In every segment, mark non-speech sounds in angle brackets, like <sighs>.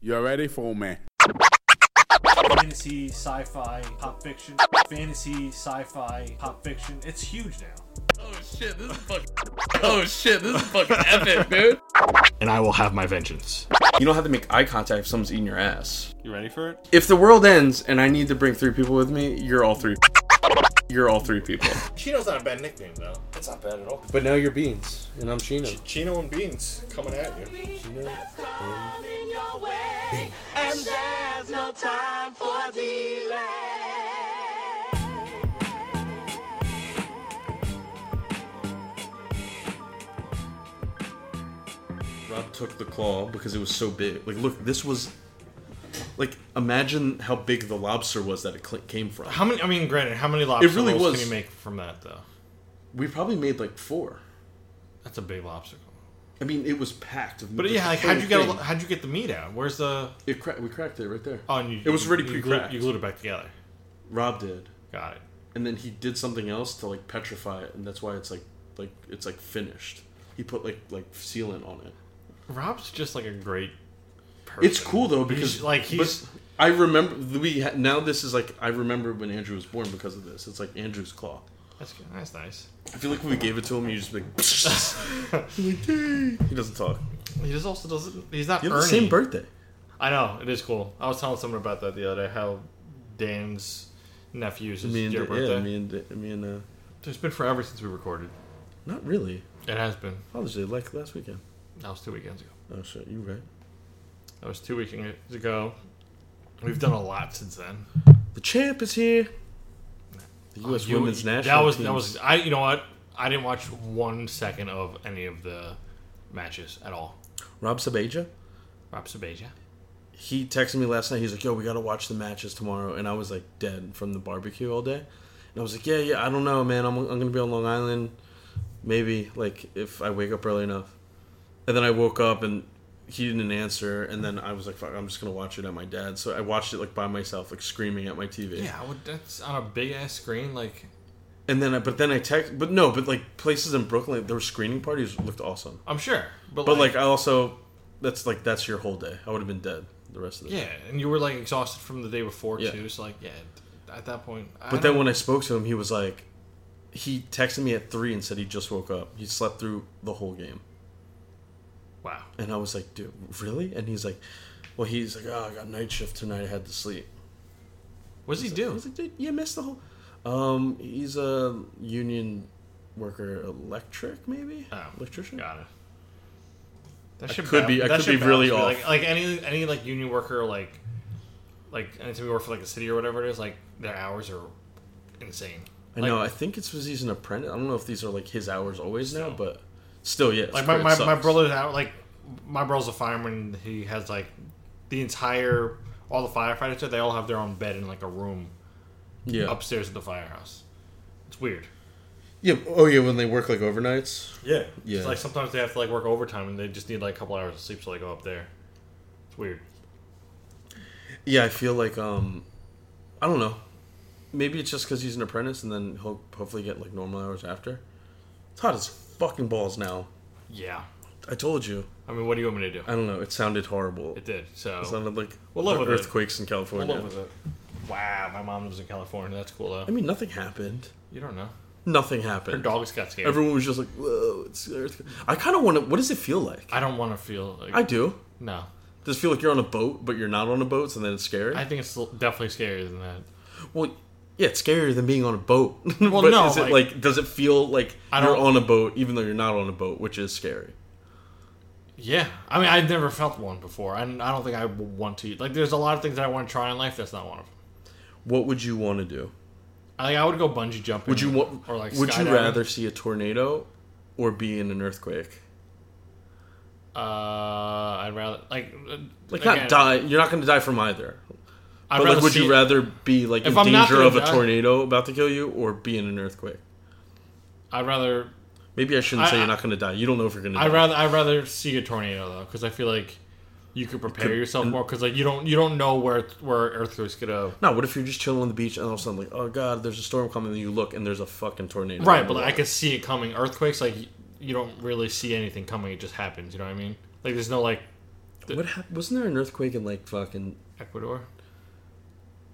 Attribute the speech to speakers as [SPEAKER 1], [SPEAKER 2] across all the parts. [SPEAKER 1] You ready for me?
[SPEAKER 2] fantasy, sci-fi, pop fiction, fantasy, sci-fi, pop fiction. It's huge now.
[SPEAKER 3] Oh shit, this is fucking. oh shit, this is fucking epic, dude.
[SPEAKER 4] and I will have my vengeance.
[SPEAKER 3] You don't have to make eye contact if someone's eating your ass.
[SPEAKER 5] You ready for it?
[SPEAKER 3] If the world ends and I need to bring three people with me, you're all three. You're all three people.
[SPEAKER 6] Chino's not a bad nickname though. That's not bad at all.
[SPEAKER 7] But now you're Beans, and I'm Chino.
[SPEAKER 6] Chino and Beans coming at you.
[SPEAKER 3] Rob took the claw because it was so big. Like, look, this was. Like, imagine how big the lobster was that it cl- came from.
[SPEAKER 5] How many? I mean, granted, how many lobster
[SPEAKER 3] It really
[SPEAKER 5] rolls
[SPEAKER 3] was.
[SPEAKER 5] can you make from that though?
[SPEAKER 3] We probably made like four.
[SPEAKER 5] That's a big lobster. claw.
[SPEAKER 3] I mean, it was packed. Of
[SPEAKER 5] But
[SPEAKER 3] the
[SPEAKER 5] yeah, like
[SPEAKER 3] whole
[SPEAKER 5] how'd you get a,
[SPEAKER 3] thing.
[SPEAKER 5] how'd you get the meat out? Where's the?
[SPEAKER 3] It cra- we cracked it right there.
[SPEAKER 5] Oh, and you,
[SPEAKER 3] It was already
[SPEAKER 5] you
[SPEAKER 3] pre
[SPEAKER 5] glued-
[SPEAKER 3] cracked.
[SPEAKER 5] You glued it back together.
[SPEAKER 3] Rob did,
[SPEAKER 5] Got it.
[SPEAKER 3] and then he did something else to like petrify it, and that's why it's like like it's like finished. He put like like sealant on it.
[SPEAKER 5] Rob's just like a great. Person.
[SPEAKER 3] It's cool though because
[SPEAKER 5] He's- like
[SPEAKER 3] but
[SPEAKER 5] he's
[SPEAKER 3] I remember we ha- now this is like I remember when Andrew was born because of this. It's like Andrew's claw.
[SPEAKER 5] that's good. That's nice. <laughs>
[SPEAKER 3] I feel like when we gave it to him, he just like, <laughs> he doesn't talk.
[SPEAKER 5] He just also doesn't. He's not
[SPEAKER 3] You have
[SPEAKER 5] Ernie.
[SPEAKER 3] the same birthday.
[SPEAKER 5] I know it is cool. I was telling someone about that the other day. How Dan's nephews is
[SPEAKER 3] Me and
[SPEAKER 5] your birthday.
[SPEAKER 3] yeah, me and me and uh,
[SPEAKER 5] It's been forever since we recorded.
[SPEAKER 3] not really
[SPEAKER 5] It has been.
[SPEAKER 3] Father's Day like last weekend.
[SPEAKER 5] That was two weekends ago.
[SPEAKER 3] Oh shit, you right.
[SPEAKER 5] That was two weekends ago. We've done a lot since then.
[SPEAKER 3] The champ is here. The U.S.
[SPEAKER 5] Uh, You-
[SPEAKER 3] Women's National
[SPEAKER 5] That was
[SPEAKER 3] team.
[SPEAKER 5] that was. I you know what? I didn't watch one second of any of the matches at all.
[SPEAKER 3] Rob Sabeja.
[SPEAKER 5] Rob Sabeja.
[SPEAKER 3] He texted me last night. He's like, "Yo, we gotta watch the matches tomorrow," and I was like dead from the barbecue all day. And I was like, "Yeah, yeah, I don't know, man. I'm, I'm gonna be on Long Island, maybe like if I wake up early enough." And then I woke up and he didn't answer. And then I was like, "Fuck, I'm just gonna watch it at my dad's." So I watched it like by myself, like screaming at my TV.
[SPEAKER 5] Yeah, I would, that's on a big ass screen. Like
[SPEAKER 3] And then, I, but then I text, but no, but like places in Brooklyn, their screening parties looked awesome.
[SPEAKER 5] I'm sure, but,
[SPEAKER 3] But like I also that's like that's your whole day. I would have been dead the rest of the day.
[SPEAKER 5] yeah, and you were like exhausted from the day before
[SPEAKER 3] Yeah.
[SPEAKER 5] too. So like yeah, at that point. I
[SPEAKER 3] But then
[SPEAKER 5] don't-
[SPEAKER 3] when I spoke to him, he was like he texted me at 3 and said he just woke up. He slept through the whole game.
[SPEAKER 5] wow,
[SPEAKER 3] And I was like, "Dude, really?" And he's like, "Well, he's like, "Oh, I got night shift tonight. I had to sleep."
[SPEAKER 5] what does he
[SPEAKER 3] I
[SPEAKER 5] do?
[SPEAKER 3] was like, "Dude, you missed the whole um he's a union worker, electric maybe?
[SPEAKER 5] Oh,
[SPEAKER 3] Electrician?
[SPEAKER 5] Got it. That
[SPEAKER 3] I could be- I could be really
[SPEAKER 5] balance
[SPEAKER 3] off.
[SPEAKER 5] Like, like any any like union worker, like like anytime we work for like a city or whatever it is, like their hours are insane.
[SPEAKER 3] I
[SPEAKER 5] Like-
[SPEAKER 3] know. I think it's because he's an apprentice. I don't know if these are like his hours always now, but still, yeah. it's
[SPEAKER 5] Like my,
[SPEAKER 3] great. It
[SPEAKER 5] my, my
[SPEAKER 3] sucks.
[SPEAKER 5] brother's out. Like my brother's a fireman. He has like the entire all the firefighters. They all have their own bed in like a room
[SPEAKER 3] yeah.
[SPEAKER 5] upstairs at the firehouse. It's weird.
[SPEAKER 3] Yeah. Oh, yeah. When they work like overnights.
[SPEAKER 5] Yeah.
[SPEAKER 3] Yeah.
[SPEAKER 5] It's like sometimes they have to like work overtime and they just need like a couple hours of sleep, so they go up there. It's weird.
[SPEAKER 3] Yeah, I feel like um, I don't know. Maybe it's just because he's an apprentice, and then he'll hopefully get like normal hours after. It's hot as fucking balls now.
[SPEAKER 5] Yeah.
[SPEAKER 3] I told you.
[SPEAKER 5] I mean, what do you want me to do?
[SPEAKER 3] I don't know. It sounded horrible.
[SPEAKER 5] It
[SPEAKER 3] It
[SPEAKER 5] did. So
[SPEAKER 3] sounded like
[SPEAKER 5] We'll live with it.
[SPEAKER 3] earthquakes in
[SPEAKER 5] What
[SPEAKER 3] California.
[SPEAKER 5] was it? Wow, my mom lives in California. That's cool
[SPEAKER 3] I
[SPEAKER 5] though.
[SPEAKER 3] mean, nothing happened.
[SPEAKER 5] You don't know.
[SPEAKER 3] Nothing
[SPEAKER 5] Her
[SPEAKER 3] happened.
[SPEAKER 5] dogs got scared.
[SPEAKER 3] Everyone was just like, "Whoa, it's an earthquake." I kind of want to. What does it feel like?
[SPEAKER 5] I don't want to feel like
[SPEAKER 3] I do.
[SPEAKER 5] no.
[SPEAKER 3] Does it feel like you're on a boat, but you're not on a boat, so then it's scary?
[SPEAKER 5] I think it's l- definitely scarier than that.
[SPEAKER 3] well, yeah, it's scarier than being on a boat. <laughs> Well,
[SPEAKER 5] no,
[SPEAKER 3] is it
[SPEAKER 5] like-
[SPEAKER 3] like, does it feel like
[SPEAKER 5] I
[SPEAKER 3] you're
[SPEAKER 5] don't-
[SPEAKER 3] on a boat even though you're not on a boat, which is scary?
[SPEAKER 5] Yeah, I mean, I've never felt one before, and I don't think I w- want to. Like, there's a lot of things that I want to try in life. That's not one of them.
[SPEAKER 3] What would you want to do?
[SPEAKER 5] I think I would go bungee jumping.
[SPEAKER 3] Would you want?
[SPEAKER 5] or like
[SPEAKER 3] would you
[SPEAKER 5] skydiving.
[SPEAKER 3] rather see a tornado or be in an earthquake?
[SPEAKER 5] Uh, I'd rather like uh,
[SPEAKER 3] Like
[SPEAKER 5] again,
[SPEAKER 3] not die. You're not going to die from either.
[SPEAKER 5] I'd
[SPEAKER 3] But
[SPEAKER 5] rather
[SPEAKER 3] like, would
[SPEAKER 5] see
[SPEAKER 3] you
[SPEAKER 5] it-
[SPEAKER 3] rather be like in
[SPEAKER 5] If I'm not
[SPEAKER 3] danger
[SPEAKER 5] gonna
[SPEAKER 3] of a
[SPEAKER 5] die-
[SPEAKER 3] tornado about to kill you or be in an earthquake?
[SPEAKER 5] I'd rather
[SPEAKER 3] Maybe I shouldn't
[SPEAKER 5] I-
[SPEAKER 3] say
[SPEAKER 5] I-
[SPEAKER 3] you're not going to die. You don't know if you're going to. die.
[SPEAKER 5] I'd rather I'd rather see a tornado though, because I feel like you could prepare yourself more, because like you don't you don't know where where earthquakes could have.
[SPEAKER 3] No, what if you're just chilling on the beach and all of a sudden, like, oh god, there's a storm coming, and you look and there's a fucking tornado.
[SPEAKER 5] Right,
[SPEAKER 3] on
[SPEAKER 5] but
[SPEAKER 3] the
[SPEAKER 5] like, I
[SPEAKER 3] water.
[SPEAKER 5] could see it coming. Earthquakes, like y- you don't really see anything coming; it just happens. You know what I mean? Like there's no like
[SPEAKER 3] What happened? Wasn't there an earthquake in like fucking
[SPEAKER 5] Ecuador.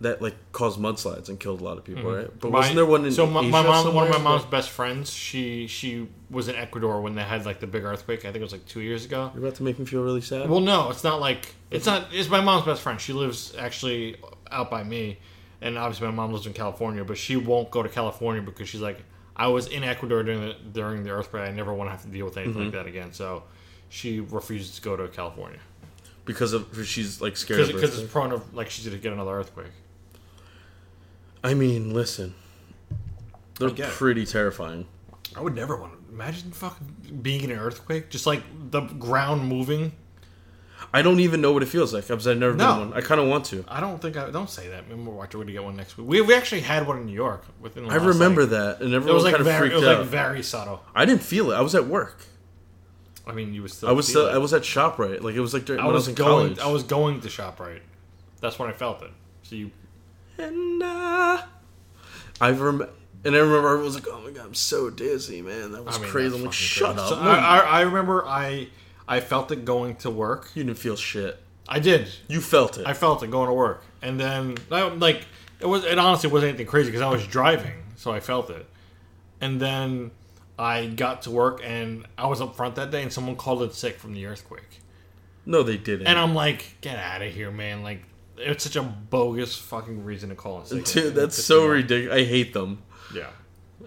[SPEAKER 3] that like caused mudslides and killed a lot of people, right? But
[SPEAKER 5] Mm-hmm. My-
[SPEAKER 3] wasn't there one in
[SPEAKER 5] so my,
[SPEAKER 3] Asia
[SPEAKER 5] my mom, one of my
[SPEAKER 3] somewhere?
[SPEAKER 5] mom's best friends, she she was in Ecuador when they had like the big earthquake. I think it was like two years ago.
[SPEAKER 3] You're about to make me feel really sad.
[SPEAKER 5] Well, no, it's not like it's not. It's my mom's best friend. She lives actually out by me, and obviously my mom lives in California, but she won't go to California because she's like, I was in Ecuador during the during the earthquake. I never want to have to deal with anything like
[SPEAKER 3] Mm-hmm.
[SPEAKER 5] that again. So she refuses to go to California
[SPEAKER 3] because of because she's like scared of
[SPEAKER 5] because
[SPEAKER 3] earthquake.
[SPEAKER 5] it's prone of like she's gonna get another earthquake.
[SPEAKER 3] I mean, listen, they're
[SPEAKER 5] get it.
[SPEAKER 3] pretty terrifying.
[SPEAKER 5] I would never want to imagine fucking being in an earthquake, just like the ground moving.
[SPEAKER 3] I don't even know what it feels like. I've I've never
[SPEAKER 5] No.
[SPEAKER 3] been one. I kind of want to.
[SPEAKER 5] I don't think I don't say that. Maybe we're watching. We're gonna get one next week. We, we actually had one in New York within. The
[SPEAKER 3] I
[SPEAKER 5] last,
[SPEAKER 3] remember
[SPEAKER 5] like-
[SPEAKER 3] that, and
[SPEAKER 5] It
[SPEAKER 3] everyone
[SPEAKER 5] was like
[SPEAKER 3] kind of
[SPEAKER 5] very, it
[SPEAKER 3] freaked
[SPEAKER 5] was
[SPEAKER 3] out.
[SPEAKER 5] like very subtle.
[SPEAKER 3] I didn't feel it. I was at work.
[SPEAKER 5] I mean, you was still.
[SPEAKER 3] I was
[SPEAKER 5] see
[SPEAKER 3] still,
[SPEAKER 5] that.
[SPEAKER 3] I was at Shoprite. Like it was like during,
[SPEAKER 5] I
[SPEAKER 3] when
[SPEAKER 5] was
[SPEAKER 3] I was in
[SPEAKER 5] going.
[SPEAKER 3] college.
[SPEAKER 5] I was going to Shoprite. That's when I felt it. So you.
[SPEAKER 3] And uh, I rem- and I remember everyone was like, "Oh my god, I'm so dizzy, man. That was
[SPEAKER 5] I mean,
[SPEAKER 3] crazy."
[SPEAKER 5] that's
[SPEAKER 3] I'm
[SPEAKER 5] fucking
[SPEAKER 3] like, "Shut
[SPEAKER 5] crazy.
[SPEAKER 3] up."
[SPEAKER 5] So
[SPEAKER 3] no,
[SPEAKER 5] I, I, I remember I I felt it going to work.
[SPEAKER 3] you didn't feel shit.
[SPEAKER 5] I did.
[SPEAKER 3] You felt it.
[SPEAKER 5] I felt it going to work, and then I, like it was. It honestly wasn't anything crazy because I was driving, so I felt it. And then I got to work, and I was up front that day, and someone called in sick from the earthquake.
[SPEAKER 3] no, they didn't.
[SPEAKER 5] And I'm like, get out of here, man! Like it's such a bogus fucking reason to call in sick.
[SPEAKER 3] <laughs> Dude,
[SPEAKER 5] It
[SPEAKER 3] that's
[SPEAKER 5] pissed
[SPEAKER 3] so
[SPEAKER 5] me off.
[SPEAKER 3] ridiculous. I hate them.
[SPEAKER 5] Yeah.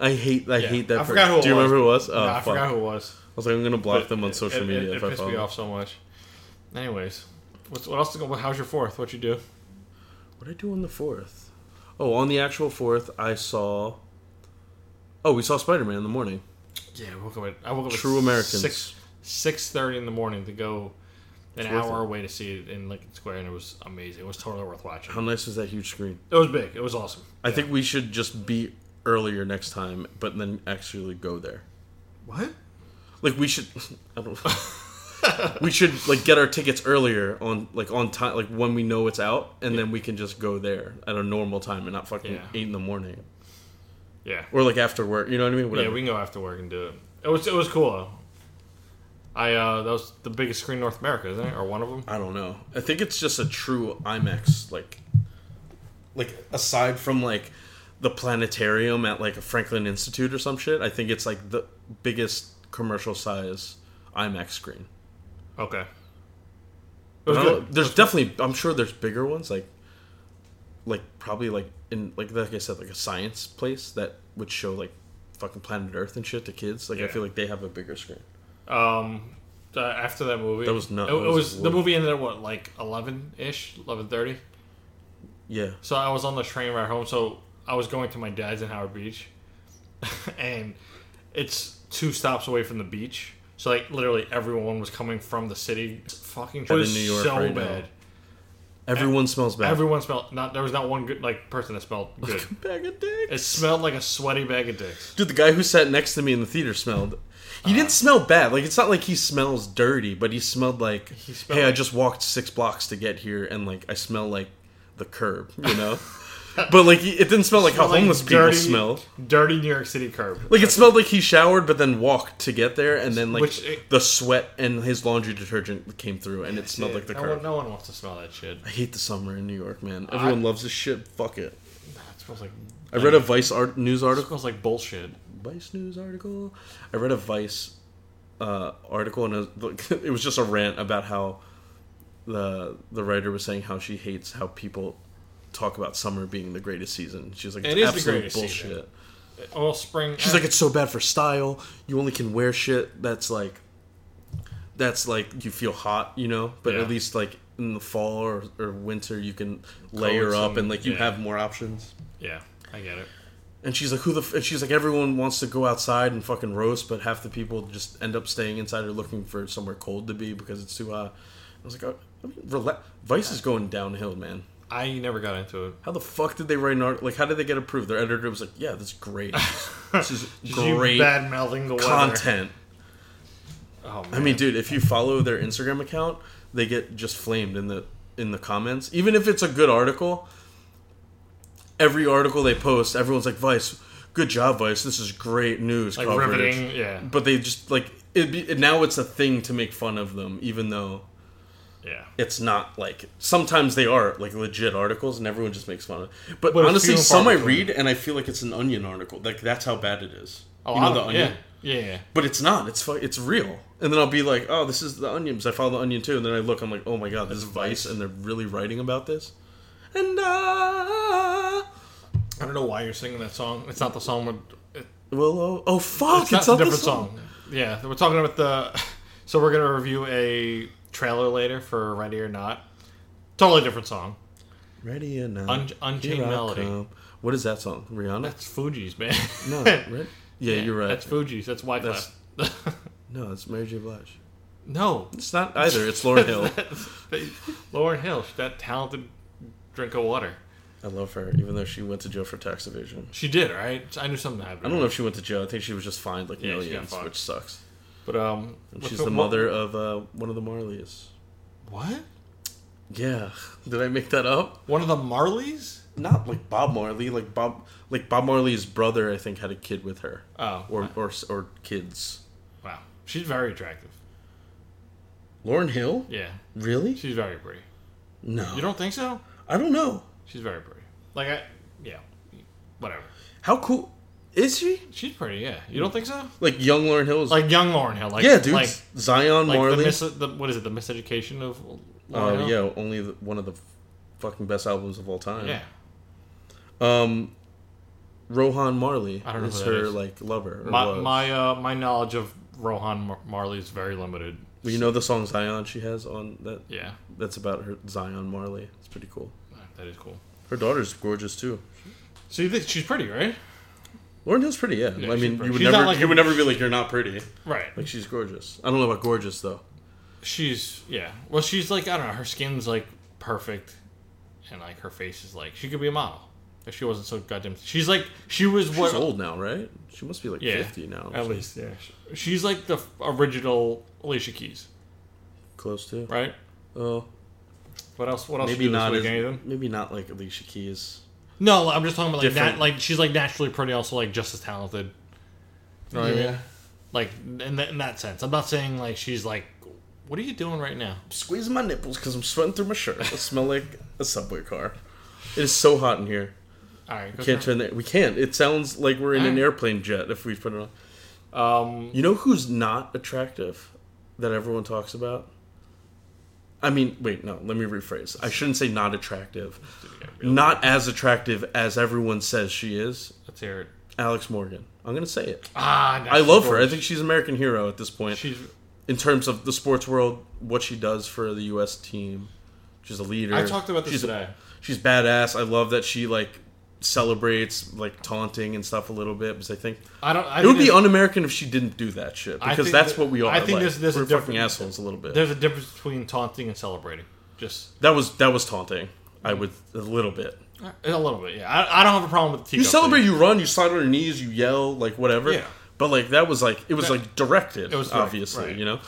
[SPEAKER 3] I hate. I
[SPEAKER 5] Yeah.
[SPEAKER 3] hate that.
[SPEAKER 5] I forgot
[SPEAKER 3] person.
[SPEAKER 5] who it
[SPEAKER 3] Do you
[SPEAKER 5] was.
[SPEAKER 3] remember who it was? Oh,
[SPEAKER 5] No, I
[SPEAKER 3] fuck.
[SPEAKER 5] forgot who it was.
[SPEAKER 3] I was like, I'm gonna block them on
[SPEAKER 5] It-
[SPEAKER 3] social
[SPEAKER 5] it-
[SPEAKER 3] media
[SPEAKER 5] It,
[SPEAKER 3] if
[SPEAKER 5] it
[SPEAKER 3] I
[SPEAKER 5] pissed
[SPEAKER 3] follow.
[SPEAKER 5] me
[SPEAKER 3] them.
[SPEAKER 5] off so much. Anyways, what's, what else? Is going, how's your fourth? What you do?
[SPEAKER 3] What did I do on the fourth? Oh, on the actual fourth, I saw. Oh, we saw Spider Man in the morning.
[SPEAKER 5] Yeah, I woke up. At, I woke up.
[SPEAKER 3] True
[SPEAKER 5] at
[SPEAKER 3] Americans.
[SPEAKER 5] Six six thirty in the morning to go an
[SPEAKER 3] worth
[SPEAKER 5] hour
[SPEAKER 3] it.
[SPEAKER 5] away to see it in Lincoln Square, and it was amazing. It was totally worth watching.
[SPEAKER 3] How nice was that huge screen?
[SPEAKER 5] It was big. It was awesome.
[SPEAKER 3] I think we should just be earlier next time, but then actually go there.
[SPEAKER 5] What?
[SPEAKER 3] Like we should, <laughs> I don't. we should like get our tickets earlier on like on time, like when we know it's out, and then we can just go there at a normal time and not fucking
[SPEAKER 5] Yeah.
[SPEAKER 3] eight in the morning
[SPEAKER 5] Yeah.
[SPEAKER 3] or like after work. You know what I mean? Whatever.
[SPEAKER 5] Yeah, we can go after work and do it. It was it was cool. Though. I uh, that was the biggest screen in North America, isn't it, or one of them?
[SPEAKER 3] I don't know. I think it's just a true IMAX like like aside from like the planetarium at like a Franklin Institute or some shit. I think it's like the biggest commercial size IMAX screen.
[SPEAKER 5] Okay. It was
[SPEAKER 3] I don't-
[SPEAKER 5] good.
[SPEAKER 3] There's definitely, I'm sure there's bigger ones like, like probably like in like like I said like a science place that would show like fucking planet Earth and shit to kids. Like I
[SPEAKER 5] Yeah.
[SPEAKER 3] feel like they have a bigger screen.
[SPEAKER 5] Um, uh, after that movie,
[SPEAKER 3] That was nuts.
[SPEAKER 5] It, it
[SPEAKER 3] That was
[SPEAKER 5] was the
[SPEAKER 3] lit.
[SPEAKER 5] movie ended at what like eleven ish, eleven thirty.
[SPEAKER 3] Yeah,
[SPEAKER 5] So I was on the train ride home. So I was going to my dad's in Howard Beach, <laughs> and it's two stops away from the beach. So like literally everyone was coming from the city. Fucking it
[SPEAKER 3] in
[SPEAKER 5] was
[SPEAKER 3] New York
[SPEAKER 5] so
[SPEAKER 3] right now.
[SPEAKER 5] bad.
[SPEAKER 3] everyone smells bad.
[SPEAKER 5] Everyone smelled not. There was not one good like person that smelled
[SPEAKER 3] <laughs>
[SPEAKER 5] good.
[SPEAKER 3] bag of dicks.
[SPEAKER 5] it smelled like a sweaty bag of dicks.
[SPEAKER 3] Dude, the guy who sat next to me in the theater smelled.
[SPEAKER 5] Uh-huh.
[SPEAKER 3] He didn't smell bad. Like it's not like he smells dirty, but he smelled like
[SPEAKER 5] smelled
[SPEAKER 3] hey, I
[SPEAKER 5] like-
[SPEAKER 3] just walked six blocks to get here, and like I smell like the curb, you know. <laughs> but like he- it didn't smell like how
[SPEAKER 5] Like
[SPEAKER 3] homeless
[SPEAKER 5] dirty-
[SPEAKER 3] people smell.
[SPEAKER 5] Dirty New York City curb.
[SPEAKER 3] Like it smelled like he showered, but then walked to get there, and then like
[SPEAKER 5] Which eh, it-
[SPEAKER 3] the sweat and his laundry detergent came through, and it smelled like the
[SPEAKER 5] no
[SPEAKER 3] curb.
[SPEAKER 5] One, no one wants to smell that shit.
[SPEAKER 3] I hate the summer in New York, man. Everyone loves this shit. Fuck it.
[SPEAKER 5] It smells like
[SPEAKER 3] I read a Vice art news
[SPEAKER 5] it
[SPEAKER 3] article.
[SPEAKER 5] smells like bullshit.
[SPEAKER 3] Vice news article. I read a Vice uh, article, and it was, <laughs> it was just a rant about how the the writer was saying how she hates how people talk about summer being the greatest season. She's like, it's
[SPEAKER 5] It is the
[SPEAKER 3] absolute
[SPEAKER 5] greatest
[SPEAKER 3] bullshit.
[SPEAKER 5] season. All spring.
[SPEAKER 3] She's like, it's so bad for style. You only can wear shit that's like, that's like you feel hot, you know. But
[SPEAKER 5] Yeah.
[SPEAKER 3] at least like in the fall or, or winter, you can layer up
[SPEAKER 5] some-
[SPEAKER 3] and like you
[SPEAKER 5] yeah.
[SPEAKER 3] have more options.
[SPEAKER 5] yeah, I get it.
[SPEAKER 3] And she's like, who the? F-? And she's like, everyone wants to go outside and fucking roast, but half the people just end up staying inside or looking for somewhere cold to be because it's too hot. I was like, oh, I mean, rela- Vice is going downhill, man.
[SPEAKER 5] I never got into it.
[SPEAKER 3] How the fuck did they write an article? Like, how did they get approved? Their editor was like, yeah, this is great. this
[SPEAKER 5] <laughs>
[SPEAKER 3] is great
[SPEAKER 5] bad mouthing the weather.
[SPEAKER 3] content.
[SPEAKER 5] Oh,
[SPEAKER 3] I mean, dude, if you follow their Instagram account, they get just flamed in the in the comments. Even if it's a good article, every article they post, everyone's like, "Vice, good job, Vice. This is great news
[SPEAKER 5] like
[SPEAKER 3] coverage."
[SPEAKER 5] riveting. Yeah,
[SPEAKER 3] But they just like it. Be, now it's a thing to make fun of them, even though
[SPEAKER 5] Yeah.
[SPEAKER 3] it's not like sometimes they are like legit articles and everyone just makes fun of it. But,
[SPEAKER 5] But it's few
[SPEAKER 3] honestly,
[SPEAKER 5] and
[SPEAKER 3] some
[SPEAKER 5] far
[SPEAKER 3] I
[SPEAKER 5] between.
[SPEAKER 3] read and I feel like it's an onion article. Like that's how bad it is.
[SPEAKER 5] Oh,
[SPEAKER 3] you know
[SPEAKER 5] I-
[SPEAKER 3] the onion.
[SPEAKER 5] Yeah. Yeah. yeah.
[SPEAKER 3] But it's not. It's fu- it's real. And then I'll be like, oh, this is the onion because I follow the onion too. And then I look, I'm like, oh my god, this is Vice, and they're really writing about this. And uh,
[SPEAKER 5] I don't know why you're singing that song. It's not the song. With, it-
[SPEAKER 3] Willow, oh fuck,
[SPEAKER 5] it's
[SPEAKER 3] it's,
[SPEAKER 5] not
[SPEAKER 3] not
[SPEAKER 5] a different
[SPEAKER 3] this song.
[SPEAKER 5] song. Yeah, we're talking about the. <laughs> So we're gonna review a trailer later for Ready or Not. Totally different song.
[SPEAKER 3] Ready or not?
[SPEAKER 5] Un- Unchained
[SPEAKER 3] here I
[SPEAKER 5] Melody.
[SPEAKER 3] come. What is that song? Rihanna?
[SPEAKER 5] That's Fuji's, man. <laughs>
[SPEAKER 3] No, right? Yeah, you're right.
[SPEAKER 5] That's Fuji's. That's Wyclef.
[SPEAKER 3] no, it's Mary J. Blige.
[SPEAKER 5] <laughs> no,
[SPEAKER 3] It's
[SPEAKER 5] <laughs>
[SPEAKER 3] not either. It's Lauren Hill.
[SPEAKER 5] Lauren Hill, that talented drink of water.
[SPEAKER 3] I love her, even though she went to jail for tax evasion.
[SPEAKER 5] She did, right? I knew something happened.
[SPEAKER 3] I don't know if she went to jail. I think she was just fined like
[SPEAKER 5] Yeah, she got
[SPEAKER 3] millions,
[SPEAKER 5] fined.
[SPEAKER 3] which sucks.
[SPEAKER 5] But um,
[SPEAKER 3] And
[SPEAKER 5] what's
[SPEAKER 3] she's the
[SPEAKER 5] what-
[SPEAKER 3] mother of uh, one of the Marleys.
[SPEAKER 5] What?
[SPEAKER 3] Yeah, <laughs> did I make that up?
[SPEAKER 5] One of the Marleys?
[SPEAKER 3] Not like Bob Marley, like Bob, like Bob Marley's brother. I think had a kid with her,
[SPEAKER 5] Oh,
[SPEAKER 3] or or or kids.
[SPEAKER 5] wow. She's very attractive.
[SPEAKER 3] Lauren Hill,
[SPEAKER 5] Yeah,
[SPEAKER 3] really?
[SPEAKER 5] she's very pretty.
[SPEAKER 3] No,
[SPEAKER 5] You don't think so?
[SPEAKER 3] I don't know.
[SPEAKER 5] She's very pretty. Like I, yeah, whatever.
[SPEAKER 3] How cool is she?
[SPEAKER 5] She's pretty. Yeah, you don't think so?
[SPEAKER 3] Like young Lauren Hill is.
[SPEAKER 5] Like young Lauren Hill. Like
[SPEAKER 3] yeah, dude,
[SPEAKER 5] Like,
[SPEAKER 3] Zion
[SPEAKER 5] like
[SPEAKER 3] Marley.
[SPEAKER 5] the, mis- the what is it? The miseducation of Lauren
[SPEAKER 3] Oh
[SPEAKER 5] Hill?
[SPEAKER 3] yeah, only the, one of the fucking best albums of all time.
[SPEAKER 5] yeah.
[SPEAKER 3] Um, Rohan Marley
[SPEAKER 5] I don't know
[SPEAKER 3] is
[SPEAKER 5] who that
[SPEAKER 3] her
[SPEAKER 5] is.
[SPEAKER 3] like lover. Or
[SPEAKER 5] My
[SPEAKER 3] was.
[SPEAKER 5] my uh, my knowledge of Rohan Mar- Marley is very limited.
[SPEAKER 3] Well, you know the song Zion she has on that.
[SPEAKER 5] Yeah,
[SPEAKER 3] That's about her Zion Marley. It's pretty cool.
[SPEAKER 5] that is cool.
[SPEAKER 3] Her daughter's gorgeous too.
[SPEAKER 5] So you think she's pretty, right?
[SPEAKER 3] Lauren Hill's pretty, yeah.
[SPEAKER 5] Yeah,
[SPEAKER 3] I
[SPEAKER 5] she's
[SPEAKER 3] mean,
[SPEAKER 5] pretty.
[SPEAKER 3] you would
[SPEAKER 5] She's
[SPEAKER 3] never,
[SPEAKER 5] not like-
[SPEAKER 3] you would never be like you're not pretty.
[SPEAKER 5] Right.
[SPEAKER 3] Like she's gorgeous. I don't know about gorgeous though.
[SPEAKER 5] She's yeah. Well, she's like I don't know. Her skin's like perfect, and like her face is like she could be a model if she wasn't so goddamn. She's like she was
[SPEAKER 3] She's
[SPEAKER 5] what
[SPEAKER 3] old now, right? She must be like
[SPEAKER 5] Yeah.
[SPEAKER 3] fifty now.
[SPEAKER 5] at least yeah. She's like the original Alicia Keys,
[SPEAKER 3] Close to.
[SPEAKER 5] right?
[SPEAKER 3] Oh,
[SPEAKER 5] What else? What else?
[SPEAKER 3] maybe
[SPEAKER 5] you do this
[SPEAKER 3] not.
[SPEAKER 5] week?
[SPEAKER 3] As,
[SPEAKER 5] Anything?
[SPEAKER 3] maybe not like Alicia Keys.
[SPEAKER 5] No, I'm just talking about like
[SPEAKER 3] Different.
[SPEAKER 5] nat- like she's like naturally pretty, also like just as talented. You know what I mean? Like in, that in that sense, I'm not saying like she's like, what are you doing right now?
[SPEAKER 3] squeezing my nipples because I'm sweating through my shirt. I smell like a subway car. It is so hot in here.
[SPEAKER 5] All right, go
[SPEAKER 3] Can't
[SPEAKER 5] turn-
[SPEAKER 3] turn that. We can't. It sounds like we're in an
[SPEAKER 5] Alright.
[SPEAKER 3] airplane jet if we put it on.
[SPEAKER 5] Um,
[SPEAKER 3] You know who's not attractive that everyone talks about? I mean, wait, no, let me rephrase. I shouldn't say not attractive. Not as attractive as everyone says she is.
[SPEAKER 5] let's hear it.
[SPEAKER 3] Alex Morgan. I'm going to say it.
[SPEAKER 5] Ah,
[SPEAKER 3] I love her. I think she's an American hero at this point.
[SPEAKER 5] she's.
[SPEAKER 3] in terms of the sports world, what she does for the U.S. team. She's a leader.
[SPEAKER 5] I talked about this
[SPEAKER 3] she's,
[SPEAKER 5] today.
[SPEAKER 3] She's badass. I love that she like celebrates like taunting and stuff a little bit because I think
[SPEAKER 5] I don't. I
[SPEAKER 3] it would
[SPEAKER 5] think
[SPEAKER 3] be
[SPEAKER 5] there's-
[SPEAKER 3] un-American if she didn't do that shit
[SPEAKER 5] I
[SPEAKER 3] because
[SPEAKER 5] think
[SPEAKER 3] that's
[SPEAKER 5] that-
[SPEAKER 3] what we are.
[SPEAKER 5] I think
[SPEAKER 3] like,
[SPEAKER 5] there's- there's a
[SPEAKER 3] we're fucking
[SPEAKER 5] different-
[SPEAKER 3] assholes a little bit.
[SPEAKER 5] There's a difference between taunting and celebrating. Just
[SPEAKER 3] That was that was taunting. I would a little bit.
[SPEAKER 5] a little bit. Yeah, I, I don't have a problem with the.
[SPEAKER 3] You celebrate, you run, you slide on your knees, you yell, like whatever.
[SPEAKER 5] Yeah.
[SPEAKER 3] But like that was like it was like directed, it
[SPEAKER 5] was
[SPEAKER 3] was
[SPEAKER 5] direct,
[SPEAKER 3] obviously,
[SPEAKER 5] right.
[SPEAKER 3] you know.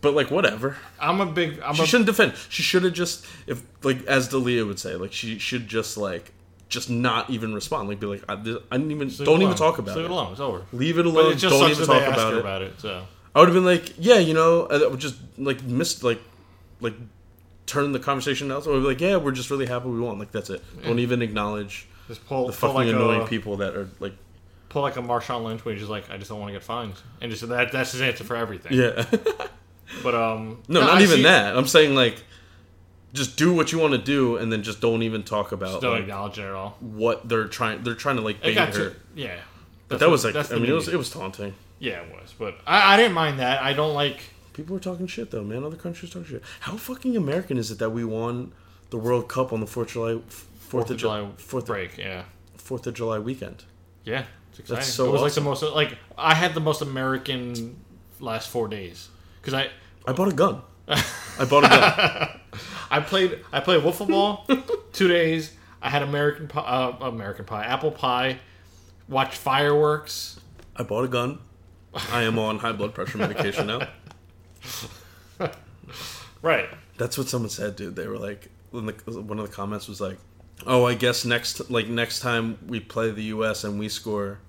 [SPEAKER 3] But like whatever.
[SPEAKER 5] I'm a big. I'm
[SPEAKER 3] She
[SPEAKER 5] a,
[SPEAKER 3] shouldn't defend. She should have just, if like as Dalia would say, like she should just like just not even respond. Like be like, I, this- I didn't even,
[SPEAKER 5] leave it
[SPEAKER 3] don't even
[SPEAKER 5] alone.
[SPEAKER 3] talk
[SPEAKER 5] Just
[SPEAKER 3] about
[SPEAKER 5] leave
[SPEAKER 3] it.
[SPEAKER 5] it alone. It's over.
[SPEAKER 3] Leave it
[SPEAKER 5] But
[SPEAKER 3] alone.
[SPEAKER 5] it just
[SPEAKER 3] Don't
[SPEAKER 5] sucks
[SPEAKER 3] even
[SPEAKER 5] that they
[SPEAKER 3] talk
[SPEAKER 5] asked
[SPEAKER 3] about
[SPEAKER 5] her
[SPEAKER 3] it.
[SPEAKER 5] about it. So
[SPEAKER 3] I would have been like, yeah, you know, I would just like miss like like turn the conversation elsewhere. I'd be like, yeah, we're just really happy we won. Like that's it. Don't even acknowledge
[SPEAKER 5] just pull,
[SPEAKER 3] the
[SPEAKER 5] pull like
[SPEAKER 3] fucking annoying
[SPEAKER 5] a,
[SPEAKER 3] people that are like,
[SPEAKER 5] pull like a Marshawn Lynch, where he's just like, I just don't want to get fined, and just that that's his answer for everything.
[SPEAKER 3] yeah. <laughs>
[SPEAKER 5] But um,
[SPEAKER 3] No, not
[SPEAKER 5] I
[SPEAKER 3] even
[SPEAKER 5] see-
[SPEAKER 3] that. I'm saying like, just do what you want to do, and then just don't even talk about
[SPEAKER 5] just Don't
[SPEAKER 3] like,
[SPEAKER 5] acknowledge it at all.
[SPEAKER 3] what they're trying. They're trying to like
[SPEAKER 5] It
[SPEAKER 3] bait
[SPEAKER 5] got
[SPEAKER 3] her.
[SPEAKER 5] to yeah.
[SPEAKER 3] But
[SPEAKER 5] That's
[SPEAKER 3] that
[SPEAKER 5] what-
[SPEAKER 3] was like,
[SPEAKER 5] that's
[SPEAKER 3] I
[SPEAKER 5] the
[SPEAKER 3] mean, it was
[SPEAKER 5] media.
[SPEAKER 3] it was taunting.
[SPEAKER 5] yeah, it was. But I, I didn't mind that. I don't like.
[SPEAKER 3] People were talking shit though, man. Other countries talking shit. How fucking American is it that we won the World Cup on the Fourth of July, Fourth of July, Fourth
[SPEAKER 5] break. Yeah.
[SPEAKER 3] Fourth of July weekend?
[SPEAKER 5] Yeah, it's exciting.
[SPEAKER 3] so
[SPEAKER 5] it was
[SPEAKER 3] awesome.
[SPEAKER 5] like the most like I had the most American last four days because I
[SPEAKER 3] I bought a gun. I bought a gun.
[SPEAKER 5] I played I played wiffle <laughs> ball two days. I had American pie, uh, American pie, apple pie. Watched fireworks.
[SPEAKER 3] I bought a gun. I am on high blood pressure medication now.
[SPEAKER 5] Right.
[SPEAKER 3] That's what someone said, dude. They were like, when the, one of the comments was like, "Oh, I guess next, like next time we play the U.S. and we score,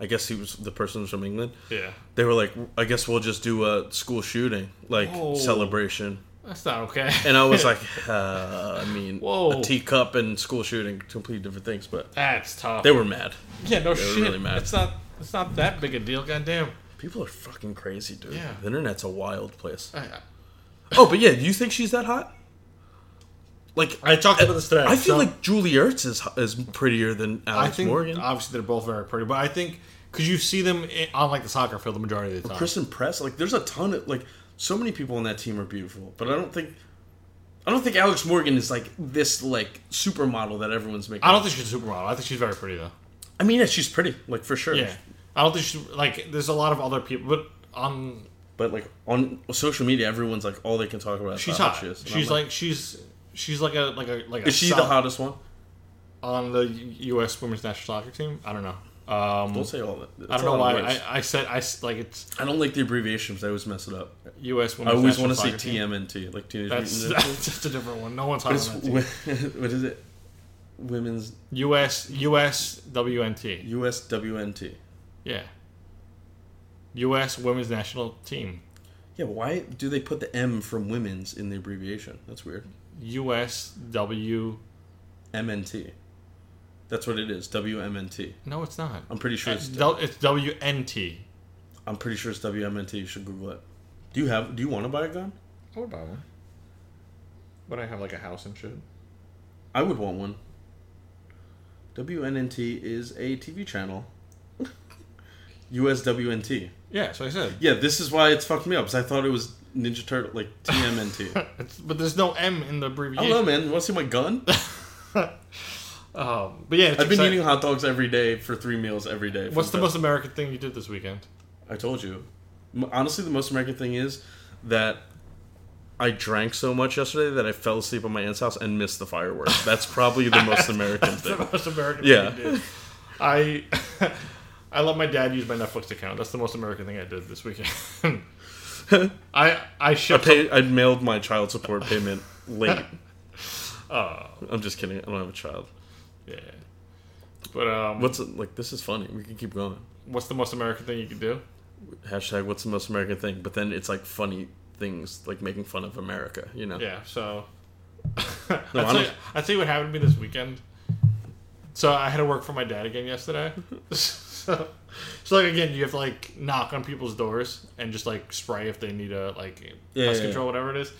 [SPEAKER 3] I guess he was the person was from England.
[SPEAKER 5] Yeah.
[SPEAKER 3] They were like, I guess we'll just do a school shooting like
[SPEAKER 5] Oh.
[SPEAKER 3] celebration."
[SPEAKER 5] That's not okay.
[SPEAKER 3] And I was like, <laughs> uh, I mean,
[SPEAKER 5] Whoa.
[SPEAKER 3] a teacup and school shooting, completely different things, but
[SPEAKER 5] <laughs> That's tough.
[SPEAKER 3] they were mad.
[SPEAKER 5] yeah, no
[SPEAKER 3] they were
[SPEAKER 5] shit.
[SPEAKER 3] really mad.
[SPEAKER 5] It's not. It's not that big a deal. Goddamn.
[SPEAKER 3] People are fucking crazy, dude.
[SPEAKER 5] Yeah.
[SPEAKER 3] The internet's a wild place.
[SPEAKER 5] I, I-
[SPEAKER 3] Oh, but yeah, do you think she's that hot? Like,
[SPEAKER 5] I talked about this today.
[SPEAKER 3] I feel
[SPEAKER 5] so-
[SPEAKER 3] like Julie Ertz is is prettier than
[SPEAKER 5] I
[SPEAKER 3] Alex
[SPEAKER 5] think
[SPEAKER 3] Morgan.
[SPEAKER 5] obviously they're both very pretty, but I think because you see them i- on like the soccer field the majority of the time.
[SPEAKER 3] Kristen Press, like, there's a ton of like, so many people on that team are beautiful, but I don't think, I don't think Alex Morgan is like this like supermodel that everyone's making.
[SPEAKER 5] I don't think she's a supermodel. I think she's very pretty though.
[SPEAKER 3] I mean, yeah, she's pretty, like for sure.
[SPEAKER 5] Yeah, I don't think she's like. There's a lot of other people, but on
[SPEAKER 3] But like on social media, everyone's like, all they can talk about. Is
[SPEAKER 5] she's
[SPEAKER 3] how
[SPEAKER 5] hot.
[SPEAKER 3] She is. And I'm
[SPEAKER 5] She's like, she's she's like a like a like a
[SPEAKER 3] is she the
[SPEAKER 5] solid-
[SPEAKER 3] hottest one?
[SPEAKER 5] on the U- U.S. women's national soccer team? I don't know. Um,
[SPEAKER 3] Don't say all that.
[SPEAKER 5] I don't know why. I, I said I s- like it's
[SPEAKER 3] I don't like the abbreviations. I always mess it up.
[SPEAKER 5] U.S.
[SPEAKER 3] I
[SPEAKER 5] women's.
[SPEAKER 3] always
[SPEAKER 5] national
[SPEAKER 3] want to say
[SPEAKER 5] soccer team.
[SPEAKER 3] TMNT, like
[SPEAKER 5] <laughs>
[SPEAKER 3] Teenage
[SPEAKER 5] That's
[SPEAKER 3] Mutant Ninja
[SPEAKER 5] that's just a different one. No one's on
[SPEAKER 3] Turtles.
[SPEAKER 5] that
[SPEAKER 3] It's
[SPEAKER 5] team.
[SPEAKER 3] wi- <laughs> What is it? Women's
[SPEAKER 5] U.S. U.S. WNT.
[SPEAKER 3] USWNT.
[SPEAKER 5] Yeah. U.S. women's national team.
[SPEAKER 3] Yeah, why do they put the M from women's in the abbreviation? That's weird.
[SPEAKER 5] U.S. W.
[SPEAKER 3] MNT. That's what it is. WMNT.
[SPEAKER 5] No, it's not.
[SPEAKER 3] I'm pretty sure
[SPEAKER 5] It's,
[SPEAKER 3] it's.
[SPEAKER 5] W- it's WNT.
[SPEAKER 3] I'm pretty sure it's WMNT. You should Google it. Do you have? Do you want to buy a gun?
[SPEAKER 5] I would buy one. Would I have like a house and shit?
[SPEAKER 3] I would want one. WNNT is a TV channel. <laughs> USWNT.
[SPEAKER 5] Yeah, so I said.
[SPEAKER 3] Yeah, this is why it's fucked me up. Because I thought it was Ninja Turtle, like TMNT.
[SPEAKER 5] It's, but there's no M in the
[SPEAKER 3] I don't
[SPEAKER 5] abbreviation.
[SPEAKER 3] know, man. You want to see my gun?
[SPEAKER 5] Um, but yeah, it's
[SPEAKER 3] I've been
[SPEAKER 5] exciting.
[SPEAKER 3] eating hot dogs every day for three meals every day. for
[SPEAKER 5] What's the
[SPEAKER 3] past-
[SPEAKER 5] most American thing you did this weekend?
[SPEAKER 3] I told you. M- Honestly, the most American thing is that I drank so much yesterday that I fell asleep at my aunt's house and missed the fireworks. That's probably the
[SPEAKER 5] <laughs>
[SPEAKER 3] most American thing.
[SPEAKER 5] most American
[SPEAKER 3] Yeah.
[SPEAKER 5] thing you did. <laughs> I I let my dad use my Netflix account. That's the most American thing I did this weekend. <laughs> I I
[SPEAKER 3] I
[SPEAKER 5] shipped.
[SPEAKER 3] <laughs> pay, I mailed my child support payment late. I'm just kidding. I don't have a child.
[SPEAKER 5] oh, yeah. But um,
[SPEAKER 3] What's like? This is funny. We can keep going.
[SPEAKER 5] what's the most American thing you could do?
[SPEAKER 3] Hashtag What's the most American thing? But then it's like funny things, like making fun of America. You know.
[SPEAKER 5] Yeah, so
[SPEAKER 3] <laughs> No,
[SPEAKER 5] I'll,
[SPEAKER 3] I
[SPEAKER 5] tell
[SPEAKER 3] don't-
[SPEAKER 5] you, I'll tell you what happened to me this weekend. So I had to work for my dad again
[SPEAKER 3] <laughs>
[SPEAKER 5] yesterday. so, so like again, you have to like knock on people's doors and just like spray if they need a like
[SPEAKER 3] Yeah,
[SPEAKER 5] pest
[SPEAKER 3] yeah,
[SPEAKER 5] control, whatever it is.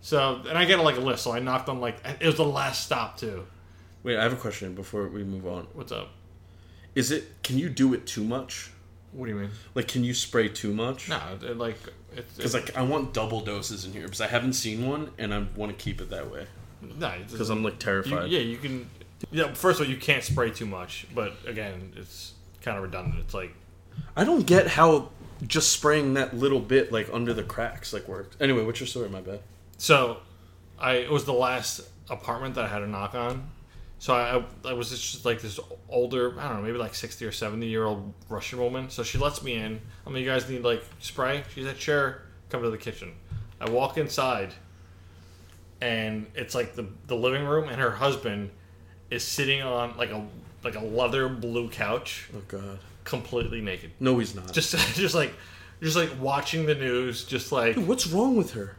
[SPEAKER 5] So and I get like a list. So I knocked on like it was the last stop too.
[SPEAKER 3] Wait, I have a question before we move on.
[SPEAKER 5] What's up?
[SPEAKER 3] Is it? Can you do it too much?
[SPEAKER 5] What do you mean?
[SPEAKER 3] Like, can you spray too much?
[SPEAKER 5] No, it, like it's,
[SPEAKER 3] Because
[SPEAKER 5] it's
[SPEAKER 3] like I want double doses in here because I haven't seen one and I want to keep it that way
[SPEAKER 5] no, it's-
[SPEAKER 3] because I'm like
[SPEAKER 5] you,
[SPEAKER 3] terrified.
[SPEAKER 5] yeah, you can. Yeah, first of all, you can't spray too much, but again, it's kind of redundant. It's like
[SPEAKER 3] I don't get how just spraying that little bit like under the cracks like worked. Anyway, what's your story? My bad.
[SPEAKER 5] So, I it was the last apartment that I had a knock on. So I, I was just like this older, I don't know, maybe like sixty or seventy year old Russian woman. So she lets me in. I'm like, you guys need like spray? She said, sure. Come to the kitchen. I walk inside, and it's like the the living room, and her husband is sitting on like a like a leather blue couch,
[SPEAKER 3] Oh God.
[SPEAKER 5] completely naked.
[SPEAKER 3] No, he's not.
[SPEAKER 5] Just <laughs> just like just like watching the news, just like
[SPEAKER 3] what's wrong with her?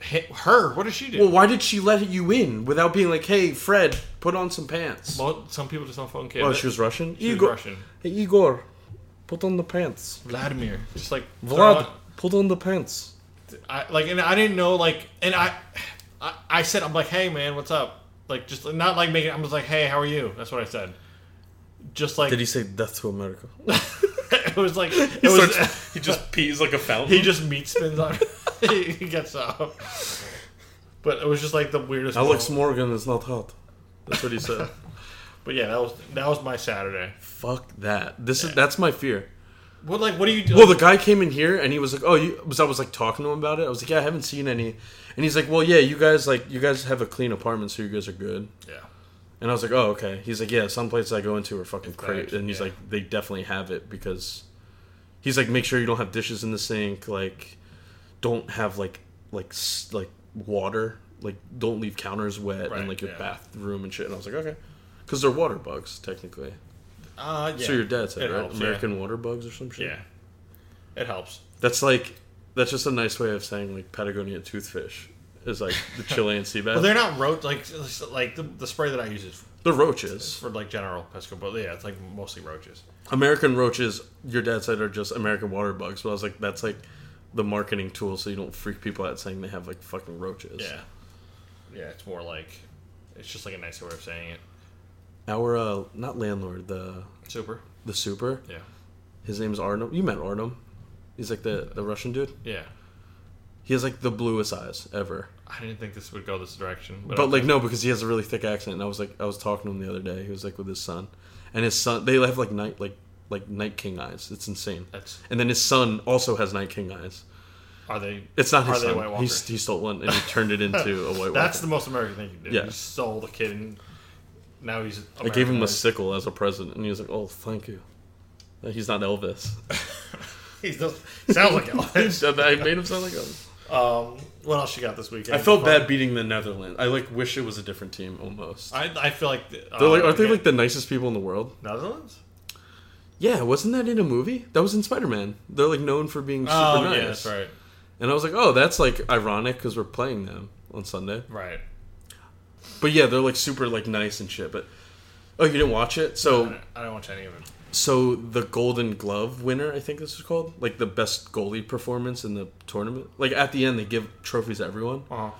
[SPEAKER 5] hit her. What does she do?
[SPEAKER 3] Well, why did she let you in without being like, "Hey, Fred, put on some pants"?
[SPEAKER 5] Well, some people just don't fucking care.
[SPEAKER 3] oh,
[SPEAKER 5] But
[SPEAKER 3] she was Russian.
[SPEAKER 5] she was
[SPEAKER 3] Igor,
[SPEAKER 5] Russian.
[SPEAKER 3] Hey, Igor, put on the pants.
[SPEAKER 5] Vladimir, just like
[SPEAKER 3] Vlad,
[SPEAKER 5] throw out-
[SPEAKER 3] put on the pants.
[SPEAKER 5] I, like, and I didn't know, like, and I, I, I said, I'm like, hey man, what's up? Like, just not like making. I'm just like, hey, how are you? That's what I said. Just like
[SPEAKER 3] Did he say death to America?
[SPEAKER 5] <laughs> it was
[SPEAKER 3] <laughs>
[SPEAKER 5] like it was. <laughs>
[SPEAKER 3] he just pees like a fountain.
[SPEAKER 5] he just meat spins on. <laughs> he he gets up. But it was just like the weirdest.
[SPEAKER 3] Alex
[SPEAKER 5] moment.
[SPEAKER 3] Morgan is not hot. That's what he <laughs> said.
[SPEAKER 5] But yeah, that was that was my Saturday.
[SPEAKER 3] Fuck that. This is that's my fear.
[SPEAKER 5] What like what do you do?
[SPEAKER 3] Well, the guy came in here and he was like, "Oh, you." Because I was like talking to him about it. I was like, "Yeah, I haven't seen any." And he's like, "Well, yeah, you guys like you guys have a clean apartment, so you guys are good."
[SPEAKER 5] yeah.
[SPEAKER 3] And I was like, "Oh, okay." He's like, "Yeah, some places I go into are fucking
[SPEAKER 5] bad,
[SPEAKER 3] crazy." And he's
[SPEAKER 5] yeah.
[SPEAKER 3] like, "They definitely have it because." He's like, "Make sure you don't have dishes in the sink. Like, don't have like like s- like water. Like, don't leave counters wet
[SPEAKER 5] Right,
[SPEAKER 3] and like your
[SPEAKER 5] yeah.
[SPEAKER 3] bathroom and shit." And I was like, "Okay." Because they're water bugs, technically.
[SPEAKER 5] Uh, yeah.
[SPEAKER 3] So your dad said,
[SPEAKER 5] It
[SPEAKER 3] right?
[SPEAKER 5] helps, yeah.
[SPEAKER 3] American water bugs or some shit?
[SPEAKER 5] Yeah. It helps.
[SPEAKER 3] That's like that's just a nice way of saying like Patagonia toothfish. is like the
[SPEAKER 5] <laughs>
[SPEAKER 3] Chilean seabass.
[SPEAKER 5] But they're not roach like like the, the spray that I use is
[SPEAKER 3] the roaches.
[SPEAKER 5] for like general pest control. But yeah, it's like mostly roaches.
[SPEAKER 3] American roaches, your dad said, are just American water bugs. But I was like, that's like the marketing tool so you don't freak people out saying they have like fucking roaches.
[SPEAKER 5] Yeah, yeah, it's more like it's just like a nicer way of saying it.
[SPEAKER 3] Our, uh, not landlord, the
[SPEAKER 5] Super.
[SPEAKER 3] the super,
[SPEAKER 5] Yeah,
[SPEAKER 3] his name's Artem. You met Artem. He's like the, the Russian dude.
[SPEAKER 5] yeah.
[SPEAKER 3] He has like the bluest eyes ever.
[SPEAKER 5] I didn't think this would go this direction, but,
[SPEAKER 3] But like no, because he has a really thick accent. And I was like, I was talking to him the other day. He was like with his son, and his son. They have like night, like like night king eyes. It's insane.
[SPEAKER 5] that's
[SPEAKER 3] And then his son also has night king eyes.
[SPEAKER 5] are they?
[SPEAKER 3] It's not his
[SPEAKER 5] Are they
[SPEAKER 3] son.
[SPEAKER 5] White
[SPEAKER 3] he,
[SPEAKER 5] Walkers?
[SPEAKER 3] he stole one and he turned it into
[SPEAKER 5] <laughs>
[SPEAKER 3] a white
[SPEAKER 5] That's the
[SPEAKER 3] walker.
[SPEAKER 5] most American thing you can do.
[SPEAKER 3] Yeah.
[SPEAKER 5] You stole the kid, and now he's.
[SPEAKER 3] I gave him a
[SPEAKER 5] Americanized.
[SPEAKER 3] sickle as a present, and he was like, "Oh, thank you." Like, He's
[SPEAKER 5] <laughs>
[SPEAKER 3] not Elvis.
[SPEAKER 5] He's just, sounds like
[SPEAKER 3] <laughs>
[SPEAKER 5] Elvis.
[SPEAKER 3] I made him sound like Elvis.
[SPEAKER 5] Um, what else you got this weekend?
[SPEAKER 3] I felt bad beating the Netherlands. I like wish it was a different team almost.
[SPEAKER 5] I, I feel like the,
[SPEAKER 3] They're like, aren't they
[SPEAKER 5] okay.
[SPEAKER 3] like the nicest people in the world?
[SPEAKER 5] Netherlands?
[SPEAKER 3] Yeah, wasn't that in a movie? That was in Spider Man. They're like known for being super
[SPEAKER 5] Oh
[SPEAKER 3] nice.
[SPEAKER 5] yeah, that's right.
[SPEAKER 3] And I was like, oh, that's like ironic because we're playing them on Sunday.
[SPEAKER 5] Right.
[SPEAKER 3] But yeah, they're like super like nice and shit. But oh, you didn't watch it? So
[SPEAKER 5] I I don't watch any of it.
[SPEAKER 3] so the Golden Glove winner, I think this is called, like the best goalie performance in the tournament. Like at the end, they give trophies to everyone.
[SPEAKER 5] Uh-huh.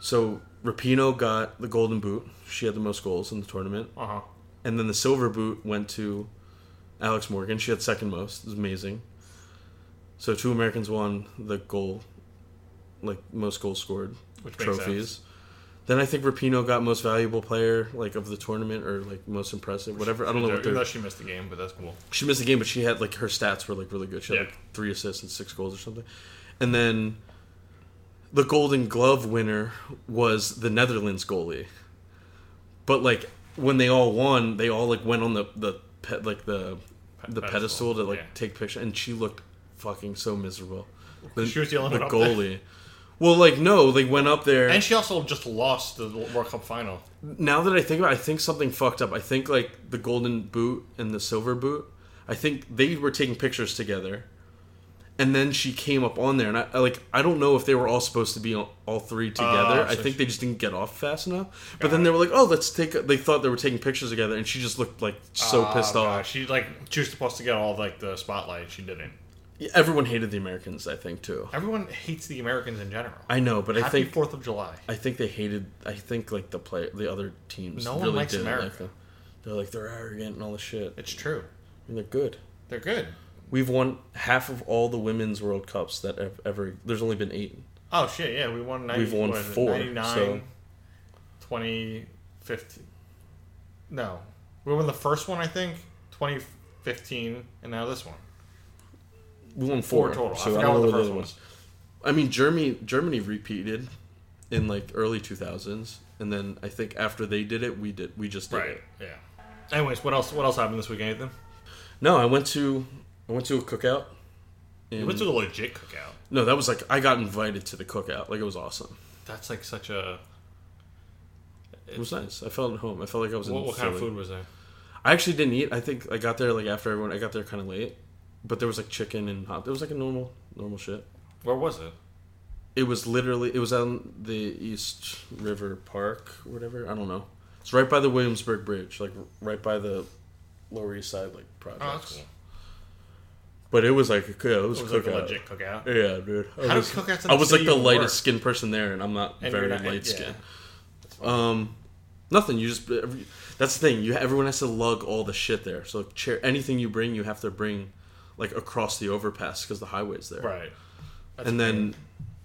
[SPEAKER 3] So Rapino got the Golden Boot. She had the most goals in the tournament,
[SPEAKER 5] Uh huh.
[SPEAKER 3] and then the Silver Boot went to Alex Morgan. She had second most. It was amazing. So two Americans won the goal, like most goals scored
[SPEAKER 5] Which makes
[SPEAKER 3] trophies.
[SPEAKER 5] sense.
[SPEAKER 3] Then I think Rapino got most valuable player like of the tournament or like most impressive, whatever. I don't know what
[SPEAKER 5] Even
[SPEAKER 3] they're
[SPEAKER 5] though she missed the game, but that's cool.
[SPEAKER 3] she missed the game, but she had like her stats were like really good. She had
[SPEAKER 5] Yeah.
[SPEAKER 3] like three assists and six goals or something. And then the Golden Glove winner was the Netherlands goalie. But like when they all won, they all like went on the the pe- like the
[SPEAKER 5] pedestal,
[SPEAKER 3] the pedestal, to like
[SPEAKER 5] yeah.
[SPEAKER 3] take picture, and she looked fucking so miserable. The,
[SPEAKER 5] She was the only
[SPEAKER 3] the
[SPEAKER 5] one up there.
[SPEAKER 3] goalie. Well, like no, they went up there.
[SPEAKER 5] And she also just lost the World Cup final.
[SPEAKER 3] now that I think about it, I think something fucked up. I think like the golden boot and the silver boot, I think they were taking pictures together. And then she came up on there, and I I, like I don't know if they were all supposed to be all all three
[SPEAKER 5] Ah,
[SPEAKER 3] together. I
[SPEAKER 5] so
[SPEAKER 3] think
[SPEAKER 5] she-
[SPEAKER 3] they just didn't get off fast enough. But then they were like, "Oh, let's take." a-" They thought they were taking pictures together, and she just looked like so
[SPEAKER 5] Oh,
[SPEAKER 3] pissed
[SPEAKER 5] God.
[SPEAKER 3] off.
[SPEAKER 5] She like she was supposed to get all like the spotlight. She didn't.
[SPEAKER 3] Everyone hated the Americans, I think too.
[SPEAKER 5] Everyone hates the Americans in general.
[SPEAKER 3] I know, but I
[SPEAKER 5] Happy
[SPEAKER 3] think
[SPEAKER 5] Fourth of July.
[SPEAKER 3] I think they hated. I think like the play the other teams.
[SPEAKER 5] No one
[SPEAKER 3] really
[SPEAKER 5] likes
[SPEAKER 3] didn't like
[SPEAKER 5] America.
[SPEAKER 3] them. They're like they're arrogant and all this shit.
[SPEAKER 5] It's true.
[SPEAKER 3] And they're good.
[SPEAKER 5] They're good.
[SPEAKER 3] We've won half of all the women's World Cups that have ever. There's only been eight.
[SPEAKER 5] Oh shit! Yeah, we won. 90,
[SPEAKER 3] We've won
[SPEAKER 5] what is it,
[SPEAKER 3] four,
[SPEAKER 5] 99,
[SPEAKER 3] so-
[SPEAKER 5] 20, 15. No, we won the first one. I think twenty fifteen, and now this one.
[SPEAKER 3] We won
[SPEAKER 5] Four
[SPEAKER 3] four,
[SPEAKER 5] total. I
[SPEAKER 3] So I,
[SPEAKER 5] forgot
[SPEAKER 3] don't know
[SPEAKER 5] what
[SPEAKER 3] what
[SPEAKER 5] the
[SPEAKER 3] the
[SPEAKER 5] first
[SPEAKER 3] other
[SPEAKER 5] one
[SPEAKER 3] ones. I mean, Germany Germany repeated in like early 2000s, and then I think after they did it, we did. We just did it.
[SPEAKER 5] Yeah. Anyways, what else? What else happened this weekend, Ethan?
[SPEAKER 3] Mm. No, I went to I went to a cookout.
[SPEAKER 5] We went to a legit cookout.
[SPEAKER 3] No, that was like I got invited to the cookout. Like it was awesome.
[SPEAKER 5] That's like such a.
[SPEAKER 3] It was nice. I felt at home. I felt like I was in.
[SPEAKER 5] What, what kind of
[SPEAKER 3] Philly.
[SPEAKER 5] food was there?
[SPEAKER 3] I actually didn't eat. I think I got there like after everyone. I got there kind of late, but there was like chicken and hot. It was like a normal normal shit.
[SPEAKER 5] Where was it?
[SPEAKER 3] it was literally it was on the East River Park, or whatever. I don't know. It's right by the Williamsburg Bridge, like right by the Lower East Side, like projects. But it was like a, yeah, it was,
[SPEAKER 5] Oh, It was
[SPEAKER 3] a
[SPEAKER 5] like a
[SPEAKER 3] cookout.
[SPEAKER 5] legit cookout.
[SPEAKER 3] Yeah, dude. I
[SPEAKER 5] How do
[SPEAKER 3] was,
[SPEAKER 5] cookouts in
[SPEAKER 3] I
[SPEAKER 5] the
[SPEAKER 3] was like
[SPEAKER 5] city
[SPEAKER 3] the
[SPEAKER 5] even
[SPEAKER 3] lightest
[SPEAKER 5] work?
[SPEAKER 3] skinned person there, and I'm not
[SPEAKER 5] And
[SPEAKER 3] very
[SPEAKER 5] you're not-
[SPEAKER 3] light
[SPEAKER 5] yeah.
[SPEAKER 3] skinned. Um, nothing. You just every, that's the thing. You everyone has to lug all the shit there. So chair anything you bring, you have to bring like across the overpass because the highway's there
[SPEAKER 5] Right. That's
[SPEAKER 3] and
[SPEAKER 5] weird.
[SPEAKER 3] then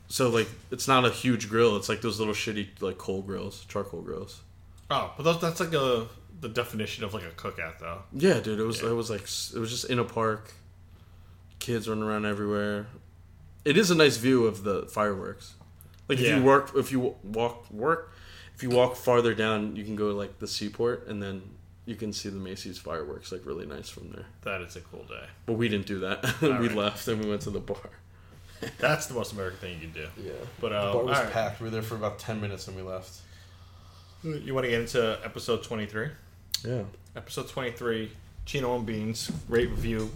[SPEAKER 3] so like it's not a huge grill it's like those little shitty like coal grills charcoal grills
[SPEAKER 5] Oh, but that's, that's like a the definition of like a cookout though.
[SPEAKER 3] yeah dude it was
[SPEAKER 5] Yeah.
[SPEAKER 3] it was like s- it was just in a park kids running around everywhere it is a nice view of the fireworks like if
[SPEAKER 5] Yeah.
[SPEAKER 3] you work if you walk work if you walk farther down you can go like the seaport and then you can see the macy's fireworks like really nice from there
[SPEAKER 5] That is a cool day.
[SPEAKER 3] but we didn't do that <laughs> we
[SPEAKER 5] Alright.
[SPEAKER 3] left and we went to the bar
[SPEAKER 5] That's the most American thing you can do.
[SPEAKER 3] yeah
[SPEAKER 5] But uh,
[SPEAKER 3] bar was
[SPEAKER 5] all right.
[SPEAKER 3] packed we were there for about 10 minutes and we left
[SPEAKER 5] you want to get into episode twenty three?
[SPEAKER 3] yeah
[SPEAKER 5] Episode twenty three. Chino and beans. Rate review.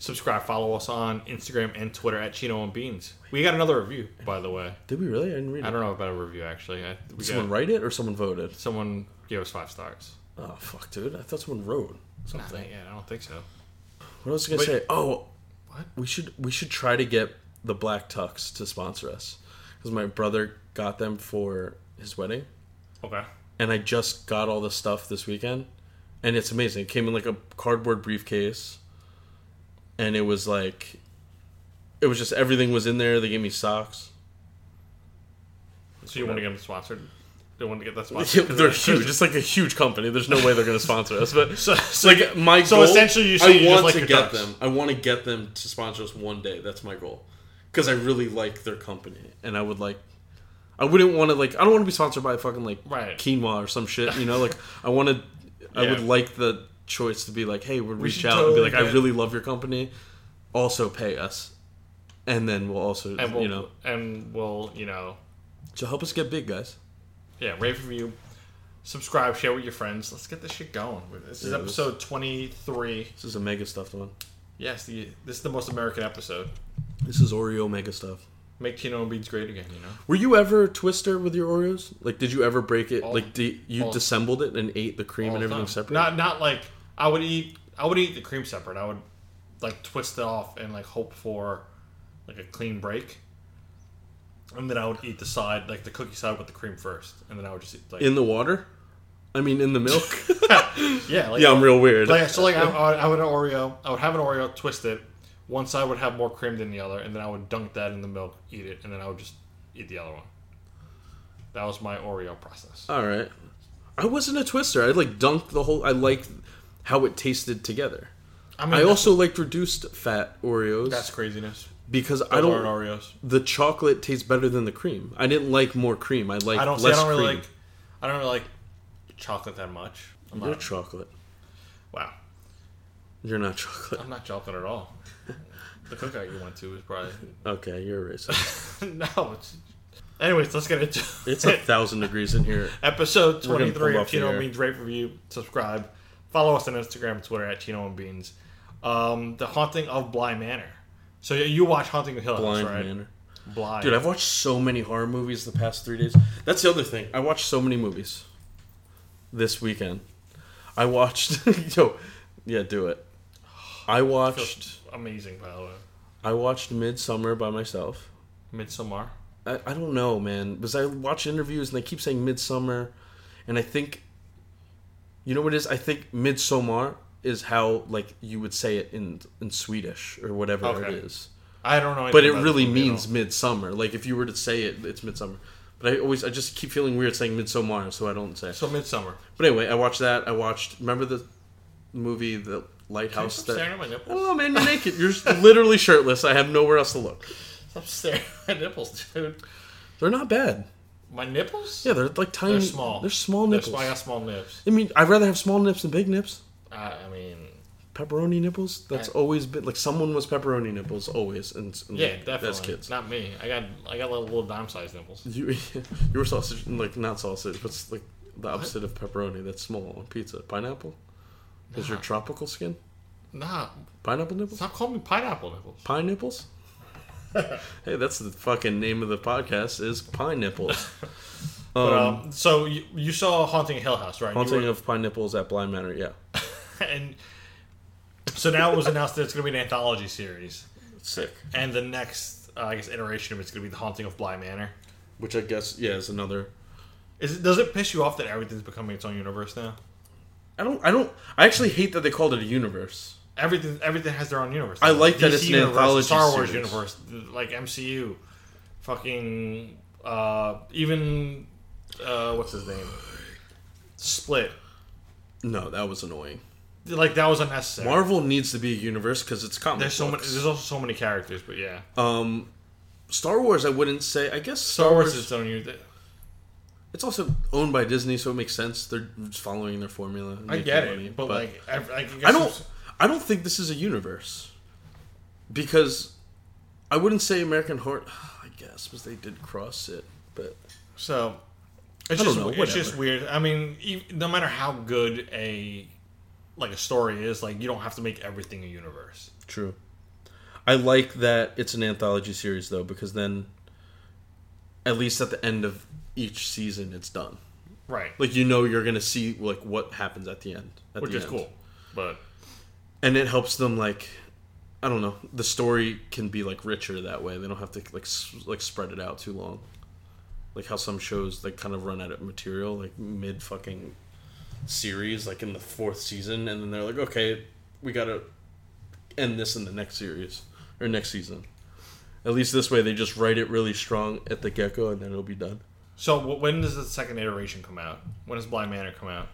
[SPEAKER 5] Subscribe, follow us on Instagram and Twitter at Chino and Beans. We got another review, by the way.
[SPEAKER 3] Did we really? I didn't read it.
[SPEAKER 5] I don't know about a review actually. I, we
[SPEAKER 3] Did someone
[SPEAKER 5] got,
[SPEAKER 3] write it or someone voted?
[SPEAKER 5] someone gave us five stars.
[SPEAKER 3] Oh fuck, dude! I thought someone wrote something.
[SPEAKER 5] Nah, yeah, I don't think so.
[SPEAKER 3] What else was I
[SPEAKER 5] Wait.
[SPEAKER 3] gonna say? Oh,
[SPEAKER 5] What?
[SPEAKER 3] We should we should try to get the Black Tux to sponsor us because my brother got them for his wedding,
[SPEAKER 5] Okay.
[SPEAKER 3] and I just got all the stuff this weekend, and it's amazing. It came in like a cardboard briefcase, and it was like, it was just everything was in there. They gave me socks. <laughs>
[SPEAKER 5] So you want to get them sponsored? They want to get that
[SPEAKER 3] <laughs> Yeah,
[SPEAKER 5] sponsored. 'Cause
[SPEAKER 3] They're
[SPEAKER 5] it's-
[SPEAKER 3] huge. It's like a huge company. There's no way they're going to sponsor us. But <laughs>
[SPEAKER 5] <laughs>
[SPEAKER 3] so,
[SPEAKER 5] so-
[SPEAKER 3] like my
[SPEAKER 5] so
[SPEAKER 3] goal-
[SPEAKER 5] essentially you say
[SPEAKER 3] I
[SPEAKER 5] you just
[SPEAKER 3] want
[SPEAKER 5] like
[SPEAKER 3] to
[SPEAKER 5] your
[SPEAKER 3] get
[SPEAKER 5] ducks.
[SPEAKER 3] them. I want to get them to sponsor us one day. That's my goal because I really like their company, and I would like. I wouldn't want to like. I don't want to be sponsored by fucking like
[SPEAKER 5] Right.
[SPEAKER 3] quinoa or some shit. You
[SPEAKER 5] <laughs>
[SPEAKER 3] know, like I want to. I
[SPEAKER 5] Yeah.
[SPEAKER 3] would like the choice to be like, hey, we'll reach
[SPEAKER 5] should
[SPEAKER 3] out
[SPEAKER 5] totally
[SPEAKER 3] and be like, I
[SPEAKER 5] get-
[SPEAKER 3] really love your company. Also pay us, and then we'll also
[SPEAKER 5] And we'll,
[SPEAKER 3] you know.
[SPEAKER 5] and we'll, you know,
[SPEAKER 3] So help us get big, guys.
[SPEAKER 5] yeah, rate, review, subscribe, share with your friends. Let's get this shit going. This is
[SPEAKER 3] Yeah,
[SPEAKER 5] episode twenty three.
[SPEAKER 3] This is a mega stuffed one.
[SPEAKER 5] Yes, the, this is the most American episode.
[SPEAKER 3] This is Oreo mega stuff.
[SPEAKER 5] Make Chino and Beans great again. You know.
[SPEAKER 3] Were you ever twister with your Oreos? Like, did you ever break it?
[SPEAKER 5] All-
[SPEAKER 3] like, did you
[SPEAKER 5] all-
[SPEAKER 3] dissembled it and ate the cream
[SPEAKER 5] all
[SPEAKER 3] and
[SPEAKER 5] the
[SPEAKER 3] everything
[SPEAKER 5] time.
[SPEAKER 3] separate?
[SPEAKER 5] Not not like I would eat I would eat the cream separate. I would like twist it off and like hope for like a clean break. And then I would eat the side like the cookie side with the cream first, and then I would just eat like
[SPEAKER 3] in the water. I mean, in the
[SPEAKER 5] <laughs>
[SPEAKER 3] milk. <laughs>
[SPEAKER 5] yeah like,
[SPEAKER 3] yeah, I'm real weird.
[SPEAKER 5] like so like I, I, I would an Oreo I would have an Oreo twist it one side would have more cream than the other, and then I would dunk that in the milk, eat it, and then I would just eat the other one. That was my Oreo process.
[SPEAKER 3] All right, I wasn't a twister. I like dunked the whole. I liked how it tasted together.
[SPEAKER 5] I mean
[SPEAKER 3] I
[SPEAKER 5] that's-
[SPEAKER 3] also liked reduced fat Oreos
[SPEAKER 5] that's craziness.
[SPEAKER 3] because I
[SPEAKER 5] Those
[SPEAKER 3] don't.
[SPEAKER 5] aren't Oreos.
[SPEAKER 3] The chocolate tastes better than the cream. I didn't like more cream. I like
[SPEAKER 5] I don't. See, I
[SPEAKER 3] less
[SPEAKER 5] don't really
[SPEAKER 3] cream.
[SPEAKER 5] like. I don't really like chocolate that much. I'm
[SPEAKER 3] You're
[SPEAKER 5] not.
[SPEAKER 3] chocolate.
[SPEAKER 5] wow,
[SPEAKER 3] You're not <laughs> chocolate.
[SPEAKER 5] I'm not chocolate at
[SPEAKER 3] <laughs>
[SPEAKER 5] all. the cookout you went to was probably
[SPEAKER 3] Okay, you're a racist.
[SPEAKER 5] no. It's, anyways, let's get into
[SPEAKER 3] it's a thousand degrees
[SPEAKER 5] <laughs>
[SPEAKER 3] in here.
[SPEAKER 5] episode
[SPEAKER 3] We're gonna pull
[SPEAKER 5] 23 of
[SPEAKER 3] off the
[SPEAKER 5] Chino and
[SPEAKER 3] air.
[SPEAKER 5] Beans. Rate, review, subscribe, follow us on Instagram, and Twitter at Chino and Beans. Um, the Haunting of Bly Manor. So you- you watch Haunting of Hill House,
[SPEAKER 3] Blind
[SPEAKER 5] right?
[SPEAKER 3] manner.
[SPEAKER 5] Bly.
[SPEAKER 3] Dude, I've watched so many horror movies the past three days. That's the other thing. I watched so many movies this weekend. I watched. <laughs> yo, yeah, do it. I watched.
[SPEAKER 5] Feels amazing, by the way.
[SPEAKER 3] I watched Midsummer by myself.
[SPEAKER 5] Midsommar.
[SPEAKER 3] I, I don't know, man. Because I watch interviews and they keep saying Midsummer, and I think. You know what it is? I think Midsummer is how like you would say it in in Swedish or whatever
[SPEAKER 5] Okay.
[SPEAKER 3] it is.
[SPEAKER 5] I don't know. anything
[SPEAKER 3] but it
[SPEAKER 5] about
[SPEAKER 3] really
[SPEAKER 5] this movie at
[SPEAKER 3] means
[SPEAKER 5] all.
[SPEAKER 3] midsummer. Like if you were to say it, it's midsummer. But I always, I just keep feeling weird saying midsummer, so I don't say. it.
[SPEAKER 5] So Midsummer.
[SPEAKER 3] But anyway, I watched that. I watched. Remember the movie, The Lighthouse?
[SPEAKER 5] Stop staring
[SPEAKER 3] That
[SPEAKER 5] at my nipples.
[SPEAKER 3] oh man, you're naked. You're literally shirtless. I have nowhere else to look.
[SPEAKER 5] Stop staring at my nipples, dude.
[SPEAKER 3] They're not bad.
[SPEAKER 5] My nipples?
[SPEAKER 3] Yeah, they're like tiny.
[SPEAKER 5] they're small.
[SPEAKER 3] They're small nipples.
[SPEAKER 5] That's why I got small nips.
[SPEAKER 3] I mean, I'd rather have small nips than big nips.
[SPEAKER 5] I, I mean,
[SPEAKER 3] Pepperoni nipples. That's
[SPEAKER 5] Right.
[SPEAKER 3] always been like someone was pepperoni nipples always, and, and
[SPEAKER 5] yeah,
[SPEAKER 3] like,
[SPEAKER 5] definitely.
[SPEAKER 3] As kids,
[SPEAKER 5] Not me. I got I got little, little dime sized nipples.
[SPEAKER 3] You, <laughs> you were sausage, like not sausage, but it's like the opposite of pepperoni. That's small on pizza. Pineapple. Is your tropical skin
[SPEAKER 5] Nah,
[SPEAKER 3] pineapple nipples?
[SPEAKER 5] stop calling me pineapple nipples. <laughs>
[SPEAKER 3] Pine nipples. hey, that's the fucking name of the podcast. Is
[SPEAKER 5] <laughs>
[SPEAKER 3] pine nipples.
[SPEAKER 5] But, um, so you, you saw Haunting of Hill House, right? You
[SPEAKER 3] Haunting
[SPEAKER 5] were-
[SPEAKER 3] of pine nipples at Blind Manor. Yeah,
[SPEAKER 5] <laughs> and so now it was announced that it's going to be an anthology series,
[SPEAKER 3] sick.
[SPEAKER 5] and the next uh, I guess iteration of it's going to be the Haunting of Bly Manor.
[SPEAKER 3] Which I guess yeah is another.
[SPEAKER 5] Is it, does it piss you off that everything's becoming its own universe now?
[SPEAKER 3] I don't. I don't. I actually hate that they called it a universe.
[SPEAKER 5] everything everything has their own universe.
[SPEAKER 3] I like that
[SPEAKER 5] DC
[SPEAKER 3] it's an
[SPEAKER 5] universe,
[SPEAKER 3] anthology
[SPEAKER 5] Star Wars
[SPEAKER 3] series.
[SPEAKER 5] universe, th- like MCU, fucking uh, even uh, what's his name, Split.
[SPEAKER 3] No, that was annoying.
[SPEAKER 5] Like that was unnecessary.
[SPEAKER 3] Marvel needs to be a universe because it's comic.
[SPEAKER 5] there's so many.
[SPEAKER 3] books. Um,
[SPEAKER 5] There's also so many characters, but yeah,
[SPEAKER 3] Uh, Star Wars. I wouldn't say. I guess
[SPEAKER 5] Star Wars is its own universe.
[SPEAKER 3] It's also owned by Disney, so it makes sense. They're just following their formula. and
[SPEAKER 5] I
[SPEAKER 3] making
[SPEAKER 5] get it,
[SPEAKER 3] money,
[SPEAKER 5] but, like I, I, guess
[SPEAKER 3] I don't. I don't think this is a universe because I wouldn't say American Horror. <sighs> I guess because they did cross it, but
[SPEAKER 5] So it's
[SPEAKER 3] I don't
[SPEAKER 5] just
[SPEAKER 3] know,
[SPEAKER 5] it's just
[SPEAKER 3] whatever.
[SPEAKER 5] weird. I mean, e- no matter how good a like a story is, like you don't have to make everything a universe.
[SPEAKER 3] true. I like that it's an anthology series though, because then, at least at the end of each season, it's done.
[SPEAKER 5] Right.
[SPEAKER 3] Like you know, you're gonna see like what happens at the end, at
[SPEAKER 5] Which
[SPEAKER 3] the
[SPEAKER 5] is
[SPEAKER 3] end.
[SPEAKER 5] cool. But
[SPEAKER 3] and it helps them like. I don't know. The story can be like richer that way. They don't have to like s- like spread it out too long, like how some shows like kind of run out of material like mid fucking series, like in the fourth season, and then they're like, okay, we gotta end this in the next series or next season. At least this way, they just write it really strong at the get go, and then it'll be done.
[SPEAKER 5] so wh- when does the second iteration come out? When does Blind Manor come out?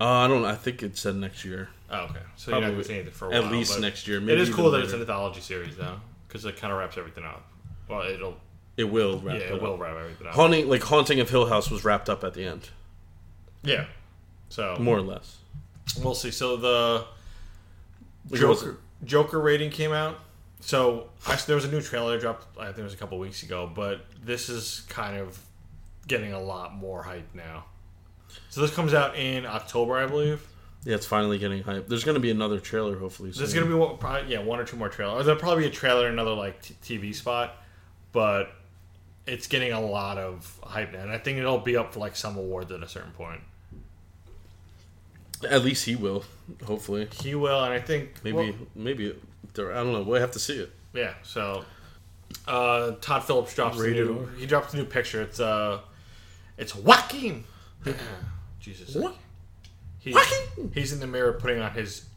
[SPEAKER 3] Uh, I don't. know. I think it said next year,
[SPEAKER 5] Oh, okay. So you're not
[SPEAKER 3] Probably
[SPEAKER 5] gonna see anything for a
[SPEAKER 3] at
[SPEAKER 5] while.
[SPEAKER 3] least
[SPEAKER 5] but
[SPEAKER 3] next year.
[SPEAKER 5] it
[SPEAKER 3] Maybe
[SPEAKER 5] is
[SPEAKER 3] even
[SPEAKER 5] cool that it's an
[SPEAKER 3] later.
[SPEAKER 5] anthology series though, because it kind of wraps everything up. Well, it'll
[SPEAKER 3] It will wrap.
[SPEAKER 5] yeah,
[SPEAKER 3] it
[SPEAKER 5] it
[SPEAKER 3] up.
[SPEAKER 5] will wrap everything up.
[SPEAKER 3] Haunting, like haunting of Hill House, was wrapped up at the end,
[SPEAKER 5] Yeah. So
[SPEAKER 3] more or less.
[SPEAKER 5] we'll see. So the
[SPEAKER 3] Like, it was-
[SPEAKER 5] Joker Joker rating came out. So actually, there was a new trailer that dropped. I think it was a couple weeks ago, but this is kind of getting a lot more hype now. So this comes out in October, I believe.
[SPEAKER 3] Yeah, it's finally getting hype. There's going to be another trailer, hopefully. Soon.
[SPEAKER 5] There's gonna be one, probably yeah one or two more trailers. There'll probably be a trailer, and another like t- TV spot, but it's getting a lot of hype now, and I think it'll be up for like some awards at a certain point.
[SPEAKER 3] At least he will, hopefully.
[SPEAKER 5] He will, and I think
[SPEAKER 3] Maybe,
[SPEAKER 5] well,
[SPEAKER 3] maybe. There, I don't know. We'll have to see it.
[SPEAKER 5] Yeah, so uh, Todd Phillips drops a
[SPEAKER 3] Rated
[SPEAKER 5] new,
[SPEAKER 3] R.
[SPEAKER 5] he drops a new picture. It's uh it's Joaquin. <laughs> Jesus.
[SPEAKER 3] What?
[SPEAKER 5] He's, he's in the mirror putting on his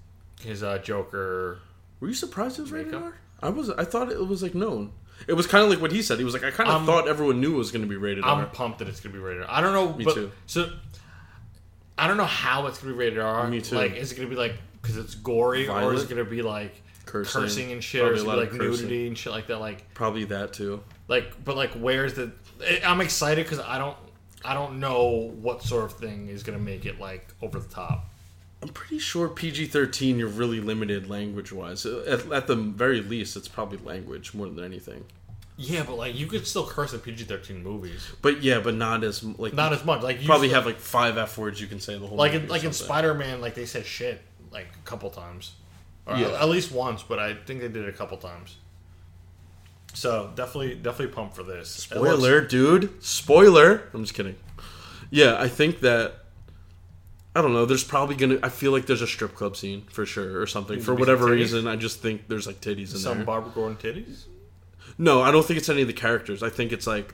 [SPEAKER 5] his uh, Joker.
[SPEAKER 3] Were you surprised it was rated
[SPEAKER 5] Makeup?
[SPEAKER 3] R? I was. I thought it was like known. It was kind of like what he said. He was like, I kind of
[SPEAKER 5] I'm-
[SPEAKER 3] thought everyone knew it was going to be rated
[SPEAKER 5] I'm
[SPEAKER 3] R.
[SPEAKER 5] pumped that it's gonna be rated R. I don't know.
[SPEAKER 3] Me
[SPEAKER 5] but,
[SPEAKER 3] too.
[SPEAKER 5] So I don't know how it's gonna be rated R.
[SPEAKER 3] Me too.
[SPEAKER 5] Like, is it gonna be like because it's gory, or is
[SPEAKER 3] Violent?
[SPEAKER 5] it gonna be like
[SPEAKER 3] Cursing.
[SPEAKER 5] cursing, and shit, or
[SPEAKER 3] Probably
[SPEAKER 5] is it
[SPEAKER 3] a
[SPEAKER 5] gonna
[SPEAKER 3] lot
[SPEAKER 5] be
[SPEAKER 3] of
[SPEAKER 5] like
[SPEAKER 3] cursing.
[SPEAKER 5] nudity and shit like that? Like,
[SPEAKER 3] Probably that too.
[SPEAKER 5] like but like where's the I- i'm excited because i don't i don't know what sort of thing is gonna make it like over the top
[SPEAKER 3] I'm pretty sure PG-13. You're really limited language-wise. Uh, At, at the very least, it's probably language more than anything.
[SPEAKER 5] yeah but like you could still curse in pg-13 movies
[SPEAKER 3] But yeah, but not as like
[SPEAKER 5] not as much like you
[SPEAKER 3] probably
[SPEAKER 5] still-
[SPEAKER 3] have like five F words you can say the whole
[SPEAKER 5] like
[SPEAKER 3] movie
[SPEAKER 5] in,
[SPEAKER 3] or
[SPEAKER 5] like in
[SPEAKER 3] something.
[SPEAKER 5] spider-man like they said shit like a couple times or
[SPEAKER 3] Yeah.
[SPEAKER 5] at, at least once but i think they did it a couple times so definitely definitely pumped for this It looks-
[SPEAKER 3] Spoiler, dude. Spoiler. I'm just kidding. Yeah, I think that I don't know. There's probably gonna. I feel like there's a strip club scene for sure or something. For
[SPEAKER 5] be
[SPEAKER 3] whatever
[SPEAKER 5] titties?
[SPEAKER 3] reason, I just think there's like titties in
[SPEAKER 5] some
[SPEAKER 3] there.
[SPEAKER 5] barbara gordon titties
[SPEAKER 3] no, I don't think it's any of the characters. I think it's like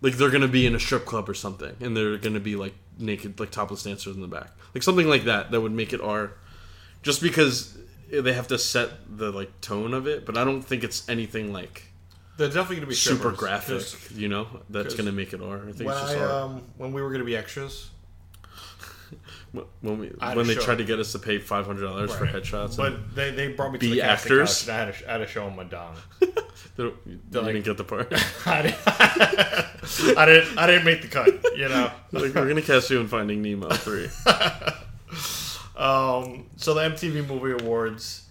[SPEAKER 3] like they're gonna be in a strip club or something, and they're gonna be like naked, like topless dancers in the back, like something like that. That would make it R, just because they have to set the like tone of it. But I don't think it's anything like
[SPEAKER 5] they're definitely gonna be
[SPEAKER 3] super
[SPEAKER 5] strippers,
[SPEAKER 3] graphic.
[SPEAKER 5] 'cause
[SPEAKER 3] You know, that's
[SPEAKER 5] 'cause
[SPEAKER 3] gonna make it R. I uh, think
[SPEAKER 5] when
[SPEAKER 3] it's just
[SPEAKER 5] I,
[SPEAKER 3] R.
[SPEAKER 5] um, when we were gonna be extras
[SPEAKER 3] when we
[SPEAKER 5] I had
[SPEAKER 3] when
[SPEAKER 5] a
[SPEAKER 3] they
[SPEAKER 5] show.
[SPEAKER 3] tried to get us to pay five hundred dollars for
[SPEAKER 5] Right.
[SPEAKER 3] headshots, and
[SPEAKER 5] But they, they brought me to
[SPEAKER 3] Be
[SPEAKER 5] the casting
[SPEAKER 3] actors?
[SPEAKER 5] couch and I had to, I had to show them my dong. <laughs>
[SPEAKER 3] they don't- you
[SPEAKER 5] like-
[SPEAKER 3] didn't get the <laughs> part.
[SPEAKER 5] I didn't, <laughs> I didn't I didn't make the cut, you know.
[SPEAKER 3] like, we're gonna cast you in Finding Nemo <laughs> three.
[SPEAKER 5] Um, so the MTV Movie Awards,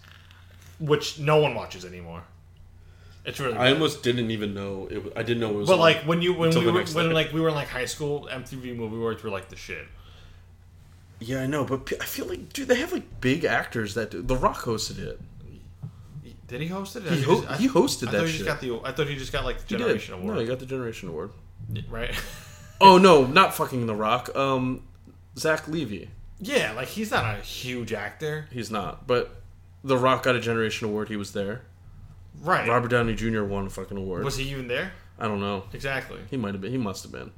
[SPEAKER 5] which no one watches anymore. It's really
[SPEAKER 3] I almost didn't even know it. Was, I didn't know it was.
[SPEAKER 5] but
[SPEAKER 3] on.
[SPEAKER 5] like when you when
[SPEAKER 3] Until
[SPEAKER 5] we
[SPEAKER 3] the
[SPEAKER 5] were,
[SPEAKER 3] next
[SPEAKER 5] when
[SPEAKER 3] day.
[SPEAKER 5] like we were in like high school, MTV Movie Awards were like the shit.
[SPEAKER 3] yeah, I know, but pe- I feel like dude, they have like big actors that do. The Rock hosted it.
[SPEAKER 5] Did he host it?
[SPEAKER 3] He, ho- he hosted
[SPEAKER 5] I
[SPEAKER 3] that
[SPEAKER 5] thought he
[SPEAKER 3] shit.
[SPEAKER 5] just got the. I thought he just got like the
[SPEAKER 3] He did.
[SPEAKER 5] Generation
[SPEAKER 3] No, he
[SPEAKER 5] Award,
[SPEAKER 3] got the Generation Award.
[SPEAKER 5] right? <laughs>
[SPEAKER 3] Oh no, not fucking The Rock. Um, Zach Levy.
[SPEAKER 5] yeah, like he's not a huge actor,
[SPEAKER 3] He's not, but The Rock got a Generation Award. He was there.
[SPEAKER 5] right?
[SPEAKER 3] Robert Downey Jr. won a fucking award.
[SPEAKER 5] Was he even there?
[SPEAKER 3] I don't know.
[SPEAKER 5] Exactly,
[SPEAKER 3] He might have been. He must have been.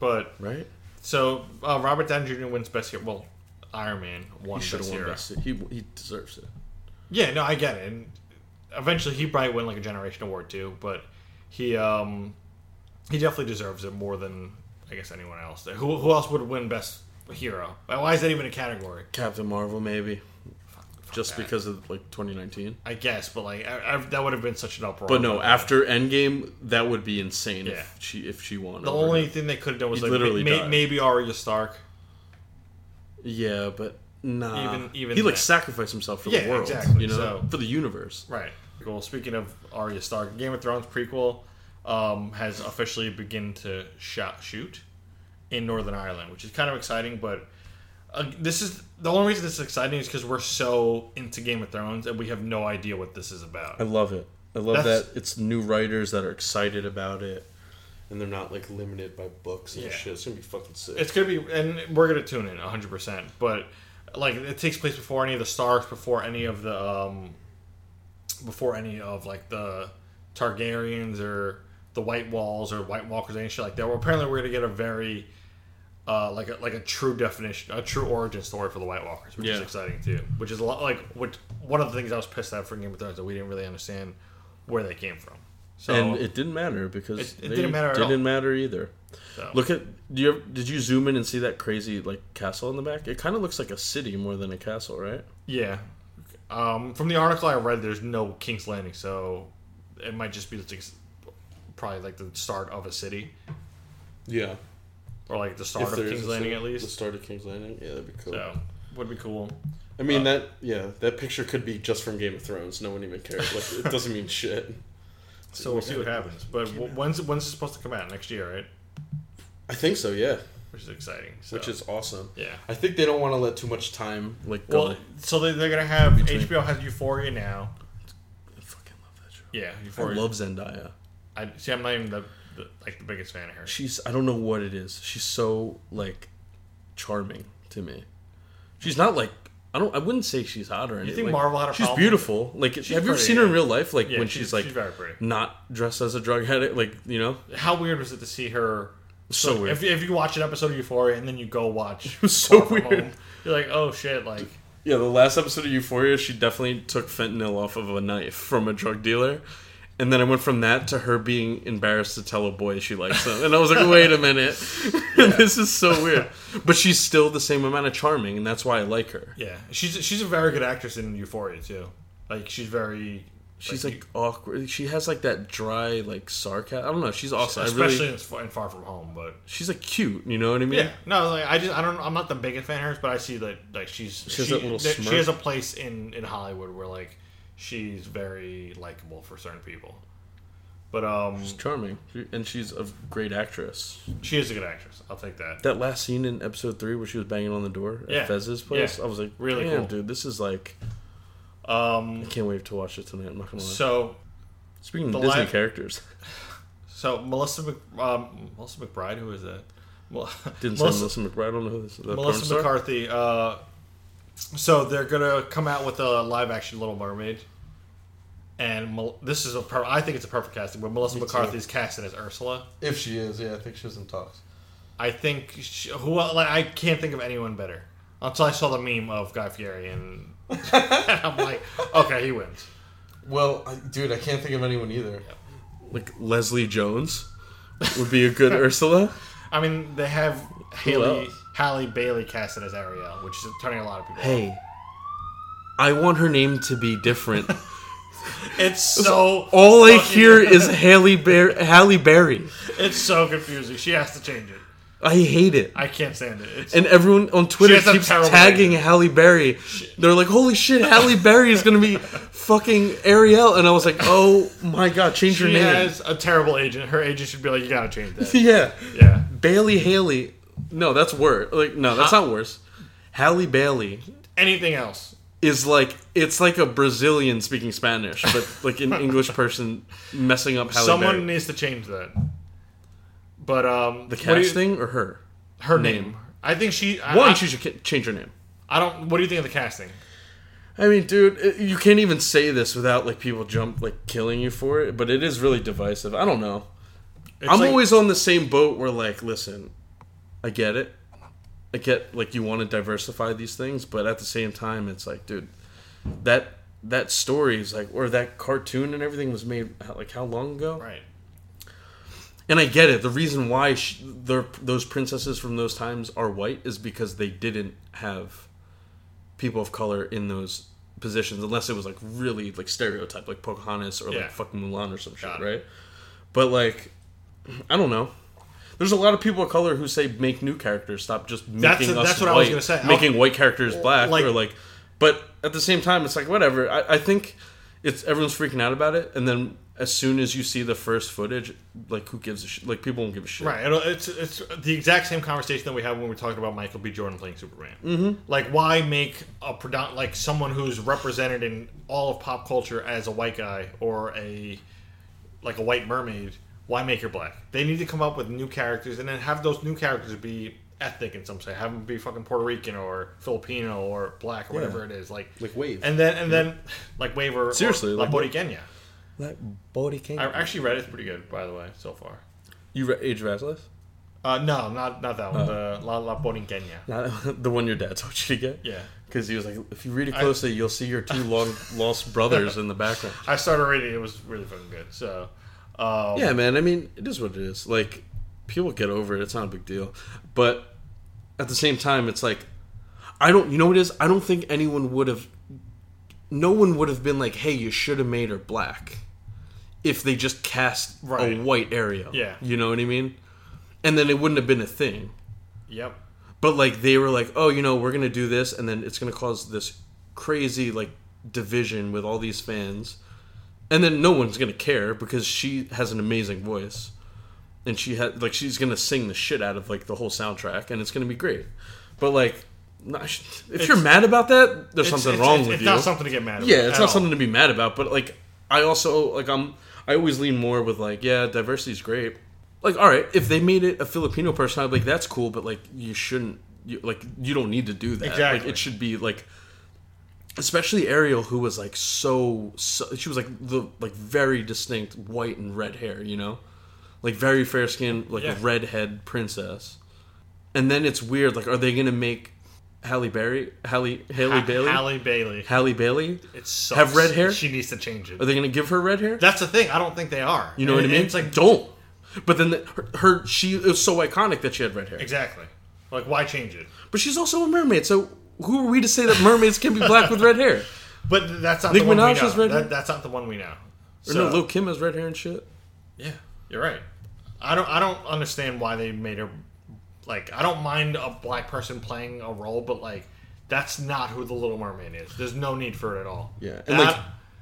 [SPEAKER 5] but
[SPEAKER 3] Right. so
[SPEAKER 5] So uh, Robert Downey Jr. wins Best Hero. Well, Iron Man won
[SPEAKER 3] He should
[SPEAKER 5] Best
[SPEAKER 3] have won
[SPEAKER 5] Hero.
[SPEAKER 3] best. He he deserves it.
[SPEAKER 5] Yeah, no, I get it. And eventually, he probably win like a Generation Award too. But he um he definitely deserves it more than I guess anyone else. Who who else would win Best Hero? Why is that even a category?
[SPEAKER 3] Captain Marvel, maybe, just
[SPEAKER 5] that.
[SPEAKER 3] because of like 2019.
[SPEAKER 5] I guess, but like I, I, that would have been such an uproar.
[SPEAKER 3] But no, after Endgame, that would be insane
[SPEAKER 5] Yeah.
[SPEAKER 3] if she if she won.
[SPEAKER 5] the
[SPEAKER 3] over
[SPEAKER 5] only
[SPEAKER 3] him.
[SPEAKER 5] thing they could have done was
[SPEAKER 3] He
[SPEAKER 5] like
[SPEAKER 3] literally
[SPEAKER 5] may,
[SPEAKER 3] died.
[SPEAKER 5] maybe Arya Stark.
[SPEAKER 3] yeah, but nah,
[SPEAKER 5] Even- even
[SPEAKER 3] he like
[SPEAKER 5] that.
[SPEAKER 3] sacrificed himself for
[SPEAKER 5] Yeah,
[SPEAKER 3] the world,
[SPEAKER 5] exactly,
[SPEAKER 3] you know,
[SPEAKER 5] so-
[SPEAKER 3] for the universe.
[SPEAKER 5] Right. Well, speaking of Arya Stark, Game of Thrones prequel um, has officially begun to shot shoot in Northern Ireland, which is kind of exciting. But Uh, this is the only reason this is exciting is because we're so into Game of Thrones and we have no idea what this is about.
[SPEAKER 3] I love it. I love
[SPEAKER 5] That's-
[SPEAKER 3] that it's new writers that are excited about it, and they're not like limited by books and
[SPEAKER 5] Yeah.
[SPEAKER 3] shit. It's gonna be fucking sick.
[SPEAKER 5] It's gonna be, and we're gonna tune in 100. percent But like, it takes place before any of the Starks, before any of the, um before any of like the Targaryens or the White Walls or White Walkers, any shit like that. Well, apparently, we're gonna get a very, uh, like a like a true definition, a true origin story for the White Walkers, which is
[SPEAKER 3] Yeah.
[SPEAKER 5] exciting too. Which is a lot like what one of the things I was pissed at for Game of Thrones that we didn't really understand where they came from. So
[SPEAKER 3] and it didn't matter because
[SPEAKER 5] It- it
[SPEAKER 3] they
[SPEAKER 5] didn't matter at
[SPEAKER 3] didn't
[SPEAKER 5] all.
[SPEAKER 3] matter either.
[SPEAKER 5] So.
[SPEAKER 3] Look at do you did you zoom in and see that crazy like castle in the back? It kind of looks like a city more than a castle, right?
[SPEAKER 5] Yeah. Um, from the article I read, there's no King's Landing, so it might just be the ex- probably like the start of a city,
[SPEAKER 3] Yeah,
[SPEAKER 5] or like the start of King's Landing at
[SPEAKER 3] the
[SPEAKER 5] least.
[SPEAKER 3] start of King's Landing. Yeah, that'd be cool.
[SPEAKER 5] So would be cool.
[SPEAKER 3] I mean that yeah that picture could be just from Game of Thrones. No one even cares. <laughs> Like it doesn't mean shit.
[SPEAKER 5] So we'll see what happens. But w- when's when's it supposed to come out next year, right?
[SPEAKER 3] I think so. Yeah,
[SPEAKER 5] Which is exciting. So.
[SPEAKER 3] which is awesome.
[SPEAKER 5] yeah.
[SPEAKER 3] I think they don't want to let too much time like go.
[SPEAKER 5] Well, so they, they're gonna have HBO has Euphoria now.
[SPEAKER 3] I fucking love that show.
[SPEAKER 5] Yeah,
[SPEAKER 3] I
[SPEAKER 5] Euphoria.
[SPEAKER 3] love Zendaya.
[SPEAKER 5] I see. I'm not even the, the like the biggest fan of her.
[SPEAKER 3] she's I don't know what it is. She's so like charming to me. She's not like I don't I wouldn't say she's hot or anything.
[SPEAKER 5] think
[SPEAKER 3] like,
[SPEAKER 5] Marvel had a
[SPEAKER 3] She's
[SPEAKER 5] problem?
[SPEAKER 3] beautiful. Like have you ever
[SPEAKER 5] pretty,
[SPEAKER 3] seen her in
[SPEAKER 5] yeah.
[SPEAKER 3] real life? Like
[SPEAKER 5] Yeah,
[SPEAKER 3] when
[SPEAKER 5] she's-
[SPEAKER 3] she's, like
[SPEAKER 5] she's very pretty.
[SPEAKER 3] not dressed as a drug addict, like you know,
[SPEAKER 5] How weird was it to see her
[SPEAKER 3] so weird.
[SPEAKER 5] If, if you watch an episode of Euphoria and then you go watch,
[SPEAKER 3] so
[SPEAKER 5] Far From
[SPEAKER 3] weird.
[SPEAKER 5] Home, you're like, oh shit, like
[SPEAKER 3] yeah, the last episode of Euphoria, she definitely took fentanyl off of a knife from a drug dealer. And then I went from that to her being embarrassed to tell a boy she likes him. And I was like, wait a minute. <laughs> this is so weird. But she's still the same amount of charming, and that's why I like her.
[SPEAKER 5] yeah, she's she's a very good actress in Euphoria too. Like she's very,
[SPEAKER 3] She's like, awkward. She has like that dry, like sarcasm. I don't know. She's awesome. I
[SPEAKER 5] especially
[SPEAKER 3] really,
[SPEAKER 5] in, Far- in Far From Home. But
[SPEAKER 3] she's like cute. You know what I mean?
[SPEAKER 5] yeah, no, like I just I don't I'm not the biggest fan of hers, but I see that like she's
[SPEAKER 3] has that little
[SPEAKER 5] that-
[SPEAKER 3] smirk.
[SPEAKER 5] she has a place in in Hollywood where like she's very likable for certain people. But um,
[SPEAKER 3] She's charming, She- and she's a great actress.
[SPEAKER 5] she is a good actress. I'll take that.
[SPEAKER 3] That last scene in episode three where she was banging on the door at
[SPEAKER 5] Yeah.
[SPEAKER 3] Fez's place,
[SPEAKER 5] Yeah.
[SPEAKER 3] I was like,
[SPEAKER 5] Really
[SPEAKER 3] really Damn,
[SPEAKER 5] cool.
[SPEAKER 3] dude. This is like,
[SPEAKER 5] Um,
[SPEAKER 3] I can't wait to watch it tonight. I'm not gonna lie.
[SPEAKER 5] so
[SPEAKER 3] Speaking
[SPEAKER 5] the
[SPEAKER 3] of Disney
[SPEAKER 5] live-
[SPEAKER 3] characters, <laughs>
[SPEAKER 5] so Melissa Mc, um, Melissa McBride, who is that? Well, <laughs>
[SPEAKER 3] didn't
[SPEAKER 5] Melissa-
[SPEAKER 3] say Melissa McBride. I don't know who this is. The porn
[SPEAKER 5] Melissa
[SPEAKER 3] star?
[SPEAKER 5] McCarthy. Uh, so they're gonna come out with a live action Little Mermaid, and Mel- this is a per- I think it's a perfect casting. But Melissa McCarthy is casted as Ursula.
[SPEAKER 3] If she is, yeah, I think she was in talks.
[SPEAKER 5] I think she, who el- like, I can't think of anyone better until I saw the meme of Guy Fieri, and, <laughs> and I'm like, okay, he wins.
[SPEAKER 3] Well, I, dude, I can't think of anyone either. Like Leslie Jones would be a good <laughs> Ursula.
[SPEAKER 5] I mean, they have Haley
[SPEAKER 3] else?
[SPEAKER 5] Halle Bailey casted as Ariel, which is turning a lot of people.
[SPEAKER 3] Hey, I want her name to be different. <laughs>
[SPEAKER 5] It's so
[SPEAKER 3] All I
[SPEAKER 5] fucking-
[SPEAKER 3] hear is Haley Ber- Halle Berry.
[SPEAKER 5] it's so confusing. She has to change it.
[SPEAKER 3] I hate it.
[SPEAKER 5] I can't stand it. It's
[SPEAKER 3] And everyone on Twitter
[SPEAKER 5] has a
[SPEAKER 3] keeps
[SPEAKER 5] terrible
[SPEAKER 3] tagging
[SPEAKER 5] name.
[SPEAKER 3] Halle Berry. They're like, "Holy shit, Halle Berry is gonna be fucking Ariel," and I was like, "Oh my god, change your
[SPEAKER 5] She
[SPEAKER 3] name."
[SPEAKER 5] has a terrible agent. Her agent should be like, you gotta change
[SPEAKER 3] <laughs>
[SPEAKER 5] that.
[SPEAKER 3] yeah,
[SPEAKER 5] Yeah.
[SPEAKER 3] Bailey Haley. No, that's worse. Like, no, that's not worse. Halle Bailey
[SPEAKER 5] Anything else?
[SPEAKER 3] is like it's like a Brazilian speaking Spanish, but like an English person messing up Halle
[SPEAKER 5] Someone
[SPEAKER 3] Berry.
[SPEAKER 5] needs to change that. But um, what do
[SPEAKER 3] The
[SPEAKER 5] you-
[SPEAKER 3] casting or her?
[SPEAKER 5] her name. I think she. I,
[SPEAKER 3] One,
[SPEAKER 5] I-
[SPEAKER 3] she should ca- change her name.
[SPEAKER 5] I don't. What do you think of the casting?
[SPEAKER 3] I mean, dude, it- you can't even say this without like people jump like killing you for it. But it is really divisive. I don't know.
[SPEAKER 5] It's
[SPEAKER 3] I'm
[SPEAKER 5] like-
[SPEAKER 3] always on the same boat where like, listen, I get it. I get like you want to diversify these things, but at the same time, it's like, dude, that that story is like, or that cartoon and everything was made like how long ago?
[SPEAKER 5] right.
[SPEAKER 3] And I get it. The reason why sh- their, those princesses from those times are white is because they didn't have people of color in those positions, unless it was like really like stereotype, like Pocahontas or
[SPEAKER 5] Yeah.
[SPEAKER 3] like fucking Mulan or some shit,
[SPEAKER 5] Got it.
[SPEAKER 3] right? But like, I don't know. There's a lot of people of color who say make new characters, stop just making
[SPEAKER 5] That's-
[SPEAKER 3] us
[SPEAKER 5] that's
[SPEAKER 3] white,
[SPEAKER 5] what I was gonna say. I was-
[SPEAKER 3] making white characters black
[SPEAKER 5] like-
[SPEAKER 3] or like. But at the same time, it's like whatever. I, I think it's everyone's freaking out about it, and then as soon as you see the first footage, like who gives a shit? Like people don't give a shit.
[SPEAKER 5] Right. It'll, it's it's the exact same conversation that we had when we were talking about Michael B. Jordan playing Superman. Mm-hmm. Like, why make a predom- like someone who's represented in all of pop culture as a white guy or a like a white mermaid? Why make her black? They need to come up with new characters and then have those new characters be ethnic in some way. Have them be fucking Puerto Rican or Filipino or black or whatever it is. Like
[SPEAKER 7] Like Wave.
[SPEAKER 5] And then and then like Waver. or
[SPEAKER 3] Seriously,
[SPEAKER 5] La
[SPEAKER 3] like-
[SPEAKER 5] Borigenia.
[SPEAKER 7] That body king.
[SPEAKER 5] I actually read it's pretty good by the way so far.
[SPEAKER 3] You re- Age of Atlas?
[SPEAKER 5] Uh, no, not not that one.
[SPEAKER 3] Oh.
[SPEAKER 5] The La La Borigenia.
[SPEAKER 3] Not <laughs> the one your dad told you to get.
[SPEAKER 5] Yeah.
[SPEAKER 3] Because he was like, if you read it closely, you'll see
[SPEAKER 5] <laughs>
[SPEAKER 3] your two long lost brothers in the background.
[SPEAKER 5] I started reading. it, It was really fucking good. So, um,
[SPEAKER 3] Yeah, man. I mean, it is what it is. Like, people get over it. It's not a big deal. But at the same time, it's like, I don't. You know what it is? I don't think anyone would have. No one would have been like, "Hey, you should have made her black," if they just cast
[SPEAKER 5] Right.
[SPEAKER 3] a white area.
[SPEAKER 5] Yeah.
[SPEAKER 3] you know what I mean. And then it wouldn't have been a thing.
[SPEAKER 5] yep.
[SPEAKER 3] But like they were like, oh, you know, we're gonna do this, and then it's gonna cause this crazy like division with all these fans, and then no one's gonna care because she has an amazing voice, and she had like she's gonna sing the shit out of like the whole soundtrack, and it's gonna be great. But like, not, if you're mad about that, there's
[SPEAKER 5] It's-
[SPEAKER 3] something
[SPEAKER 5] it's-
[SPEAKER 3] wrong
[SPEAKER 5] it's,
[SPEAKER 3] with
[SPEAKER 5] it's
[SPEAKER 3] you.
[SPEAKER 5] not something to get mad.
[SPEAKER 3] yeah,
[SPEAKER 5] about
[SPEAKER 3] it's
[SPEAKER 5] at
[SPEAKER 3] not
[SPEAKER 5] all.
[SPEAKER 3] something to be mad about. But like, I also like I'm I always lean more with like, yeah, diversity's great. Like, all right, if they made it a Filipino person, I'd be like, that's cool. But like, you shouldn't. You, like, you don't need to do that.
[SPEAKER 5] Exactly.
[SPEAKER 3] Like, it should be like. Especially Ariel, who was like so, so, she was like the like very distinct white and red hair, you know, like very fair skinned, like
[SPEAKER 5] Yeah.
[SPEAKER 3] redhead princess. And then it's weird, like, are they gonna make Halle Berry, Halle Haley
[SPEAKER 5] Ha-
[SPEAKER 3] Bailey,
[SPEAKER 5] Halle Bailey.
[SPEAKER 3] Halle Bailey?
[SPEAKER 5] It sucks.
[SPEAKER 3] have red hair?
[SPEAKER 5] She needs to change it.
[SPEAKER 3] Are they going to give her red hair?
[SPEAKER 5] That's the thing. I don't think they are.
[SPEAKER 3] you know what I
[SPEAKER 5] And-
[SPEAKER 3] mean?
[SPEAKER 5] and It's like
[SPEAKER 3] don't. But then the, her, her, she it was so iconic that she had red hair.
[SPEAKER 5] exactly. Like why change it?
[SPEAKER 3] But she's also a mermaid, so who are we to say that mermaids can be black with red hair?
[SPEAKER 5] But th- that's not
[SPEAKER 3] Nicki
[SPEAKER 5] the one
[SPEAKER 3] Minaj
[SPEAKER 5] we know.
[SPEAKER 3] has red hair?
[SPEAKER 5] That, that's not the one we know.
[SPEAKER 3] Or
[SPEAKER 5] So-
[SPEAKER 3] no, Lil Kim has red hair and shit.
[SPEAKER 5] Yeah, you're right. I don't. I don't understand why they made her. Like, I don't mind a black person playing a role, but like, that's not who the Little Mermaid is. There's no need for it at all.
[SPEAKER 3] Yeah,
[SPEAKER 5] and
[SPEAKER 3] and like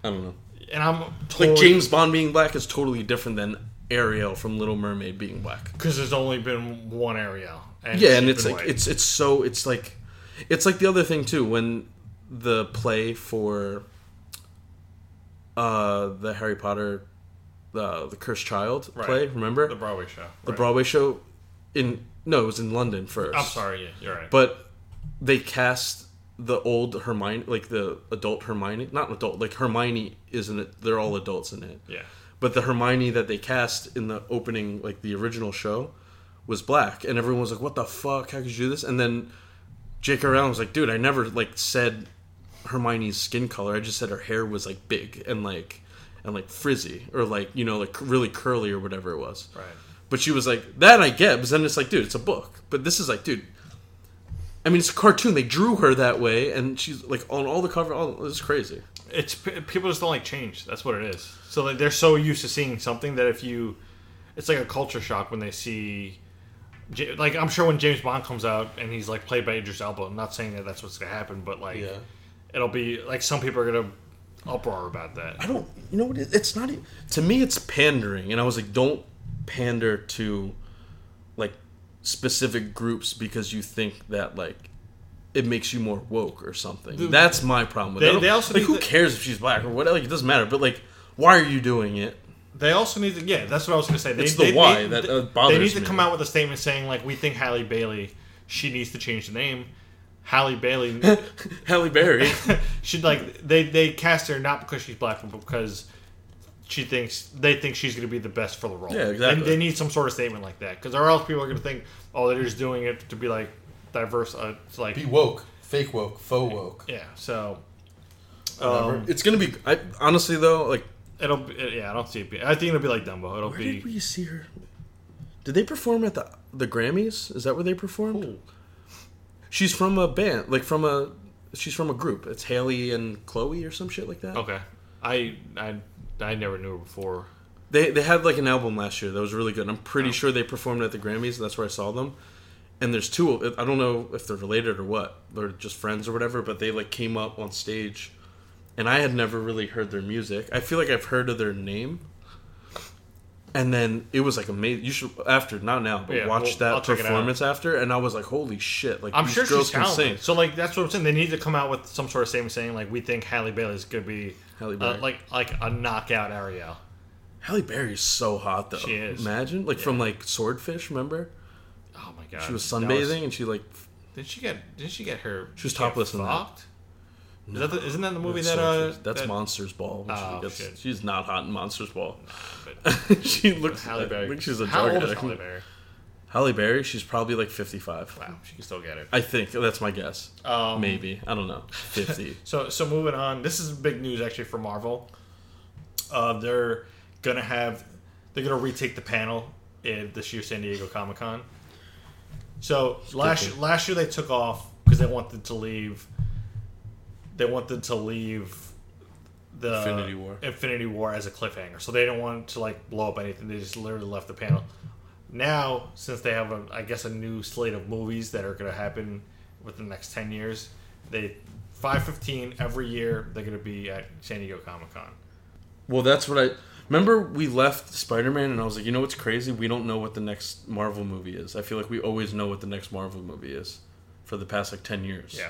[SPEAKER 3] I don't know,
[SPEAKER 5] and I'm totally,
[SPEAKER 3] like James Bond being black is totally different than Ariel from Little Mermaid being black.
[SPEAKER 5] because there's only been one Ariel. And
[SPEAKER 3] Yeah, and
[SPEAKER 5] she's
[SPEAKER 3] it's
[SPEAKER 5] been
[SPEAKER 3] like
[SPEAKER 5] white.
[SPEAKER 3] it's it's so it's like it's like the other thing too when the play for uh the Harry Potter uh, the Cursed Child
[SPEAKER 5] Right.
[SPEAKER 3] play, remember?
[SPEAKER 5] the Broadway show.
[SPEAKER 3] the
[SPEAKER 5] right.
[SPEAKER 3] Broadway show in no, it was in London first.
[SPEAKER 5] I'm sorry, yeah, you're right.
[SPEAKER 3] but they cast the old Hermione, like the adult Hermione, not adult, like Hermione isn't it? They're all adults in it.
[SPEAKER 5] yeah,
[SPEAKER 3] But the Hermione that they cast in the opening, like the original show, was black, and everyone was like, "What the fuck? How could you do this?" And then J.K. Rowling was like, "Dude, I never like said Hermione's skin color. I just said her hair was like big and like and like frizzy or like you know like really curly or whatever it was."
[SPEAKER 5] right.
[SPEAKER 3] But she was like, that I get. But then it's like, dude, it's a book. But this is like, dude. I mean, it's a cartoon. They drew her that way, and she's like on all the cover. All it's crazy.
[SPEAKER 5] It's p- people just don't like change. That's what it is. So like, they're so used to seeing something that if you, it's like a culture shock when they see. J- Like I'm sure when James Bond comes out and he's like played by Idris Elba, I'm not saying that that's what's gonna happen, but like
[SPEAKER 3] Yeah.
[SPEAKER 5] it'll be like some people are gonna uproar about that.
[SPEAKER 3] I don't. You know what? It, it's not. e- To me, it's pandering. And I was like, don't pander to like specific groups because you think that like it makes you more woke or something. That's my problem with
[SPEAKER 5] They-
[SPEAKER 3] it. I don't-
[SPEAKER 5] they also
[SPEAKER 3] like
[SPEAKER 5] need
[SPEAKER 3] who
[SPEAKER 5] to-
[SPEAKER 3] cares if she's black or whatever. Like, it doesn't matter. But like, why are you doing it?
[SPEAKER 5] They also need to, yeah, that's what I was gonna say. They,
[SPEAKER 3] It's the
[SPEAKER 5] they-
[SPEAKER 3] why
[SPEAKER 5] they-
[SPEAKER 3] that, uh,
[SPEAKER 5] They
[SPEAKER 3] bothers
[SPEAKER 5] need to
[SPEAKER 3] me.
[SPEAKER 5] come out with a statement saying like, we think Halle Bailey, she needs to change the name. Halle
[SPEAKER 3] <laughs>
[SPEAKER 5] Bailey
[SPEAKER 3] Halle <laughs> Berry.
[SPEAKER 5] should like they they cast her not because she's black, but because she thinks they think she's gonna be the best for the role.
[SPEAKER 3] Yeah,
[SPEAKER 5] And
[SPEAKER 3] exactly.
[SPEAKER 5] they need some sort of statement like that because or else people are gonna think, oh, they're just doing it to be like diverse. Uh, it's like
[SPEAKER 7] Be woke. Fake woke. Faux woke.
[SPEAKER 5] yeah, so.
[SPEAKER 7] Whatever.
[SPEAKER 5] Um,
[SPEAKER 3] it's gonna be. I honestly though, like
[SPEAKER 5] it'll be, yeah, I don't see it. Be, I think it'll be like Dumbo. It'll
[SPEAKER 3] Where
[SPEAKER 5] be
[SPEAKER 3] did we see her? Did they perform at the the Grammys? Is that where they performed? She's from a band, like from a she's from a group. It's Haley and Chloe or some shit like that.
[SPEAKER 5] Okay. I I I never knew her before.
[SPEAKER 3] They they had like an album last year that was really good. and I'm pretty
[SPEAKER 5] Oh.
[SPEAKER 3] sure they performed at the Grammys. and That's where I saw them. And there's two. of I don't know if they're related or what. They're just friends or whatever. But they like came up on stage, and I had never really heard their music. I feel like I've heard of their name, And then it was like amazing. You should after not now, but
[SPEAKER 5] Yeah,
[SPEAKER 3] watch
[SPEAKER 5] well, I'll
[SPEAKER 3] that
[SPEAKER 5] check it out.
[SPEAKER 3] performance after, and I was like, "Holy shit!" Like
[SPEAKER 5] I'm
[SPEAKER 3] these
[SPEAKER 5] sure
[SPEAKER 3] girls
[SPEAKER 5] she's
[SPEAKER 3] can
[SPEAKER 5] talented.
[SPEAKER 3] sing.
[SPEAKER 5] So like that's what I'm saying. They need to come out with some sort of statement saying like we think Halle Bailey is gonna be
[SPEAKER 3] Halle
[SPEAKER 5] uh,
[SPEAKER 3] Berry.
[SPEAKER 5] like like a knockout Ariel.
[SPEAKER 3] Halle Berry is so hot though.
[SPEAKER 5] She is.
[SPEAKER 3] Imagine like from like Swordfish. Remember
[SPEAKER 5] Oh my god,
[SPEAKER 3] she was
[SPEAKER 5] That
[SPEAKER 3] sunbathing and she like f-
[SPEAKER 5] did she get? Did she get her?
[SPEAKER 3] She was topless in that.
[SPEAKER 5] fucked? Is that the, isn't that the movie
[SPEAKER 3] that's
[SPEAKER 5] that uh?
[SPEAKER 3] Swordfish. that's
[SPEAKER 5] that,
[SPEAKER 3] Monsters Ball. when she
[SPEAKER 5] Oh,
[SPEAKER 3] gets-
[SPEAKER 5] shit.
[SPEAKER 3] She's not hot in Monsters Ball.
[SPEAKER 5] but-
[SPEAKER 3] <laughs> she
[SPEAKER 5] <laughs>
[SPEAKER 3] looks.
[SPEAKER 5] Halle Berry.
[SPEAKER 3] I think she's a
[SPEAKER 5] How
[SPEAKER 3] drug
[SPEAKER 5] old is
[SPEAKER 3] addict.
[SPEAKER 5] Halle Berry?
[SPEAKER 3] Halle Berry, she's probably like 55.
[SPEAKER 5] Wow, she can still get it.
[SPEAKER 3] I think that's my guess.
[SPEAKER 5] Um,
[SPEAKER 3] Maybe I don't know.
[SPEAKER 5] <laughs>
[SPEAKER 3] 50.
[SPEAKER 5] So so moving on, this is big news actually for Marvel. Uh, they're gonna have they're gonna retake the panel at this year's San Diego Comic Con. So last last year they took off because they wanted to leave. They wanted to leave the
[SPEAKER 7] Infinity War.
[SPEAKER 5] Infinity War as a cliffhanger, so they didn't want to like blow up anything. They just literally left the panel. Now, since they have a, I guess, a new slate of movies that are going to happen within the next ten years, they five fifteen every year they're going to be at San Diego Comic Con.
[SPEAKER 3] Well, that's what I remember. We left Spider Man, and I was like, you know what's crazy? We don't know what the next Marvel movie is. I feel like we always know what the next Marvel movie is for the past like 10 years.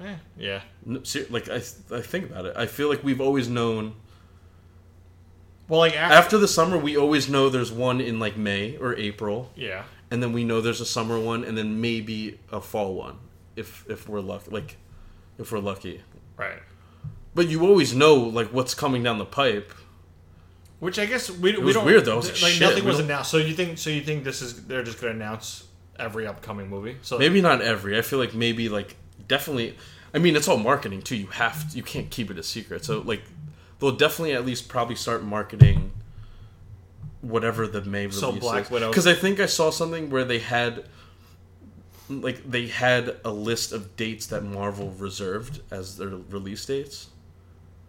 [SPEAKER 5] Eh, yeah.
[SPEAKER 3] No, ser- like, I, I think about it. I feel like we've always known.
[SPEAKER 5] Well, like after,
[SPEAKER 3] After the summer, we always know there's one in like May or April,
[SPEAKER 5] yeah,
[SPEAKER 3] and then we know there's a summer one, and then maybe a fall one if if we're lucky. Like, if we're lucky.
[SPEAKER 5] right.
[SPEAKER 3] But you always know like what's coming down the pipe.
[SPEAKER 5] Which I guess we, we
[SPEAKER 3] was
[SPEAKER 5] don't
[SPEAKER 3] weird, though. I was
[SPEAKER 5] like
[SPEAKER 3] like, shit,
[SPEAKER 5] nothing
[SPEAKER 3] we
[SPEAKER 5] was
[SPEAKER 3] don't-
[SPEAKER 5] announced. So you think so you think this is they're just going to announce every upcoming movie? So
[SPEAKER 3] Maybe not every. I feel like maybe like definitely. I mean, it's all marketing too. You have to, you can't keep it a secret. So like, they'll definitely at least probably start marketing whatever the May release
[SPEAKER 5] So Black Widow-
[SPEAKER 3] Because I think I saw something where they had like they had a list of dates that Marvel reserved as their release dates.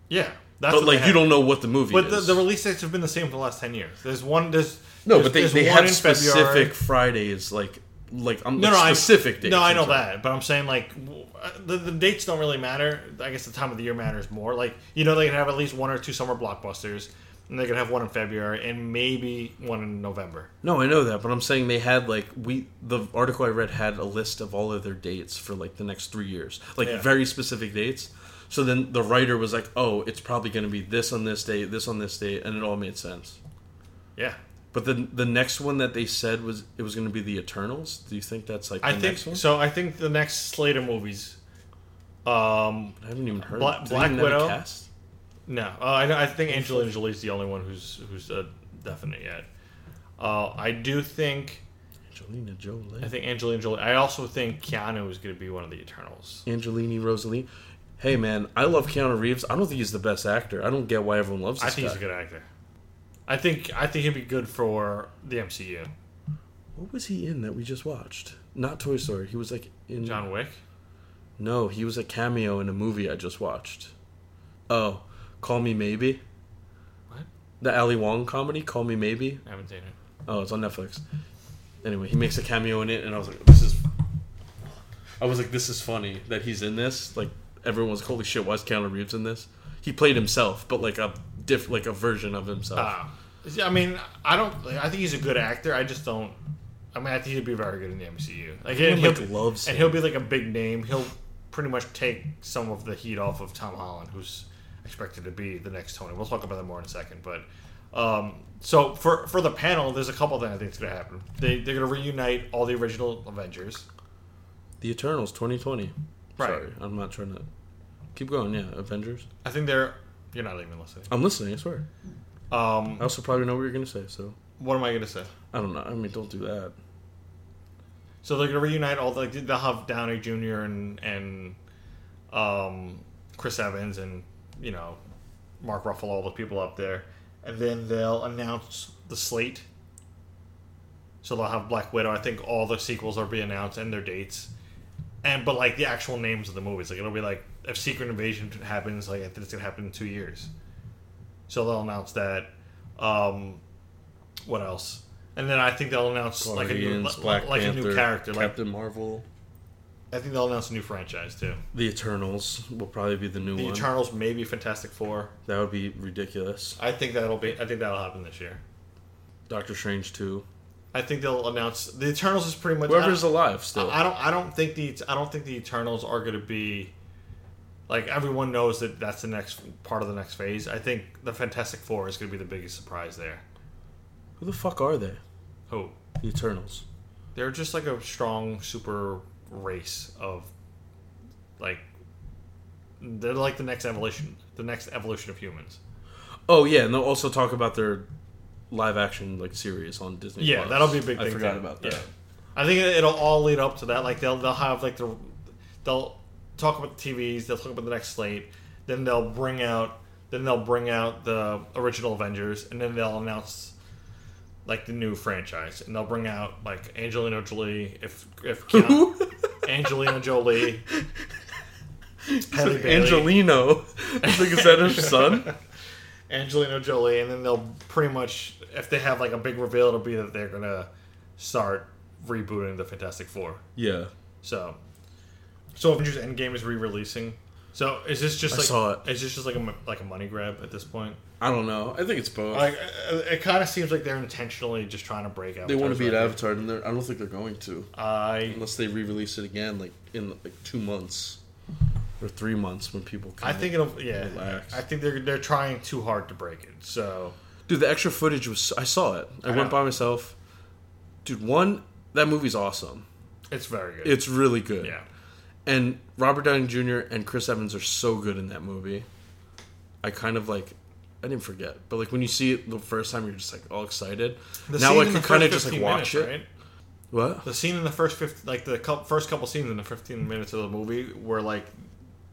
[SPEAKER 5] yeah, that's
[SPEAKER 3] But
[SPEAKER 5] what they
[SPEAKER 3] like
[SPEAKER 5] had.
[SPEAKER 3] you don't know what the movie
[SPEAKER 5] But the,
[SPEAKER 3] is.
[SPEAKER 5] the release dates have been the same for the last ten years. There's one. There's
[SPEAKER 3] no,
[SPEAKER 5] there's-
[SPEAKER 3] but they,
[SPEAKER 5] there's
[SPEAKER 3] they
[SPEAKER 5] one
[SPEAKER 3] have
[SPEAKER 5] in February.
[SPEAKER 3] specific Fridays like like I'm
[SPEAKER 5] no,
[SPEAKER 3] like,
[SPEAKER 5] no, I-
[SPEAKER 3] specific dates.
[SPEAKER 5] No, I
[SPEAKER 3] I'm
[SPEAKER 5] know
[SPEAKER 3] sorry.
[SPEAKER 5] that, but I'm saying like w- uh, the, the dates don't really matter. I guess the time of the year matters more. Like you know, they could have at least one or two summer blockbusters, and they could have one in February and maybe one in November.
[SPEAKER 3] No, I know that, but I'm saying they had like we the article I read had a list of all of their dates for like the next three years, like
[SPEAKER 5] Yeah.
[SPEAKER 3] very specific dates. So then the writer was like, "Oh, it's probably going to be this on this date, this on this date," and it all made sense.
[SPEAKER 5] Yeah,
[SPEAKER 3] But then the next one that they said was it was going to be the Eternals. Do you think that's like the
[SPEAKER 5] I think
[SPEAKER 3] next one?
[SPEAKER 5] so. I think the next slate of movies. Um,
[SPEAKER 3] I haven't even heard.
[SPEAKER 5] Bla-
[SPEAKER 3] do they
[SPEAKER 5] Black
[SPEAKER 3] even have a
[SPEAKER 5] Widow?
[SPEAKER 3] cast?
[SPEAKER 5] No, uh, I, know- I think Angelina Jolie's the only one who's who's uh, definite yet. Uh, I do think
[SPEAKER 3] Angelina
[SPEAKER 5] I
[SPEAKER 3] Jolie,
[SPEAKER 5] think Angelina Jolie. I also think Keanu is going to be one of the Eternals.
[SPEAKER 3] Angelini Rosalie. Hey man, I love Keanu Reeves. I don't think he's the best actor. I don't get why everyone loves
[SPEAKER 5] I
[SPEAKER 3] this
[SPEAKER 5] think
[SPEAKER 3] guy.
[SPEAKER 5] he's a good actor. I think I think he'd be good for the MCU.
[SPEAKER 3] What was he in that we just watched? Not Toy Story. He was like in
[SPEAKER 5] John Wick.
[SPEAKER 3] No, he was a cameo in a movie I just watched. Oh, Call Me Maybe.
[SPEAKER 5] What?
[SPEAKER 3] The Ali Wong comedy, Call Me Maybe.
[SPEAKER 5] I haven't seen it.
[SPEAKER 3] Oh, it's on Netflix. Anyway, he makes a cameo in it, and I was like, this is. I was like, this is funny that he's in this. Like, everyone was, holy shit, why is Keanu Reeves in this? He played himself, but like a diff, like a version of himself.
[SPEAKER 5] Uh, I mean, I don't. like, I think he's a good actor. I just don't. I mean, I think he'd be very good in the MCU. Like, and he'll,
[SPEAKER 3] like, loves
[SPEAKER 5] and
[SPEAKER 3] him.
[SPEAKER 5] he'll be like a big name. He'll pretty much take some of the heat off of Tom Holland, who's expected to be the next Tony. We'll talk about that more in a second. But um, so for for the panel, there's a couple things I think is going to happen. They they're going to reunite all the original Avengers.
[SPEAKER 3] the Eternals, 2020.
[SPEAKER 5] Right.
[SPEAKER 3] Sorry, I'm not trying to. Keep going, yeah. Avengers.
[SPEAKER 5] I think they're. You're not even listening.
[SPEAKER 3] I'm listening, I swear.
[SPEAKER 5] Um,
[SPEAKER 3] I also probably know what you're going to say, so.
[SPEAKER 5] what am I gonna say?
[SPEAKER 3] I don't know. I mean, don't do that.
[SPEAKER 5] So they're gonna reunite all the, like they'll have Downey Jr. and and um, Chris Evans and you know Mark Ruffalo, all the people up there, and then they'll announce the slate. So they'll have Black Widow. I think all the sequels are being announced and their dates, and but like the actual names of the movies, like it'll be like if Secret Invasion happens, like I think it's gonna happen in two years. So they'll announce that. Um, what else? And then I think they'll announce like a new
[SPEAKER 3] Guardians,
[SPEAKER 5] like, like a new character, like
[SPEAKER 3] Captain Marvel.
[SPEAKER 5] I think they'll announce a new franchise too.
[SPEAKER 3] The Eternals will probably be the new
[SPEAKER 5] The
[SPEAKER 3] one.
[SPEAKER 5] Eternals, maybe Fantastic Four.
[SPEAKER 3] that would be ridiculous.
[SPEAKER 5] I think that'll be. I think that'll happen this year.
[SPEAKER 3] Doctor Strange too.
[SPEAKER 5] I think they'll announce the Eternals is pretty much.
[SPEAKER 3] Whoever's
[SPEAKER 5] I,
[SPEAKER 3] alive still.
[SPEAKER 5] I don't. I don't think the. I don't think the Eternals are going to be. Like everyone knows that that's the next part of the next phase. I think the Fantastic Four is going to be the biggest surprise there.
[SPEAKER 3] Who the fuck are they?
[SPEAKER 5] Who?
[SPEAKER 3] The Eternals.
[SPEAKER 5] They're just like a strong super race of, like, they're like the next evolution, the next evolution of humans.
[SPEAKER 3] Oh yeah, and they'll also talk about their live action like series on Disney.
[SPEAKER 5] Yeah,
[SPEAKER 3] Plus.
[SPEAKER 5] that'll be a big
[SPEAKER 3] I
[SPEAKER 5] thing.
[SPEAKER 3] forgot
[SPEAKER 5] too.
[SPEAKER 3] about that.
[SPEAKER 5] Yeah. I think it'll all lead up to that. Like they'll they'll have like the they'll talk about the TVs. They'll talk about the next slate. Then they'll bring out then they'll bring out the original Avengers, and then they'll announce like the new franchise, and they'll bring out like Angelina Jolie if
[SPEAKER 3] <laughs>
[SPEAKER 5] if Keanu, Angelina Jolie.
[SPEAKER 3] <laughs>
[SPEAKER 5] Halle Bailey,
[SPEAKER 3] Angelino. <laughs> I think is that
[SPEAKER 5] <laughs>
[SPEAKER 3] her son?
[SPEAKER 5] Angelina Jolie, and then they'll pretty much, if they have like a big reveal, it'll be that they're gonna start rebooting the Fantastic Four.
[SPEAKER 3] Yeah.
[SPEAKER 5] So, so Avengers Endgame is re-releasing. So is this just
[SPEAKER 3] I
[SPEAKER 5] like
[SPEAKER 3] saw it.
[SPEAKER 5] is this just like a mo- like a money grab at this point?
[SPEAKER 3] I don't know. I think it's both.
[SPEAKER 5] Like uh, it kind of seems like they're intentionally just trying to break out.
[SPEAKER 3] they want to beat Avatar, and they're- I don't think they're going to
[SPEAKER 5] I
[SPEAKER 3] unless they re-release it again, like in like two months or three months when people.
[SPEAKER 5] I
[SPEAKER 3] kinda-
[SPEAKER 5] think it'll yeah.
[SPEAKER 3] Relax.
[SPEAKER 5] I think they're they're trying too hard to break it. So
[SPEAKER 3] Dude, the extra footage was. I saw it. I,
[SPEAKER 5] I
[SPEAKER 3] went
[SPEAKER 5] know.
[SPEAKER 3] by myself. Dude, one that movie's awesome.
[SPEAKER 5] it's very good.
[SPEAKER 3] It's really good.
[SPEAKER 5] yeah.
[SPEAKER 3] And Robert Downey Jr. and Chris Evans are so good in that movie. I kind of like. I didn't forget, but like when you see it the first time, you're just like all excited.
[SPEAKER 5] The
[SPEAKER 3] now
[SPEAKER 5] scene
[SPEAKER 3] I
[SPEAKER 5] in
[SPEAKER 3] can
[SPEAKER 5] the
[SPEAKER 3] kind of
[SPEAKER 5] first
[SPEAKER 3] just
[SPEAKER 5] 15
[SPEAKER 3] like
[SPEAKER 5] minutes,
[SPEAKER 3] watch it.
[SPEAKER 5] right?
[SPEAKER 3] What?
[SPEAKER 5] The scene in the first fifth, like the cou- first couple scenes in the fifteen minutes of the movie, where like,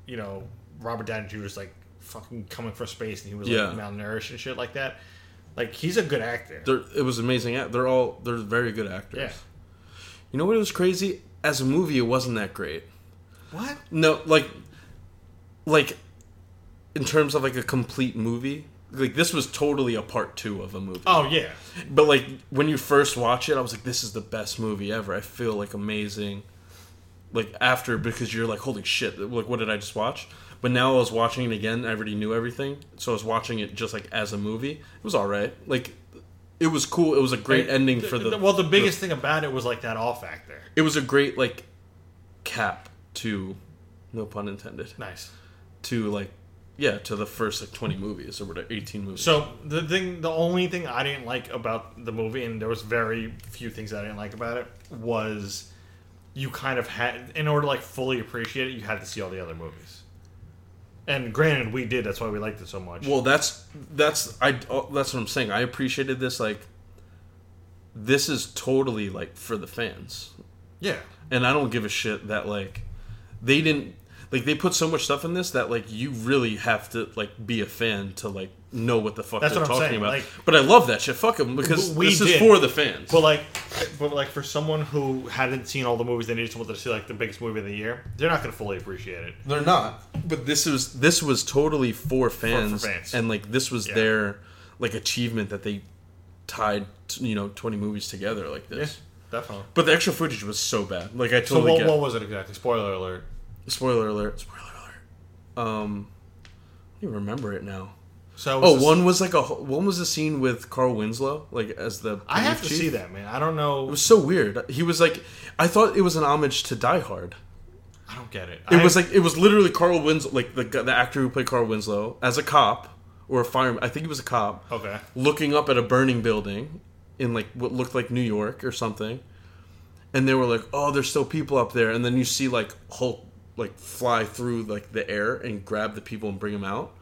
[SPEAKER 5] you know, Robert Downey Jr. was like fucking coming from space, and he was
[SPEAKER 3] Yeah.
[SPEAKER 5] like malnourished and shit like that. Like he's a good actor.
[SPEAKER 3] They're, it was amazing. act- They're all they're very good actors.
[SPEAKER 5] yeah.
[SPEAKER 3] You know what? It was crazy. As a movie, it wasn't that great.
[SPEAKER 5] What?
[SPEAKER 3] No, like, like, in terms of like a complete movie, like this was totally a part two of a movie.
[SPEAKER 5] Oh yeah.
[SPEAKER 3] But like when you first watch it, I was like, "This is the best movie ever." I feel like amazing. Like after, because you're like, "Holy shit!" Like, what did I just watch? But now I was watching it again. I already knew everything, so I was watching it just like as a movie. It was all right. Like, it was cool. It was a great ending for the.
[SPEAKER 5] well, the biggest thing about it was like that off actor.
[SPEAKER 3] It was a great like cap to, no pun intended,
[SPEAKER 5] Nice.
[SPEAKER 3] to like, yeah, to the first like twenty movies or whatever, eighteen movies.
[SPEAKER 5] So the thing, the only thing I didn't like about the movie, and there was very few things I didn't like about it, was you kind of had, in order to like fully appreciate it, you had to see all the other movies. And granted, we did. That's why we liked it so much.
[SPEAKER 3] Well, that's that's I oh, that's what I'm saying. I appreciated this like this is totally like for the fans.
[SPEAKER 5] yeah,
[SPEAKER 3] And I don't give a shit that like they didn't like they put so much stuff in this that like you really have to like be a fan to like know what the fuck
[SPEAKER 5] That's
[SPEAKER 3] they're
[SPEAKER 5] what I'm
[SPEAKER 3] talking
[SPEAKER 5] saying,
[SPEAKER 3] about.
[SPEAKER 5] like-
[SPEAKER 3] but I love that shit. Fuck them because
[SPEAKER 5] We
[SPEAKER 3] this is
[SPEAKER 5] did.
[SPEAKER 3] for the fans.
[SPEAKER 5] but like, but like for someone who hadn't seen all the movies, they needed someone to see like the biggest movie of the year. They're not going to fully appreciate it.
[SPEAKER 7] They're not.
[SPEAKER 3] but this was this was totally for fans,
[SPEAKER 5] fans.
[SPEAKER 3] and like this was
[SPEAKER 5] Yeah.
[SPEAKER 3] their like achievement that they tied t- you know 20 movies together like this.
[SPEAKER 5] definitely.
[SPEAKER 3] But the extra footage was so bad. Like I
[SPEAKER 5] So
[SPEAKER 3] totally
[SPEAKER 5] what,
[SPEAKER 3] get.
[SPEAKER 5] what was it exactly? Spoiler alert.
[SPEAKER 3] spoiler alert. Spoiler alert. Um, I don't even remember it now.
[SPEAKER 5] So it was
[SPEAKER 3] Oh,
[SPEAKER 5] this-
[SPEAKER 3] one was like a wh- one was a scene with Carl Winslow, like as the.
[SPEAKER 5] I have to
[SPEAKER 3] police chief.
[SPEAKER 5] see that man. I don't know.
[SPEAKER 3] It was so weird. He was like, I thought it was an homage to Die Hard.
[SPEAKER 5] I don't get it.
[SPEAKER 3] It
[SPEAKER 5] I-
[SPEAKER 3] was like it was literally Carl Winslow, like the gu- the actor who played Carl Winslow as a cop or a fireman. I think he was a cop.
[SPEAKER 5] okay.
[SPEAKER 3] looking up at a burning building in like what looked like New York or something, and they were like, "Oh, there's still people up there," and then you see like Hulk like fly through like the air and grab the people and bring them out,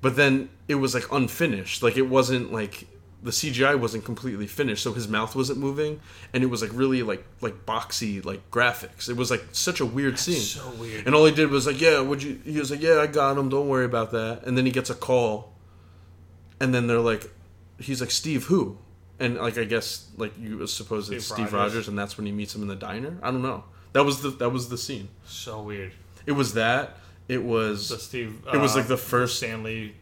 [SPEAKER 3] but then it was like unfinished, like it wasn't like the CGI wasn't completely finished, so his mouth wasn't moving, and it was like really like like boxy like graphics. It was like such a weird scene.
[SPEAKER 5] So weird.
[SPEAKER 3] And all he did was like, "Yeah, would you?" He was like, "Yeah, I got him. Don't worry about that." And then he gets a call, and then they're like, "He's like Steve who?" And like I guess like you suppose it's
[SPEAKER 5] Steve
[SPEAKER 3] Steve
[SPEAKER 5] Rogers.
[SPEAKER 3] Rogers, and that's when he meets him in the diner. I don't know. That was the that was the scene.
[SPEAKER 5] So weird.
[SPEAKER 3] It was that. It was
[SPEAKER 5] The Steve.
[SPEAKER 3] it was
[SPEAKER 5] uh,
[SPEAKER 3] like the first.
[SPEAKER 5] Stanley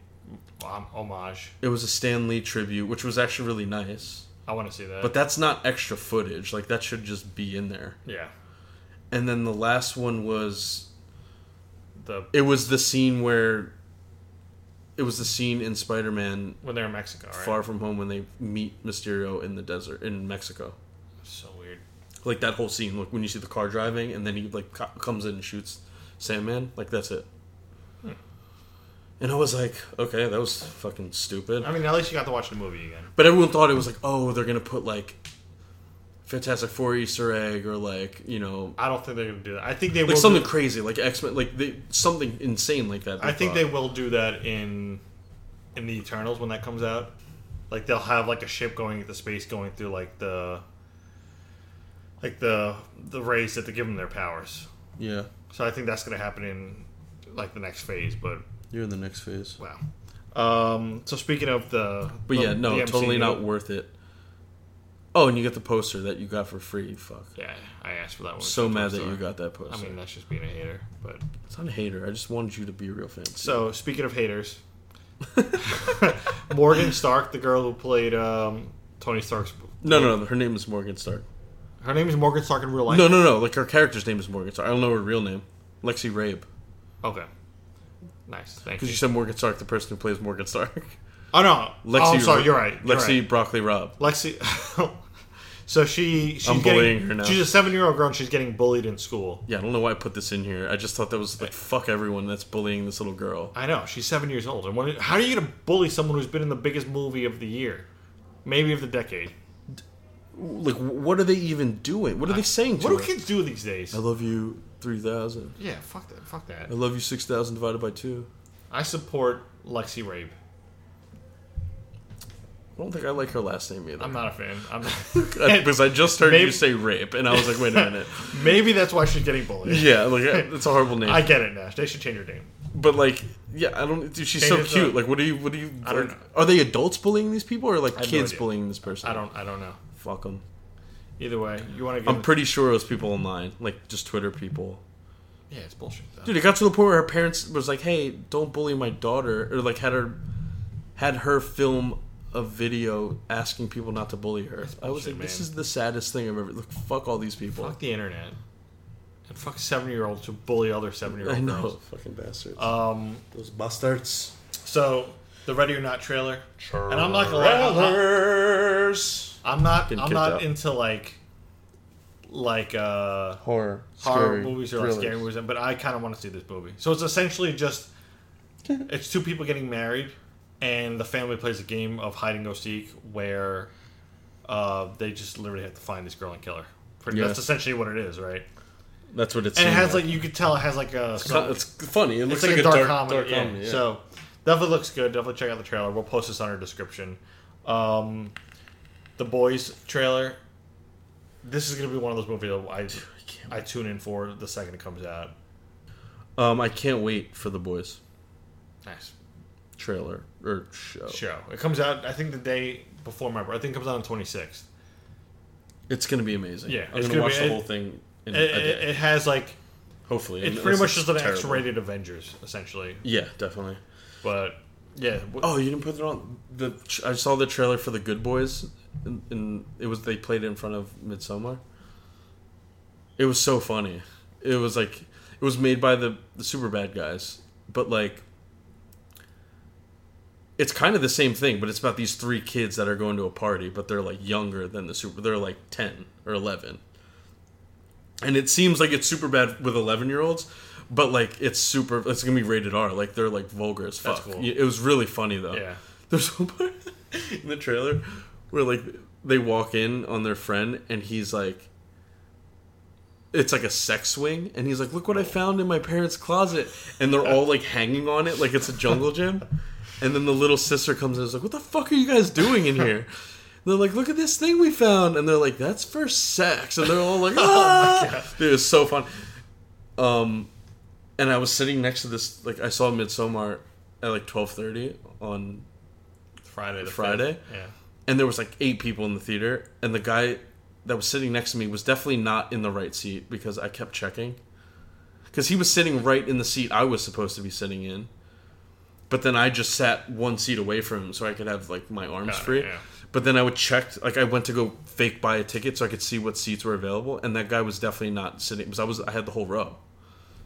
[SPEAKER 5] um, homage.
[SPEAKER 3] It was a Stan Lee tribute, which was actually really nice.
[SPEAKER 5] I want to see that.
[SPEAKER 3] But that's not extra footage. Like that should just be in there.
[SPEAKER 5] yeah,
[SPEAKER 3] and then the last one was
[SPEAKER 5] The
[SPEAKER 3] it was the scene where it was the scene in Spider-Man
[SPEAKER 5] when they're in Mexico, right?
[SPEAKER 3] Far From Home when they meet Mysterio in the desert in Mexico.
[SPEAKER 5] So weird.
[SPEAKER 3] Like that whole scene, like when you see the car driving and then he like co- comes in and shoots Sandman, like that's it.
[SPEAKER 5] Hmm.
[SPEAKER 3] And I was like, okay, that was fucking stupid.
[SPEAKER 5] I mean, at least you got to watch the movie again.
[SPEAKER 3] But everyone thought it was like, oh, they're gonna put like Fantastic Four Easter egg or like you know
[SPEAKER 5] I don't think they're gonna do that. I think they
[SPEAKER 3] like
[SPEAKER 5] will
[SPEAKER 3] something
[SPEAKER 5] Do,
[SPEAKER 3] crazy like X Men like they, something insane like that.
[SPEAKER 5] I think
[SPEAKER 3] thought.
[SPEAKER 5] they will do that in in the Eternals when that comes out. Like they'll have like a ship going into space, going through like the like the the rays that they give them their powers.
[SPEAKER 3] yeah.
[SPEAKER 5] So I think that's gonna happen in like the next phase. But
[SPEAKER 3] You're in the next phase.
[SPEAKER 5] wow. Um, so speaking of the,
[SPEAKER 3] But
[SPEAKER 5] the-
[SPEAKER 3] yeah, no,
[SPEAKER 5] the
[SPEAKER 3] totally
[SPEAKER 5] MCU
[SPEAKER 3] not worth it. Oh, and you get the poster that you got for free. Fuck.
[SPEAKER 5] Yeah, I asked for that one.
[SPEAKER 3] So mad that you
[SPEAKER 5] Sorry.
[SPEAKER 3] got that poster.
[SPEAKER 5] I mean, that's just being a hater. But
[SPEAKER 3] it's not a hater. I just wanted you to be a real fan.
[SPEAKER 5] so speaking of haters, <laughs> Morgan Stark, the girl who played um, Tony Stark's,
[SPEAKER 3] no, no, no. Her name is Morgan Stark.
[SPEAKER 5] her name is Morgan Stark in real life.
[SPEAKER 3] No, no, no. Like her character's name is Morgan Stark. I don't know her real name. Lexi Rabe.
[SPEAKER 5] Okay. Nice. Thank you.
[SPEAKER 3] Because you said Morgan Stark, the person who plays Morgan Stark. <laughs>
[SPEAKER 5] oh no.
[SPEAKER 3] Lexi.
[SPEAKER 5] oh, I'm sorry.
[SPEAKER 3] Ro-
[SPEAKER 5] You're right. You're
[SPEAKER 3] Lexi Broccoli Rob.
[SPEAKER 5] Right. Lexi. <laughs> so she. She's
[SPEAKER 3] I'm
[SPEAKER 5] getting,
[SPEAKER 3] bullying her now.
[SPEAKER 5] She's a seven year old girl. and She's getting bullied in school.
[SPEAKER 3] Yeah, I don't know why I put this in here. I just thought that was like fuck everyone that's bullying this little girl.
[SPEAKER 5] I know. She's seven years old. And what, how are you going to bully someone who's been in the biggest movie of the year, maybe of the decade?
[SPEAKER 3] Like, what are they even doing? What are they saying to
[SPEAKER 5] What do
[SPEAKER 3] her?
[SPEAKER 5] kids do these days?
[SPEAKER 3] I love you three thousand.
[SPEAKER 5] Yeah. Fuck that. Fuck that.
[SPEAKER 3] I love you six thousand divided by two.
[SPEAKER 5] I support Lexi Rabe.
[SPEAKER 3] I don't think I like her last name either. <laughs>
[SPEAKER 5] I'm not a fan. I'm <laughs>
[SPEAKER 3] because I just heard
[SPEAKER 5] Um, Maybe-
[SPEAKER 3] you say rape, and I was like, wait a minute.
[SPEAKER 5] maybe that's why she's getting bullied.
[SPEAKER 3] yeah, like uh, it's a horrible name.
[SPEAKER 5] I get it, Nash. They should change her name.
[SPEAKER 3] but like, yeah, I don't. Dude, she's so
[SPEAKER 5] Change it
[SPEAKER 3] cute.
[SPEAKER 5] up.
[SPEAKER 3] Like, what do you? What do you?
[SPEAKER 5] uh, I don't
[SPEAKER 3] like,
[SPEAKER 5] know.
[SPEAKER 3] Are they adults bullying these people, or like
[SPEAKER 5] have no
[SPEAKER 3] kids
[SPEAKER 5] idea.
[SPEAKER 3] bullying this person?
[SPEAKER 5] I don't. I don't know.
[SPEAKER 3] Fuck them.
[SPEAKER 5] Either way, you want to give.
[SPEAKER 3] I'm pretty sure it was people online, like just Twitter people.
[SPEAKER 5] yeah, it's bullshit. Though.
[SPEAKER 3] Dude, it got to the point where her parents was like, "Hey, don't bully my daughter," or like had her had her film a video asking people not to bully her. I was
[SPEAKER 5] bullshit,
[SPEAKER 3] like, "This
[SPEAKER 5] man.
[SPEAKER 3] is the saddest thing I've ever look. Fuck all these people."
[SPEAKER 5] fuck the internet and fuck seven year olds who bully other seven year
[SPEAKER 3] <laughs> I
[SPEAKER 5] old
[SPEAKER 3] know,
[SPEAKER 5] girls.
[SPEAKER 3] fucking bastards.
[SPEAKER 5] Um,
[SPEAKER 7] Those bastards.
[SPEAKER 5] so the Ready or Not trailer, and I'm not gonna lie, I'm not,
[SPEAKER 7] Trailers.
[SPEAKER 5] I'm not,
[SPEAKER 3] Getting
[SPEAKER 5] I'm
[SPEAKER 3] kicked
[SPEAKER 5] not
[SPEAKER 3] out.
[SPEAKER 5] into like like uh
[SPEAKER 3] horror,
[SPEAKER 5] horror
[SPEAKER 3] scary,
[SPEAKER 5] movies or like
[SPEAKER 3] thrillers.
[SPEAKER 5] scary movies, but I kind of want to see this movie. So it's essentially
[SPEAKER 3] <laughs>
[SPEAKER 5] just it's two people getting married, and the family plays a game of hide and go seek where uh, they just literally have to find this girl and kill her. Pretty,
[SPEAKER 3] Yeah.
[SPEAKER 5] That's essentially what it is, right?
[SPEAKER 3] That's what it's.
[SPEAKER 5] And it has like you could tell it has like a some-
[SPEAKER 3] it's funny. It
[SPEAKER 5] it's
[SPEAKER 3] looks
[SPEAKER 5] like, a dark, comedy. yeah.
[SPEAKER 3] yeah.
[SPEAKER 5] So definitely looks good. Definitely check out the trailer. We'll post this on our description. Um, the boys trailer. This is gonna be one of those movies that I I tune in for the second it comes out.
[SPEAKER 3] um, I can't wait for the boys
[SPEAKER 5] Nice
[SPEAKER 3] trailer or show.
[SPEAKER 5] show. It comes out I think the day before my birthday. I think it comes out on twenty sixth.
[SPEAKER 3] It's gonna be amazing.
[SPEAKER 5] Yeah,
[SPEAKER 3] I'm
[SPEAKER 5] it's
[SPEAKER 3] gonna,
[SPEAKER 5] gonna
[SPEAKER 3] watch
[SPEAKER 5] be-
[SPEAKER 3] the
[SPEAKER 5] it-
[SPEAKER 3] whole thing. In
[SPEAKER 5] It,
[SPEAKER 3] a day.
[SPEAKER 5] it, it has like
[SPEAKER 3] Hopefully,
[SPEAKER 5] it's
[SPEAKER 3] unless
[SPEAKER 5] pretty much just an
[SPEAKER 3] terrible.
[SPEAKER 5] X rated Avengers essentially.
[SPEAKER 3] Yeah, definitely.
[SPEAKER 5] But yeah, w-
[SPEAKER 3] Oh, you didn't put it on the. I saw the trailer for the Good Boys, and, and it was they played it in front of Midsommar. It was so funny. It was like it was made by the the super bad guys, but like it's kind of the same thing. But it's about these three kids that are going to a party, but they're like younger than the super. They're like ten or eleven, and it seems like it's super bad with 11 year olds but like it's super it's gonna be rated r like they're like vulgar as fuck
[SPEAKER 5] That's cool.
[SPEAKER 3] Y- it was really funny though
[SPEAKER 5] Yeah.
[SPEAKER 3] <laughs> there's one part in the trailer where like they walk in on their friend and he's like it's like a sex swing and he's like look what i found in my parents closet and they're all like hanging on it like it's a jungle gym and then the little sister comes in and is like what the fuck are you guys doing in here and they're like look at this thing we found and they're like that's for sex and they're all like ah! dude it's so fun um and i was sitting next to this like i saw midsommar at like 12.30 on
[SPEAKER 5] Friday the
[SPEAKER 3] Friday?
[SPEAKER 5] 5th. Yeah.
[SPEAKER 3] and there was like eight people in the theater and the guy that was sitting next to me was definitely not in the right seat because i kept checking because he was sitting right in the seat i was supposed to be sitting in but then i just sat one seat away from him so i could have like my arms
[SPEAKER 5] Got it,
[SPEAKER 3] free
[SPEAKER 5] yeah.
[SPEAKER 3] But then I would check, like I went to go fake buy a ticket so I could see what seats were available, and that guy was definitely not sitting because I was I had the whole row,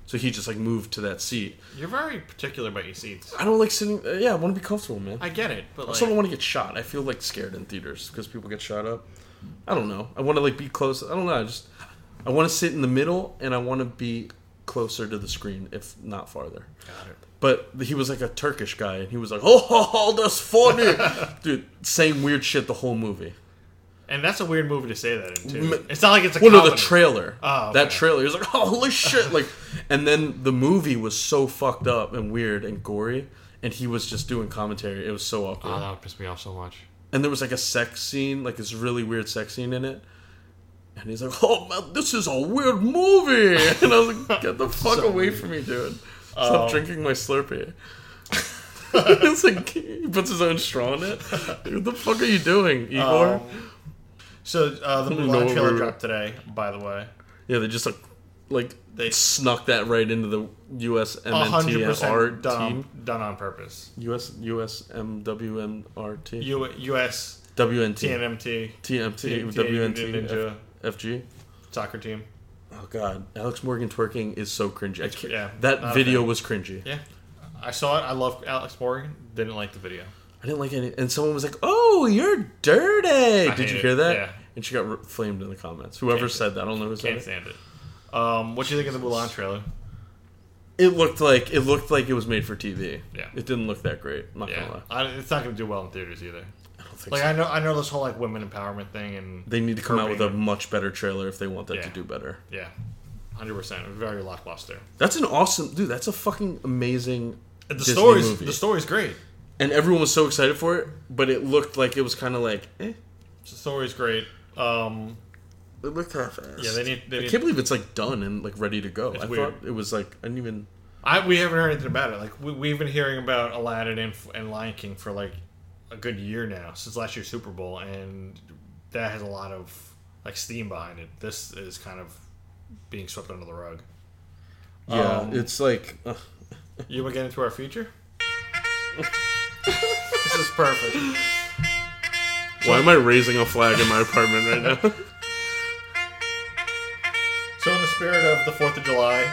[SPEAKER 3] so he just like moved to that seat.
[SPEAKER 5] You're very particular about your seats.
[SPEAKER 3] I don't like sitting. uh, Yeah, I want to be comfortable, man. I
[SPEAKER 5] I get it, but like,
[SPEAKER 3] also don't want to get shot. I feel like scared in theaters because people get shot up. I don't know. I want to like be close. I don't know. I just I want to sit in the middle and I want to be closer to the screen, if not farther.
[SPEAKER 5] Got it.
[SPEAKER 3] But he was like a Turkish guy, and he was like, "Oh, ho, ho, that's
[SPEAKER 5] <laughs>
[SPEAKER 3] funny, dude." Saying weird shit the whole movie.
[SPEAKER 5] and that's a weird movie to say that in too.
[SPEAKER 3] M-
[SPEAKER 5] It's not like it's a
[SPEAKER 3] Well, no, the
[SPEAKER 5] comedy.
[SPEAKER 3] trailer.
[SPEAKER 5] Oh,
[SPEAKER 3] That
[SPEAKER 5] okay.
[SPEAKER 3] trailer. He was like, "Holy shit!" Like, and then the movie was so fucked up and weird and gory, and he was just doing commentary. It was so awkward.
[SPEAKER 5] Oh, that would piss me off so much.
[SPEAKER 3] and there was like a sex scene, like this really weird sex scene in it. And he's like, "Oh man, this is a weird movie," <laughs> and I was like, "Get the fuck away from me, dude! Stop
[SPEAKER 5] Um,
[SPEAKER 3] drinking
[SPEAKER 5] <laughs>
[SPEAKER 3] my Slurpee." it's like he puts his own straw in it. What the fuck are you doing, Igor?
[SPEAKER 5] Um, So uh, the
[SPEAKER 3] Um, know
[SPEAKER 5] Mulan
[SPEAKER 3] what
[SPEAKER 5] trailer
[SPEAKER 3] we're-
[SPEAKER 5] dropped today, by the way.
[SPEAKER 3] yeah, they just like like
[SPEAKER 5] They-
[SPEAKER 3] they snuck that right into the uh, U.S.
[SPEAKER 5] A hundred
[SPEAKER 3] MNTR
[SPEAKER 5] percent done,
[SPEAKER 3] team.
[SPEAKER 5] done on purpose.
[SPEAKER 3] U.S. U.S. MWMRT
[SPEAKER 5] U- U.S.
[SPEAKER 3] WNT
[SPEAKER 5] TNMT
[SPEAKER 3] TMT
[SPEAKER 5] Ninja
[SPEAKER 3] WNT FG.
[SPEAKER 5] soccer team.
[SPEAKER 3] Oh god, Alex Morgan twerking is so cringy. I can't-
[SPEAKER 5] yeah, not
[SPEAKER 3] that
[SPEAKER 5] a
[SPEAKER 3] video
[SPEAKER 5] fan.
[SPEAKER 3] was cringy.
[SPEAKER 5] Yeah, I saw it. I love Alex Morgan. Didn't like the video.
[SPEAKER 3] I didn't like any. And someone was like, "Oh, you're dirty." Did
[SPEAKER 5] hate
[SPEAKER 3] you
[SPEAKER 5] it,
[SPEAKER 3] hear that?
[SPEAKER 5] yeah.
[SPEAKER 3] And she got re- flamed in the comments. Whoever
[SPEAKER 5] Can't-
[SPEAKER 3] said that, I don't know who said
[SPEAKER 5] Can't
[SPEAKER 3] it.
[SPEAKER 5] stand it. Um, what do you think of the Mulan trailer?
[SPEAKER 3] It looked like it looked like it was made for TV.
[SPEAKER 5] Yeah.
[SPEAKER 3] It didn't look that great. I'm not gonna
[SPEAKER 5] Yeah,
[SPEAKER 3] lie.
[SPEAKER 5] I, it's not going to do well in theaters either.
[SPEAKER 3] I don't think
[SPEAKER 5] Like
[SPEAKER 3] so.
[SPEAKER 5] I know, I know this whole like women empowerment thing, and
[SPEAKER 3] they need to come out with a
[SPEAKER 5] Curbing.
[SPEAKER 3] much better trailer if they want that to
[SPEAKER 5] Yeah.
[SPEAKER 3] do better.
[SPEAKER 5] yeah, hundred percent, very lackluster.
[SPEAKER 3] That's an awesome dude. That's a fucking amazing.
[SPEAKER 5] The
[SPEAKER 3] Disney
[SPEAKER 5] story's
[SPEAKER 3] movie.
[SPEAKER 5] the story's great.
[SPEAKER 3] and everyone was so excited for it, but it looked like it was kind of like, eh.
[SPEAKER 5] The story's great. Um,
[SPEAKER 3] It looked half assed.
[SPEAKER 5] yeah, they need. They
[SPEAKER 3] I
[SPEAKER 5] need
[SPEAKER 3] can't believe it's like done and like ready to go. I
[SPEAKER 5] weird.
[SPEAKER 3] thought it was like I didn't even.
[SPEAKER 5] I, we haven't heard anything about it. Like we, we've been hearing about Aladdin and, and Lion King for like a good year now since last year's Super Bowl, and that has a lot of like steam behind it. This is kind of being swept under the rug.
[SPEAKER 3] Yeah,
[SPEAKER 5] Um,
[SPEAKER 3] it's like ugh.
[SPEAKER 5] You want to get into our feature? this is perfect.
[SPEAKER 3] why am I raising a flag in my apartment right now?
[SPEAKER 5] So, in the spirit of the 4th of July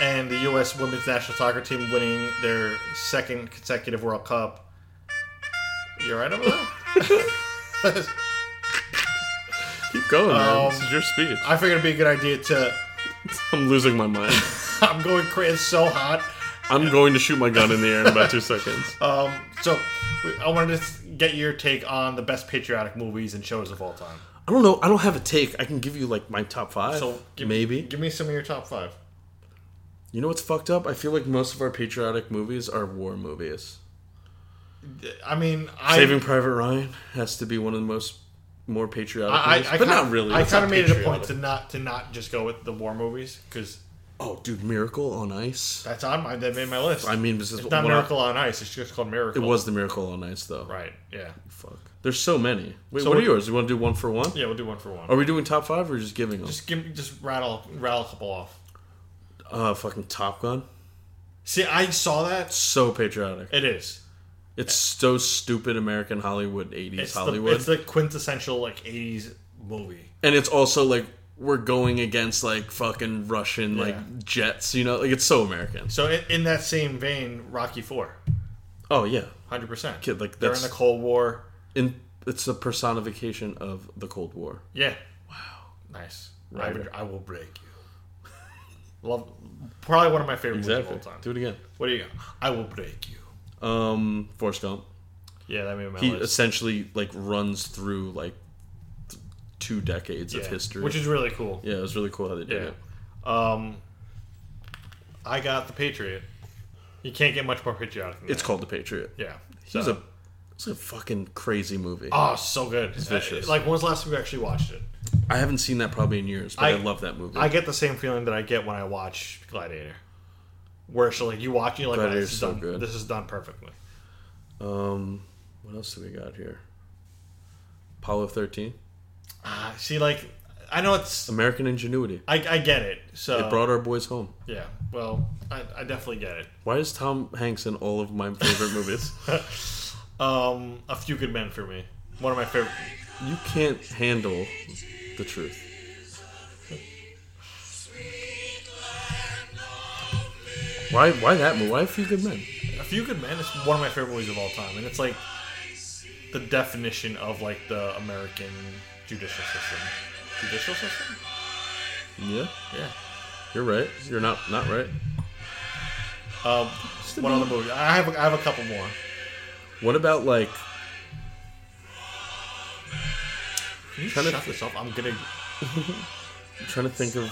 [SPEAKER 5] and the U.S. women's national soccer team winning their second consecutive World Cup, you alright over there?
[SPEAKER 3] <laughs> Keep going, man. This
[SPEAKER 5] Um,
[SPEAKER 3] is your speech.
[SPEAKER 5] <laughs> I figured it'd be a good idea to.
[SPEAKER 3] I'm losing my mind.
[SPEAKER 5] I'm going crazy. It's so hot.
[SPEAKER 3] I'm going to shoot my gun in the air in about two <laughs> seconds.
[SPEAKER 5] Um, so, we, I wanted to s- get your take on the best patriotic movies and shows of all time.
[SPEAKER 3] I don't know. I don't have a take. I can give you like my top five,
[SPEAKER 5] So, give,
[SPEAKER 3] maybe.
[SPEAKER 5] Give me some of your top five.
[SPEAKER 3] you know what's fucked up? I feel like most of our patriotic movies are war movies.
[SPEAKER 5] I mean, I.
[SPEAKER 3] Saving Private Ryan has to be one of the most more patriotic,
[SPEAKER 5] I, I,
[SPEAKER 3] movies,
[SPEAKER 5] I
[SPEAKER 3] but
[SPEAKER 5] kinda-
[SPEAKER 3] not really.
[SPEAKER 5] I
[SPEAKER 3] It's
[SPEAKER 5] kind of
[SPEAKER 3] not
[SPEAKER 5] made it a
[SPEAKER 3] patriotic.
[SPEAKER 5] point to not to not just go with the war movies because
[SPEAKER 3] Oh, dude, Miracle on Ice.
[SPEAKER 5] that's on my that made my list.
[SPEAKER 3] I mean, this is
[SPEAKER 5] it's not
[SPEAKER 3] what I-
[SPEAKER 5] Miracle on Ice. It's just called Miracle.
[SPEAKER 3] It was the Miracle on Ice, though.
[SPEAKER 5] right. Yeah.
[SPEAKER 3] Fuck. There's so many. Wait,
[SPEAKER 5] So
[SPEAKER 3] what are
[SPEAKER 5] what-
[SPEAKER 3] yours? You want to do one for one?
[SPEAKER 5] Yeah, we'll do one for one.
[SPEAKER 3] Are we doing top five or just giving them?
[SPEAKER 5] Just give me just rattle rattle a couple off.
[SPEAKER 3] uh, fucking Top Gun.
[SPEAKER 5] See, I saw that.
[SPEAKER 3] So patriotic.
[SPEAKER 5] It is.
[SPEAKER 3] It's so stupid American Hollywood, 80s
[SPEAKER 5] It's
[SPEAKER 3] Hollywood.
[SPEAKER 5] The, it's the quintessential like '80s movie.
[SPEAKER 3] and it's also like we're going against like fucking Russian
[SPEAKER 5] Yeah.
[SPEAKER 3] like jets, you know? Like it's so American.
[SPEAKER 5] So in, in that same vein, Rocky Four,
[SPEAKER 3] Oh, yeah.
[SPEAKER 5] hundred percent.
[SPEAKER 3] Kid, like,
[SPEAKER 5] they're in
[SPEAKER 3] that's-
[SPEAKER 5] the Cold War.
[SPEAKER 3] And it's a personification of the Cold War.
[SPEAKER 5] Yeah. Wow. Nice. I, would,
[SPEAKER 3] Right.
[SPEAKER 5] I will break you. Love. Probably one of my favorite movies of all time.
[SPEAKER 3] Do it again.
[SPEAKER 5] What do you got? I will break you.
[SPEAKER 3] Um, Forrest Gump.
[SPEAKER 5] Yeah, that made my
[SPEAKER 3] He
[SPEAKER 5] list.
[SPEAKER 3] essentially like runs through like th- two decades of
[SPEAKER 5] Yeah,
[SPEAKER 3] history.
[SPEAKER 5] which is really cool.
[SPEAKER 3] Yeah, it was really cool how they did
[SPEAKER 5] Yeah.
[SPEAKER 3] it.
[SPEAKER 5] Um, I got the Patriot. You can't get much more patriotic. Than
[SPEAKER 3] It's
[SPEAKER 5] that.
[SPEAKER 3] called The Patriot.
[SPEAKER 5] yeah.
[SPEAKER 3] He was a it's a fucking crazy movie.
[SPEAKER 5] oh, so good. It's
[SPEAKER 3] vicious.
[SPEAKER 5] like when was the last time you actually watched it?
[SPEAKER 3] I haven't seen that probably in years, but
[SPEAKER 5] I-
[SPEAKER 3] I, love that movie.
[SPEAKER 5] I get the same feeling that I get when I watch Gladiator, where it's like you watch it, you're like oh, this
[SPEAKER 3] Gladiator's
[SPEAKER 5] is
[SPEAKER 3] so
[SPEAKER 5] done.
[SPEAKER 3] good.
[SPEAKER 5] This is done perfectly.
[SPEAKER 3] um, what else do we got here? Apollo thirteen,
[SPEAKER 5] Uh, see, like I know it's
[SPEAKER 3] American Ingenuity.
[SPEAKER 5] I, I get it. So
[SPEAKER 3] It brought our boys home.
[SPEAKER 5] yeah, well, I, I definitely get it.
[SPEAKER 3] Why
[SPEAKER 5] <laughs>
[SPEAKER 3] is Tom Hanks in all of my favorite movies?
[SPEAKER 5] Um, a few good men for me. One of my favorite.
[SPEAKER 3] You can't handle the truth. Why? Why that movie? Why a few good men?
[SPEAKER 5] A Few Good Men is one of my favorite movies of all time, and it's like the definition of like the American judicial system. Judicial system?
[SPEAKER 3] Yeah,
[SPEAKER 5] Yeah.
[SPEAKER 3] you're right. You're not not right.
[SPEAKER 5] Um, one other movie. I have I have a couple more.
[SPEAKER 3] What about like?
[SPEAKER 5] Can you
[SPEAKER 3] Trying to
[SPEAKER 5] shut
[SPEAKER 3] th-
[SPEAKER 5] this up? I'm gonna.
[SPEAKER 3] I'm trying to think of.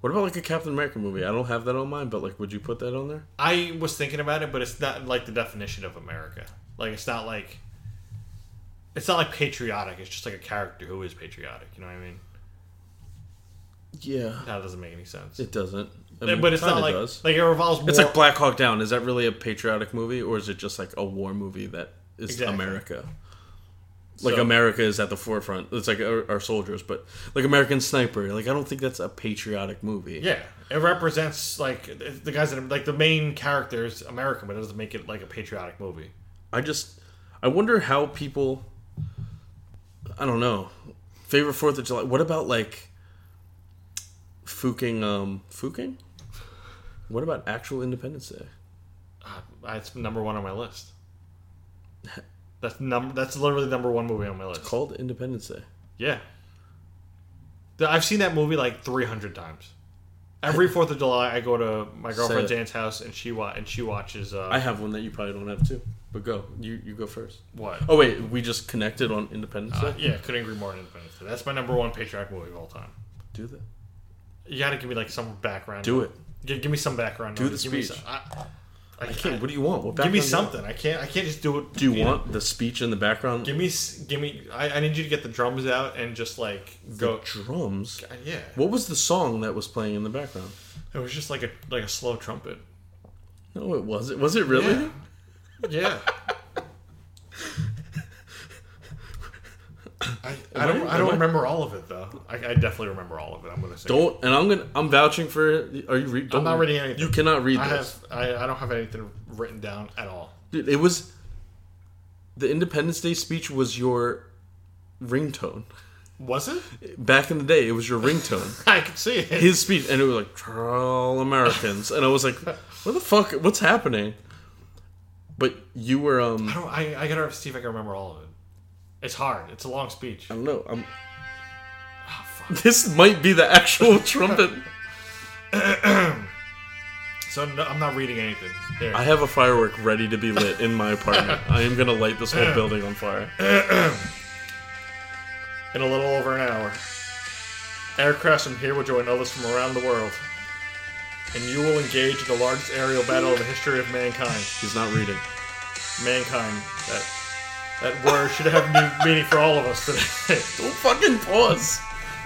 [SPEAKER 3] What about like a Captain America movie? I don't have that on mine, but like, would you put that on there?
[SPEAKER 5] I was thinking about it, but it's not like the definition of America. Like it's not like. It's not like patriotic. It's just like a character who is patriotic. You know what I mean?
[SPEAKER 3] Yeah,
[SPEAKER 5] That doesn't make any sense.
[SPEAKER 3] it doesn't. I mean,
[SPEAKER 5] but it's
[SPEAKER 3] kinda
[SPEAKER 5] not like
[SPEAKER 3] does.
[SPEAKER 5] like it revolves. More,
[SPEAKER 3] It's like Black Hawk Down. Is that really a patriotic movie, or is it just like a war movie that is
[SPEAKER 5] Exactly.
[SPEAKER 3] America? Like
[SPEAKER 5] So-
[SPEAKER 3] America is at the forefront. It's like uh, our, our soldiers, but like American Sniper. Like I don't think that's a patriotic movie.
[SPEAKER 5] Yeah, it represents like the guys that like the main character is American, but it doesn't make it like a patriotic movie.
[SPEAKER 3] I just I wonder how people. I don't know. Favorite Fourth of July. What about like Fuking um Fuking? What about actual Independence Day?
[SPEAKER 5] Uh, That's number one on my
[SPEAKER 3] <laughs>
[SPEAKER 5] list. That's number. That's literally number one movie on my list.
[SPEAKER 3] Called Independence Day.
[SPEAKER 5] Yeah, Th- I've seen that movie like three hundred times.
[SPEAKER 3] <laughs>
[SPEAKER 5] Every Fourth of July, I go to my girlfriend's
[SPEAKER 3] it.
[SPEAKER 5] aunt's house, and she wa- and she watches. Uh,
[SPEAKER 3] I have one that you probably don't have too. But go. You you go first.
[SPEAKER 5] what?
[SPEAKER 3] Oh wait, we just connected on Independence
[SPEAKER 5] Uh,
[SPEAKER 3] Day.
[SPEAKER 5] yeah, couldn't agree more. on Independence Day. That's my number one patriotic movie of all time.
[SPEAKER 3] Do that.
[SPEAKER 5] You gotta give me like some background.
[SPEAKER 3] Do it.
[SPEAKER 5] Gi- give me some background.
[SPEAKER 3] Do
[SPEAKER 5] noise.
[SPEAKER 3] the
[SPEAKER 5] Give me
[SPEAKER 3] speech.
[SPEAKER 5] some- I, I
[SPEAKER 3] I
[SPEAKER 5] can't.
[SPEAKER 3] can't. What do you want? What
[SPEAKER 5] give me
[SPEAKER 3] background you want?
[SPEAKER 5] something. I can't. I can't just do it.
[SPEAKER 3] Do you
[SPEAKER 5] know?
[SPEAKER 3] want the speech in the background?
[SPEAKER 5] Give me. s- Give me. I, I need you to get the drums out and just like
[SPEAKER 3] the
[SPEAKER 5] go. Uh,
[SPEAKER 3] drums.
[SPEAKER 5] Yeah.
[SPEAKER 3] What was the song that was playing in the background?
[SPEAKER 5] It was just like a like a slow trumpet.
[SPEAKER 3] No, it wasn't. Was it really?
[SPEAKER 5] Yeah. <laughs> Yeah. I, I don't. I don't remember all of it though. I, I definitely remember all of it. I'm gonna say.
[SPEAKER 3] Don't. And I'm gonna. I'm vouching for. it. Are you read? don't-
[SPEAKER 5] not reading anything.
[SPEAKER 3] You cannot read
[SPEAKER 5] I
[SPEAKER 3] this.
[SPEAKER 5] have. I, I don't have anything written down at all.
[SPEAKER 3] Dude, it was. The Independence Day speech was your ringtone.
[SPEAKER 5] Was it?
[SPEAKER 3] Back in the day, it was your ringtone.
[SPEAKER 5] <laughs> I can see it.
[SPEAKER 3] His speech, and it was like "All Americans," and I was like, "What the fuck? What's happening?" But you were um.
[SPEAKER 5] I, don't, I, I gotta see if I can remember all of it. It's hard. It's a long speech.
[SPEAKER 3] I don't know. I'm.
[SPEAKER 5] Ah,
[SPEAKER 3] <laughs> This might be the actual trumpet.
[SPEAKER 5] So no, I'm not reading anything. There.
[SPEAKER 3] I have a firework ready to be lit in my apartment. I am gonna light
[SPEAKER 5] <laughs>
[SPEAKER 3] this whole building on fire.
[SPEAKER 5] In a little over an hour, aircraft from here will join others from around the world, and you will engage in the largest aerial battle in the history of mankind.
[SPEAKER 3] He's not reading.
[SPEAKER 5] Mankind. That that word should have new meaning for all of us today.
[SPEAKER 3] Don't Oh, fucking pause.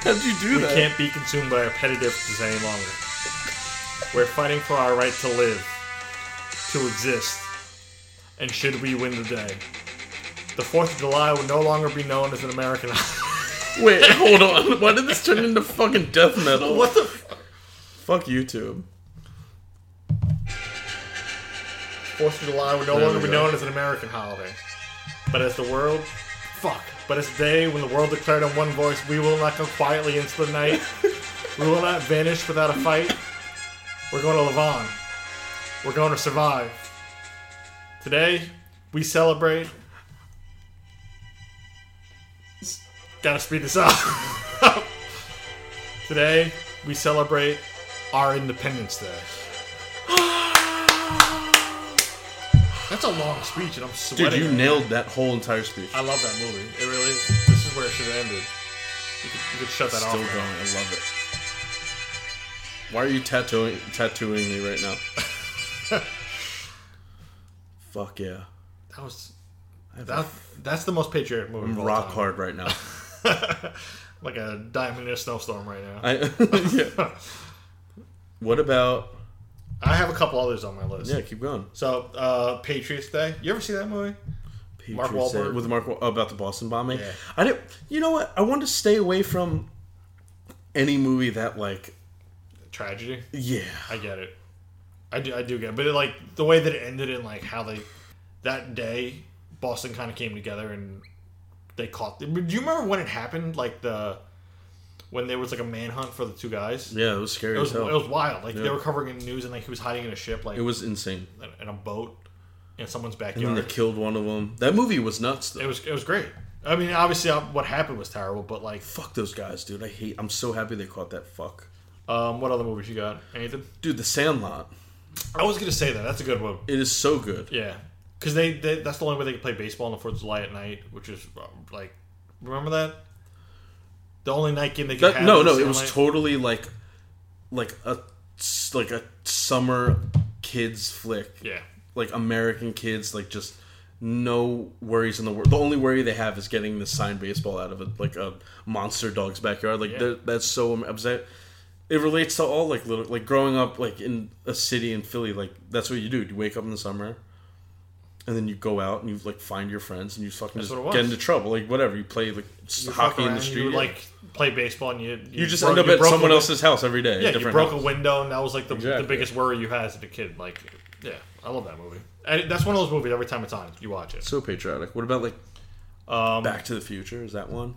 [SPEAKER 3] How'd you do
[SPEAKER 5] we can't be consumed by repetitive things any longer. We're fighting for our right to live, to exist, and should we win the day, the Fourth of July will no longer be known as an American.
[SPEAKER 3] Wait, hold on. Why did this turn into fucking death metal?
[SPEAKER 5] what the? F-
[SPEAKER 3] Fuck YouTube.
[SPEAKER 5] Fourth of July would no
[SPEAKER 3] There
[SPEAKER 5] longer
[SPEAKER 3] we
[SPEAKER 5] be
[SPEAKER 3] go.
[SPEAKER 5] known as an American holiday, but as the world, fuck, but as the day when the world declared in one voice, we will not go quietly into the
[SPEAKER 3] <laughs>
[SPEAKER 5] night. we will not vanish without a fight. We're going to live on. We're going to survive. Today, we celebrate. Gotta speed this up. <laughs> Today, we celebrate our Independence Day.
[SPEAKER 3] <gasps>
[SPEAKER 5] That's a long speech, and I'm sweating.
[SPEAKER 3] Dude, you nailed that whole entire speech.
[SPEAKER 5] I love that movie. It really. This is where it should have ended. You could, you could shut that
[SPEAKER 3] Still
[SPEAKER 5] off.
[SPEAKER 3] going.
[SPEAKER 5] man.
[SPEAKER 3] I love it. Why are you tattooing tattooing me right now? <laughs> Fuck yeah.
[SPEAKER 5] That was. That, that's the most patriotic movie. of all
[SPEAKER 3] Rock
[SPEAKER 5] time.
[SPEAKER 3] hard right
[SPEAKER 5] <laughs>
[SPEAKER 3] now.
[SPEAKER 5] like a diamond in a snowstorm right now. I,
[SPEAKER 3] I, <laughs> yeah.
[SPEAKER 5] <laughs>
[SPEAKER 3] What about?
[SPEAKER 5] have a couple others on my list.
[SPEAKER 3] Yeah, keep going.
[SPEAKER 5] So, uh, Patriots Day. You ever see that movie? Mark
[SPEAKER 3] Patriots Day
[SPEAKER 5] Wahlberg.
[SPEAKER 3] with Mark Wa- oh, about the Boston bombing.
[SPEAKER 5] Yeah.
[SPEAKER 3] I didn't. You know what? I wanted to stay away from any movie that like.
[SPEAKER 5] Tragedy.
[SPEAKER 3] Yeah.
[SPEAKER 5] I get it. I do. I do get it. But it, like the way that it ended and like how they that day Boston kind of came together and they caught. Do you remember when it happened? Like the when there was like a manhunt for the two guys.
[SPEAKER 3] Yeah, it was scary
[SPEAKER 5] It was,
[SPEAKER 3] as hell.
[SPEAKER 5] it was wild. Like they
[SPEAKER 3] Yeah.
[SPEAKER 5] were covering in the news, and like he was hiding in a ship, like
[SPEAKER 3] insane.
[SPEAKER 5] in a boat in someone's
[SPEAKER 3] And
[SPEAKER 5] backyard.
[SPEAKER 3] then they killed one of them. That movie was nuts. Though.
[SPEAKER 5] It was it was great. I mean, obviously, uh, what happened was terrible, but like,
[SPEAKER 3] fuck those guys, dude. I hate. I'm so happy they caught that fuck.
[SPEAKER 5] um, what other movies you got? Anything?
[SPEAKER 3] Dude, The Sandlot.
[SPEAKER 5] I was gonna say that. That's a good one.
[SPEAKER 3] It is so good.
[SPEAKER 5] Yeah, because they, they that's the only way they can play baseball on the Fourth of July at night, which is uh, like, remember that? The only night game they could
[SPEAKER 3] That,
[SPEAKER 5] have.
[SPEAKER 3] no,
[SPEAKER 5] on
[SPEAKER 3] no,
[SPEAKER 5] the
[SPEAKER 3] it was
[SPEAKER 5] same night.
[SPEAKER 3] totally like, like a, s- like a summer kids flick.
[SPEAKER 5] Yeah,
[SPEAKER 3] Like American kids, like just no worries in the world. The only worry they have is getting this signed baseball out of a, like a monster dog's backyard. Like
[SPEAKER 5] Yeah.
[SPEAKER 3] that- that's so am- upset. It relates to all like little like growing up like in a city in Philly. Like that's what you do. You wake up in the summer. And then you go out and you like find your friends and you fucking
[SPEAKER 5] That's
[SPEAKER 3] just
[SPEAKER 5] what it
[SPEAKER 3] get
[SPEAKER 5] was.
[SPEAKER 3] into trouble like whatever you play like s-
[SPEAKER 5] You fuck
[SPEAKER 3] hockey in
[SPEAKER 5] around,
[SPEAKER 3] the street
[SPEAKER 5] You
[SPEAKER 3] yeah.
[SPEAKER 5] like play baseball, and you
[SPEAKER 3] You, just
[SPEAKER 5] broke-
[SPEAKER 3] end up
[SPEAKER 5] you
[SPEAKER 3] at
[SPEAKER 5] broke a
[SPEAKER 3] someone
[SPEAKER 5] win-
[SPEAKER 3] else's house every day.
[SPEAKER 5] Yeah, you
[SPEAKER 3] different
[SPEAKER 5] broke
[SPEAKER 3] house.
[SPEAKER 5] a window, and that was like the,
[SPEAKER 3] Exactly.
[SPEAKER 5] the biggest worry you had as a kid. Like, yeah, I love that movie. And that's one of those movies. Every time it's on, you watch it.
[SPEAKER 3] So patriotic. What about like
[SPEAKER 5] Um,
[SPEAKER 3] Back to the Future? Is that one?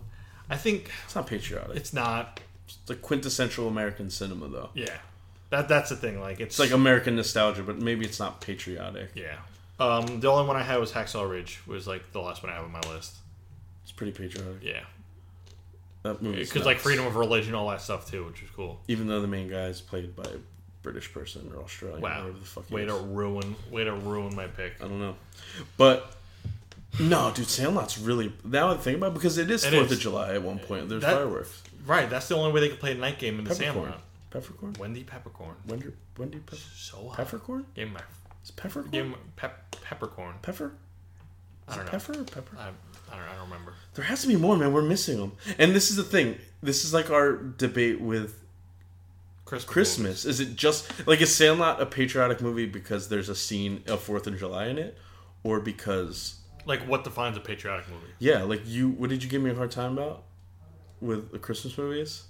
[SPEAKER 5] I think
[SPEAKER 3] It's not patriotic. It's,
[SPEAKER 5] it's not.
[SPEAKER 3] like quintessential American cinema, though.
[SPEAKER 5] Yeah, that that's the thing. Like, it's,
[SPEAKER 3] It's like American nostalgia, but maybe it's not patriotic.
[SPEAKER 5] yeah. Um, the only one I had was Hacksaw Ridge. Was like the last one I have on my list.
[SPEAKER 3] It's pretty patriotic.
[SPEAKER 5] Yeah,
[SPEAKER 3] That movie.
[SPEAKER 5] because like freedom of religion, all that stuff too, which is cool.
[SPEAKER 3] Even though the main guy is played by a British person or Australian, or
[SPEAKER 5] Wow,
[SPEAKER 3] whatever the fuck. he
[SPEAKER 5] way to
[SPEAKER 3] is. Uh,
[SPEAKER 5] ruin, way to ruin my pick.
[SPEAKER 3] I don't know, but. No, dude, Sandlot's really now I think about it, because it is
[SPEAKER 5] It
[SPEAKER 3] Fourth
[SPEAKER 5] is.
[SPEAKER 3] of July at one point. There's
[SPEAKER 5] That-
[SPEAKER 3] fireworks,
[SPEAKER 5] Right, that's the only way they could play a night game in the
[SPEAKER 3] peppercorn,
[SPEAKER 5] Sandlot.
[SPEAKER 3] peppercorn,
[SPEAKER 5] Wendy Peppercorn,
[SPEAKER 3] Wendy, Wendy, pep-
[SPEAKER 5] so hot.
[SPEAKER 3] peppercorn,
[SPEAKER 5] Give me my,
[SPEAKER 3] is peppercorn,
[SPEAKER 5] give me my pep, peppercorn.
[SPEAKER 3] pepper,
[SPEAKER 5] I don't know.
[SPEAKER 3] pepper, or pepper.
[SPEAKER 5] I, I don't, I don't remember.
[SPEAKER 3] There has to be more, man. We're missing them. And this is the thing. This is like our debate with
[SPEAKER 5] Christmas.
[SPEAKER 3] Christmas. Is it just like is Sandlot a patriotic movie because there's a scene of Fourth of July in it, or because
[SPEAKER 5] Like what defines a patriotic movie?
[SPEAKER 3] yeah, like you? What did you give me a hard time about with the Christmas movies?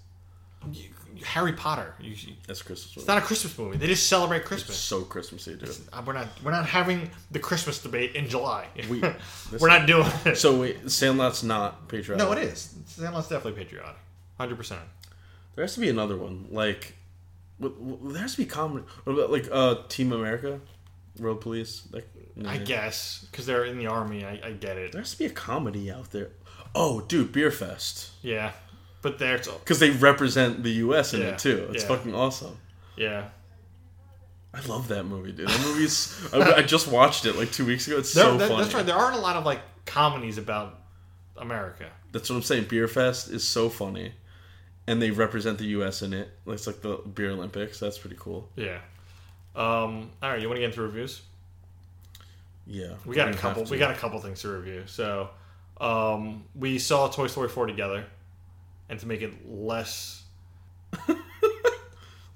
[SPEAKER 5] Harry Potter. You, you-
[SPEAKER 3] That's Christmas.
[SPEAKER 5] it's
[SPEAKER 3] Movie.
[SPEAKER 5] not a Christmas movie. They just celebrate Christmas.
[SPEAKER 3] so Christmassy, dude.
[SPEAKER 5] Uh, We're not. We're not having the Christmas debate in July.
[SPEAKER 3] We-
[SPEAKER 5] <laughs> we're not doing it.
[SPEAKER 3] So wait, Sandlot's not patriotic.
[SPEAKER 5] no, it is. Sandlot's definitely patriotic. Hundred percent.
[SPEAKER 3] There has to be another one. Like, w- w- there has to be comedy. What about like uh, Team America, Road Police? Like,
[SPEAKER 5] I
[SPEAKER 3] Mm-hmm.
[SPEAKER 5] guess because they're in the army. I, I get it.
[SPEAKER 3] There has to be a comedy out there. Oh, dude, Beer Fest.
[SPEAKER 5] Yeah, but there's
[SPEAKER 3] Because they represent the U.S. in
[SPEAKER 5] Yeah,
[SPEAKER 3] it, too. It's
[SPEAKER 5] yeah.
[SPEAKER 3] fucking awesome.
[SPEAKER 5] yeah.
[SPEAKER 3] I love that movie, dude. That movie's. I, I just watched it like two weeks ago. It's
[SPEAKER 5] There-
[SPEAKER 3] so
[SPEAKER 5] that-
[SPEAKER 3] funny.
[SPEAKER 5] That's right. There aren't a lot of like comedies about America.
[SPEAKER 3] That's what I'm saying. Beer Fest is so funny. And they represent the U.S. in it. It's like the Beer Olympics. That's pretty cool.
[SPEAKER 5] Yeah. Um. All right. You want to get into reviews?
[SPEAKER 3] Yeah.
[SPEAKER 5] We got a
[SPEAKER 3] we're gonna
[SPEAKER 5] couple.
[SPEAKER 3] have to.
[SPEAKER 5] We got a couple things to review. So, um, we saw Toy Story four together, and to make it
[SPEAKER 3] <laughs>
[SPEAKER 5] less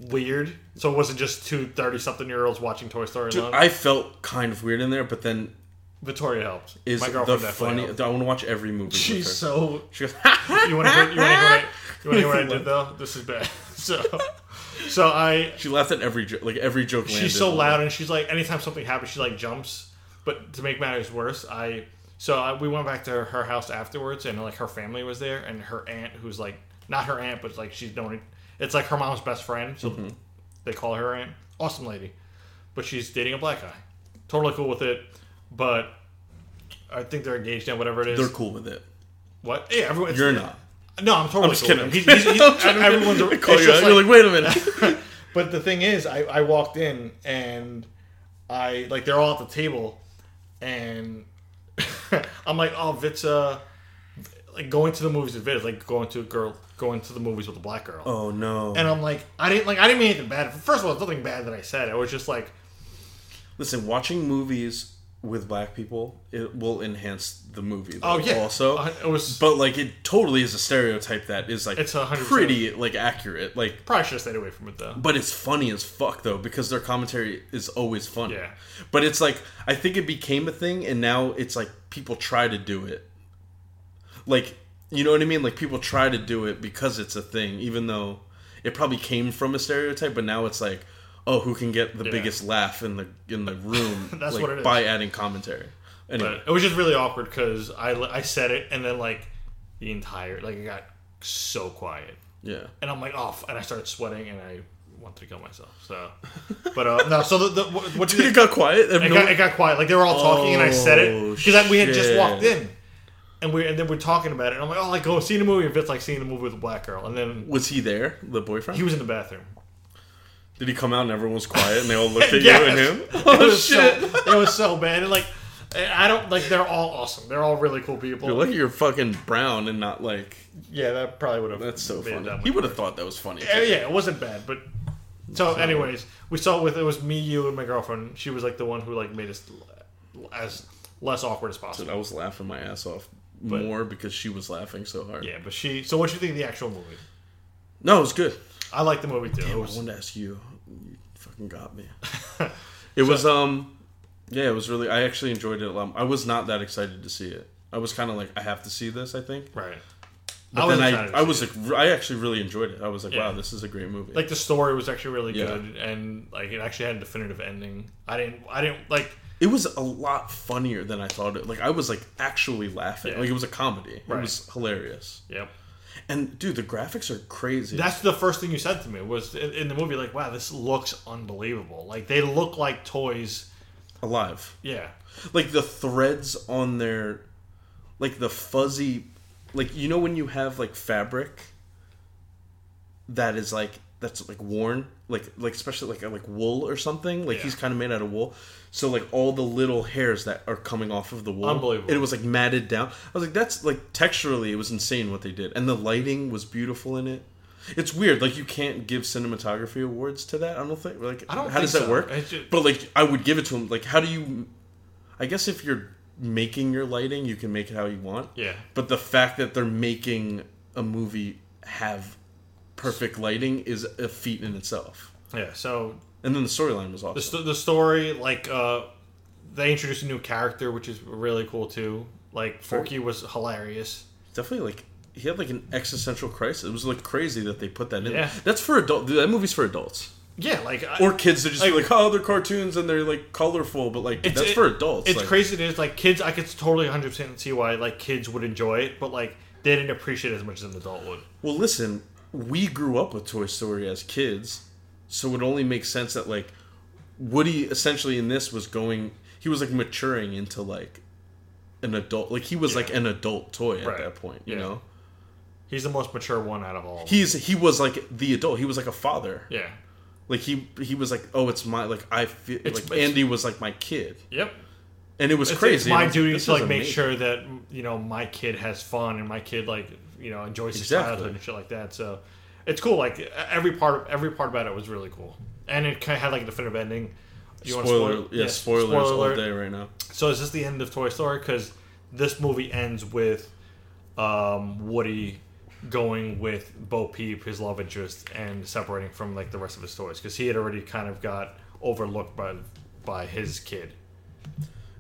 [SPEAKER 5] weird, so it wasn't just two 30 something year olds watching Toy Story
[SPEAKER 3] Dude,
[SPEAKER 5] alone.
[SPEAKER 3] I felt kind of weird in there, but then
[SPEAKER 5] Victoria helped.
[SPEAKER 3] is
[SPEAKER 5] My
[SPEAKER 3] the
[SPEAKER 5] girlfriend
[SPEAKER 3] funny.
[SPEAKER 5] definitely
[SPEAKER 3] I
[SPEAKER 5] helped.
[SPEAKER 3] want to watch every movie.
[SPEAKER 5] She's
[SPEAKER 3] with her.
[SPEAKER 5] so.
[SPEAKER 3] She goes,
[SPEAKER 5] You want to hear? You want to hear? What I, you want to hear
[SPEAKER 3] <laughs>
[SPEAKER 5] what I did though? This is bad. <laughs> So, so I
[SPEAKER 3] she laughed at every joke. Like every joke. landed
[SPEAKER 5] she's so
[SPEAKER 3] on
[SPEAKER 5] loud and she's like anytime something happens she like jumps but to make matters worse i so I, we went back to her house afterwards and like her family was there and her aunt who's like not her aunt but like she's known it's like her mom's best friend so
[SPEAKER 3] Mm-hmm.
[SPEAKER 5] they call her aunt awesome lady but she's dating a black guy totally cool with it but i think they're engaged now whatever it is
[SPEAKER 3] They're cool with it.
[SPEAKER 5] what yeah everyone
[SPEAKER 3] You're not.
[SPEAKER 5] no i'm totally
[SPEAKER 3] I'm just
[SPEAKER 5] cool
[SPEAKER 3] kidding.
[SPEAKER 5] with it.
[SPEAKER 3] <laughs>
[SPEAKER 5] He's- he's- he's- everyone's
[SPEAKER 3] I call
[SPEAKER 5] it's
[SPEAKER 3] you
[SPEAKER 5] just
[SPEAKER 3] out. You're like, wait a minute. <laughs>
[SPEAKER 5] but the thing is, I, I walked in and I like they're all at the table, and <laughs> I'm like, oh, Vit's uh, like going to the movies with Vit is like going to a girl going to the movies with a black girl.
[SPEAKER 3] oh no.
[SPEAKER 5] And I'm like, I didn't like I didn't mean anything bad. First of all, it's nothing bad that I said. It was just like
[SPEAKER 3] Listen, watching movies with black people it will enhance the movie. Though,
[SPEAKER 5] Oh, yeah.
[SPEAKER 3] Also,
[SPEAKER 5] Uh, it was-
[SPEAKER 3] But like, it totally is a stereotype that is like
[SPEAKER 5] It's 100%.
[SPEAKER 3] pretty like accurate. Like,
[SPEAKER 5] probably should have stayed away from it though.
[SPEAKER 3] but it's funny as fuck though because their commentary is always funny.
[SPEAKER 5] Yeah.
[SPEAKER 3] But it's like I think it became a thing, and now it's like people try to do it. Like you know what I mean? Like people try to do it because it's a thing, even though it probably came from a stereotype. But now it's like, oh, who can get the biggest laugh in the in the room?
[SPEAKER 5] <laughs> That's
[SPEAKER 3] like,
[SPEAKER 5] what it is.
[SPEAKER 3] by adding commentary. Anyway,
[SPEAKER 5] But it was just really awkward because I, I said it and then like the entire like it got so quiet
[SPEAKER 3] yeah.
[SPEAKER 5] and I'm like off and I started sweating and I wanted to kill myself. So, <laughs> but uh, no. So the, the what, what do you
[SPEAKER 3] It got quiet.
[SPEAKER 5] it got, it got quiet. Like they were all talking, and I said
[SPEAKER 3] Oh,
[SPEAKER 5] it because we had just
[SPEAKER 3] shit.
[SPEAKER 5] walked in, and we and then we're talking about it. And I'm like, oh, like go see the movie if it's like seeing the movie with a black girl. And then
[SPEAKER 3] was he there, the boyfriend?
[SPEAKER 5] he was in the bathroom.
[SPEAKER 3] Did he come out and everyone was quiet and
[SPEAKER 5] <laughs>
[SPEAKER 3] they all looked at you and him?
[SPEAKER 5] It
[SPEAKER 3] <laughs> Oh
[SPEAKER 5] was
[SPEAKER 3] shit!
[SPEAKER 5] So, it was so bad. And like, I don't like. They're all awesome. They're all really cool people.
[SPEAKER 3] You're lucky you're fucking brown and not like.
[SPEAKER 5] yeah, that probably would have.
[SPEAKER 3] That's so
[SPEAKER 5] made it
[SPEAKER 3] funny.
[SPEAKER 5] that
[SPEAKER 3] He
[SPEAKER 5] much
[SPEAKER 3] would have thought that was funny.
[SPEAKER 5] Yeah, Eh, yeah, it wasn't bad, but so, anyways, we saw it with it was me, you, and my girlfriend. She was like the one who like made us l- as less awkward as
[SPEAKER 3] Dude,
[SPEAKER 5] possible.
[SPEAKER 3] I was laughing my ass off
[SPEAKER 5] But-
[SPEAKER 3] more because she was laughing so hard.
[SPEAKER 5] Yeah, but she. So, what do you think of the actual movie?
[SPEAKER 3] No, it was good.
[SPEAKER 5] I like the movie too. It
[SPEAKER 3] I
[SPEAKER 5] was-
[SPEAKER 3] wanted to ask you. You fucking
[SPEAKER 5] <laughs>
[SPEAKER 3] got me. it was um, yeah, it was really. I actually enjoyed it a lot. I was not that excited to see it. I was kind of like, I have to see this. I think.
[SPEAKER 5] right.
[SPEAKER 3] But
[SPEAKER 5] was
[SPEAKER 3] then
[SPEAKER 5] excited to
[SPEAKER 3] I, I
[SPEAKER 5] see
[SPEAKER 3] was like, I actually really enjoyed it. I was like,
[SPEAKER 5] Yeah.
[SPEAKER 3] wow, this is a great movie.
[SPEAKER 5] like the story was actually really
[SPEAKER 3] Yeah.
[SPEAKER 5] good, and like it actually had a definitive ending. I didn't. I didn't like.
[SPEAKER 3] it was a lot funnier than I thought it. Like I was like actually laughing.
[SPEAKER 5] Yeah.
[SPEAKER 3] Like it was a comedy. It
[SPEAKER 5] Right.
[SPEAKER 3] was hilarious.
[SPEAKER 5] Yep.
[SPEAKER 3] And dude, the graphics are crazy.
[SPEAKER 5] That's the first thing you said to me was in, in the movie. Like, wow, this looks unbelievable. Like they look like toys.
[SPEAKER 3] alive.
[SPEAKER 5] Yeah.
[SPEAKER 3] Like the threads on their like the fuzzy like you know when you have like fabric that is like that's like worn like like especially like like wool or something like
[SPEAKER 5] Yeah.
[SPEAKER 3] he's kind of made out of wool so like all the little hairs that are coming off of the wool
[SPEAKER 5] Unbelievable.
[SPEAKER 3] it was like matted down i was like that's like texturally it was insane what they did and the lighting was beautiful in it it's weird like you can't give cinematography awards to that i don't think like
[SPEAKER 5] I don't
[SPEAKER 3] how
[SPEAKER 5] think
[SPEAKER 3] does that
[SPEAKER 5] so.
[SPEAKER 3] work
[SPEAKER 5] It's ju-
[SPEAKER 3] but like i would give it to him like how do you i guess if you're making your lighting you can make it how you want
[SPEAKER 5] Yeah.
[SPEAKER 3] but the fact that they're making a movie have perfect lighting is a feat in itself.
[SPEAKER 5] Yeah. So
[SPEAKER 3] And then the storyline was awesome.
[SPEAKER 5] the, sto- the story like uh they introduced a new character which is really cool too like forky was hilarious
[SPEAKER 3] Definitely like he had like an existential crisis. It was like crazy that they put that in.
[SPEAKER 5] Yeah.
[SPEAKER 3] That's for adult. That movie's for adults
[SPEAKER 5] yeah like I-
[SPEAKER 3] or kids. They just be like, oh, they're cartoons and they're like colorful, but like
[SPEAKER 5] it's-
[SPEAKER 3] that's
[SPEAKER 5] it-
[SPEAKER 3] for adults.
[SPEAKER 5] it's
[SPEAKER 3] like,
[SPEAKER 5] crazy it is like kids i could totally 100% see why like kids would enjoy it but like they didn't appreciate it as much as an adult would
[SPEAKER 3] Well, listen, we grew up with Toy Story as kids, so it only makes sense that like Woody essentially in this was going he was like maturing into like an adult like he was like an adult toy at
[SPEAKER 5] Right.
[SPEAKER 3] that point, you
[SPEAKER 5] Yeah.
[SPEAKER 3] know.
[SPEAKER 5] he's the most mature one out of all of them.
[SPEAKER 3] He's he was like the adult. He was like a father.
[SPEAKER 5] yeah
[SPEAKER 3] Like he he was like, "Oh, it's my like I feel
[SPEAKER 5] It's-
[SPEAKER 3] like
[SPEAKER 5] it's-
[SPEAKER 3] Andy was like my kid."
[SPEAKER 5] yep
[SPEAKER 3] And it was
[SPEAKER 5] it's,
[SPEAKER 3] crazy.
[SPEAKER 5] it's
[SPEAKER 3] and I
[SPEAKER 5] my
[SPEAKER 3] was
[SPEAKER 5] duty
[SPEAKER 3] this
[SPEAKER 5] to
[SPEAKER 3] is
[SPEAKER 5] like make
[SPEAKER 3] amazing.
[SPEAKER 5] sure that you know my kid has fun and my kid like you know enjoys his
[SPEAKER 3] Exactly.
[SPEAKER 5] childhood and shit like that. So it's cool. Like e- every part of every part about it was really cool, and it kind of had like a definitive ending. Do you wanna
[SPEAKER 3] Spoiler,
[SPEAKER 5] spoil-
[SPEAKER 3] yeah,
[SPEAKER 5] yes,
[SPEAKER 3] spoilers
[SPEAKER 5] spoiler
[SPEAKER 3] all
[SPEAKER 5] alert.
[SPEAKER 3] day right now.
[SPEAKER 5] So is this the end of Toy Story? Because this movie ends with um, Woody going with Bo Peep, his love interest, and separating from like the rest of his toys because he had already kind of got overlooked by by his kid.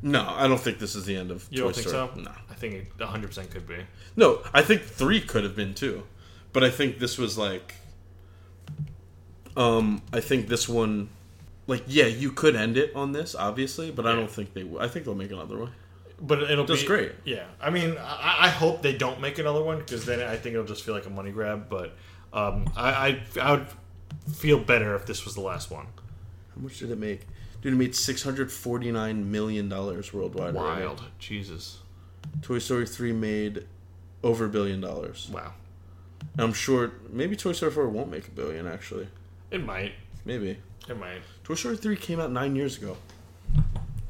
[SPEAKER 3] No, I don't think this is the end of
[SPEAKER 5] You
[SPEAKER 3] Toy
[SPEAKER 5] don't think
[SPEAKER 3] Story.
[SPEAKER 5] so?
[SPEAKER 3] No.
[SPEAKER 5] I think it 100% could be.
[SPEAKER 3] No, I think three could have been two, but I think this was like, um, I think this one, like, yeah, you could end it on this, obviously, but I don't think they. will. I think they'll make another one.
[SPEAKER 5] But it'll
[SPEAKER 3] That's
[SPEAKER 5] be
[SPEAKER 3] great.
[SPEAKER 5] Yeah, I mean, I, I hope they don't make another one because then I think it'll just feel like a money grab. But um, I, I I would feel better if this was the last one.
[SPEAKER 3] How much did it make? Dude, it made six hundred forty nine million dollars worldwide. already.
[SPEAKER 5] Jesus,
[SPEAKER 3] Toy Story three made over a billion dollars.
[SPEAKER 5] wow,
[SPEAKER 3] And I'm sure maybe Toy Story four won't make a billion. Actually,
[SPEAKER 5] it might,
[SPEAKER 3] maybe
[SPEAKER 5] it might.
[SPEAKER 3] Toy Story three came out nine years ago.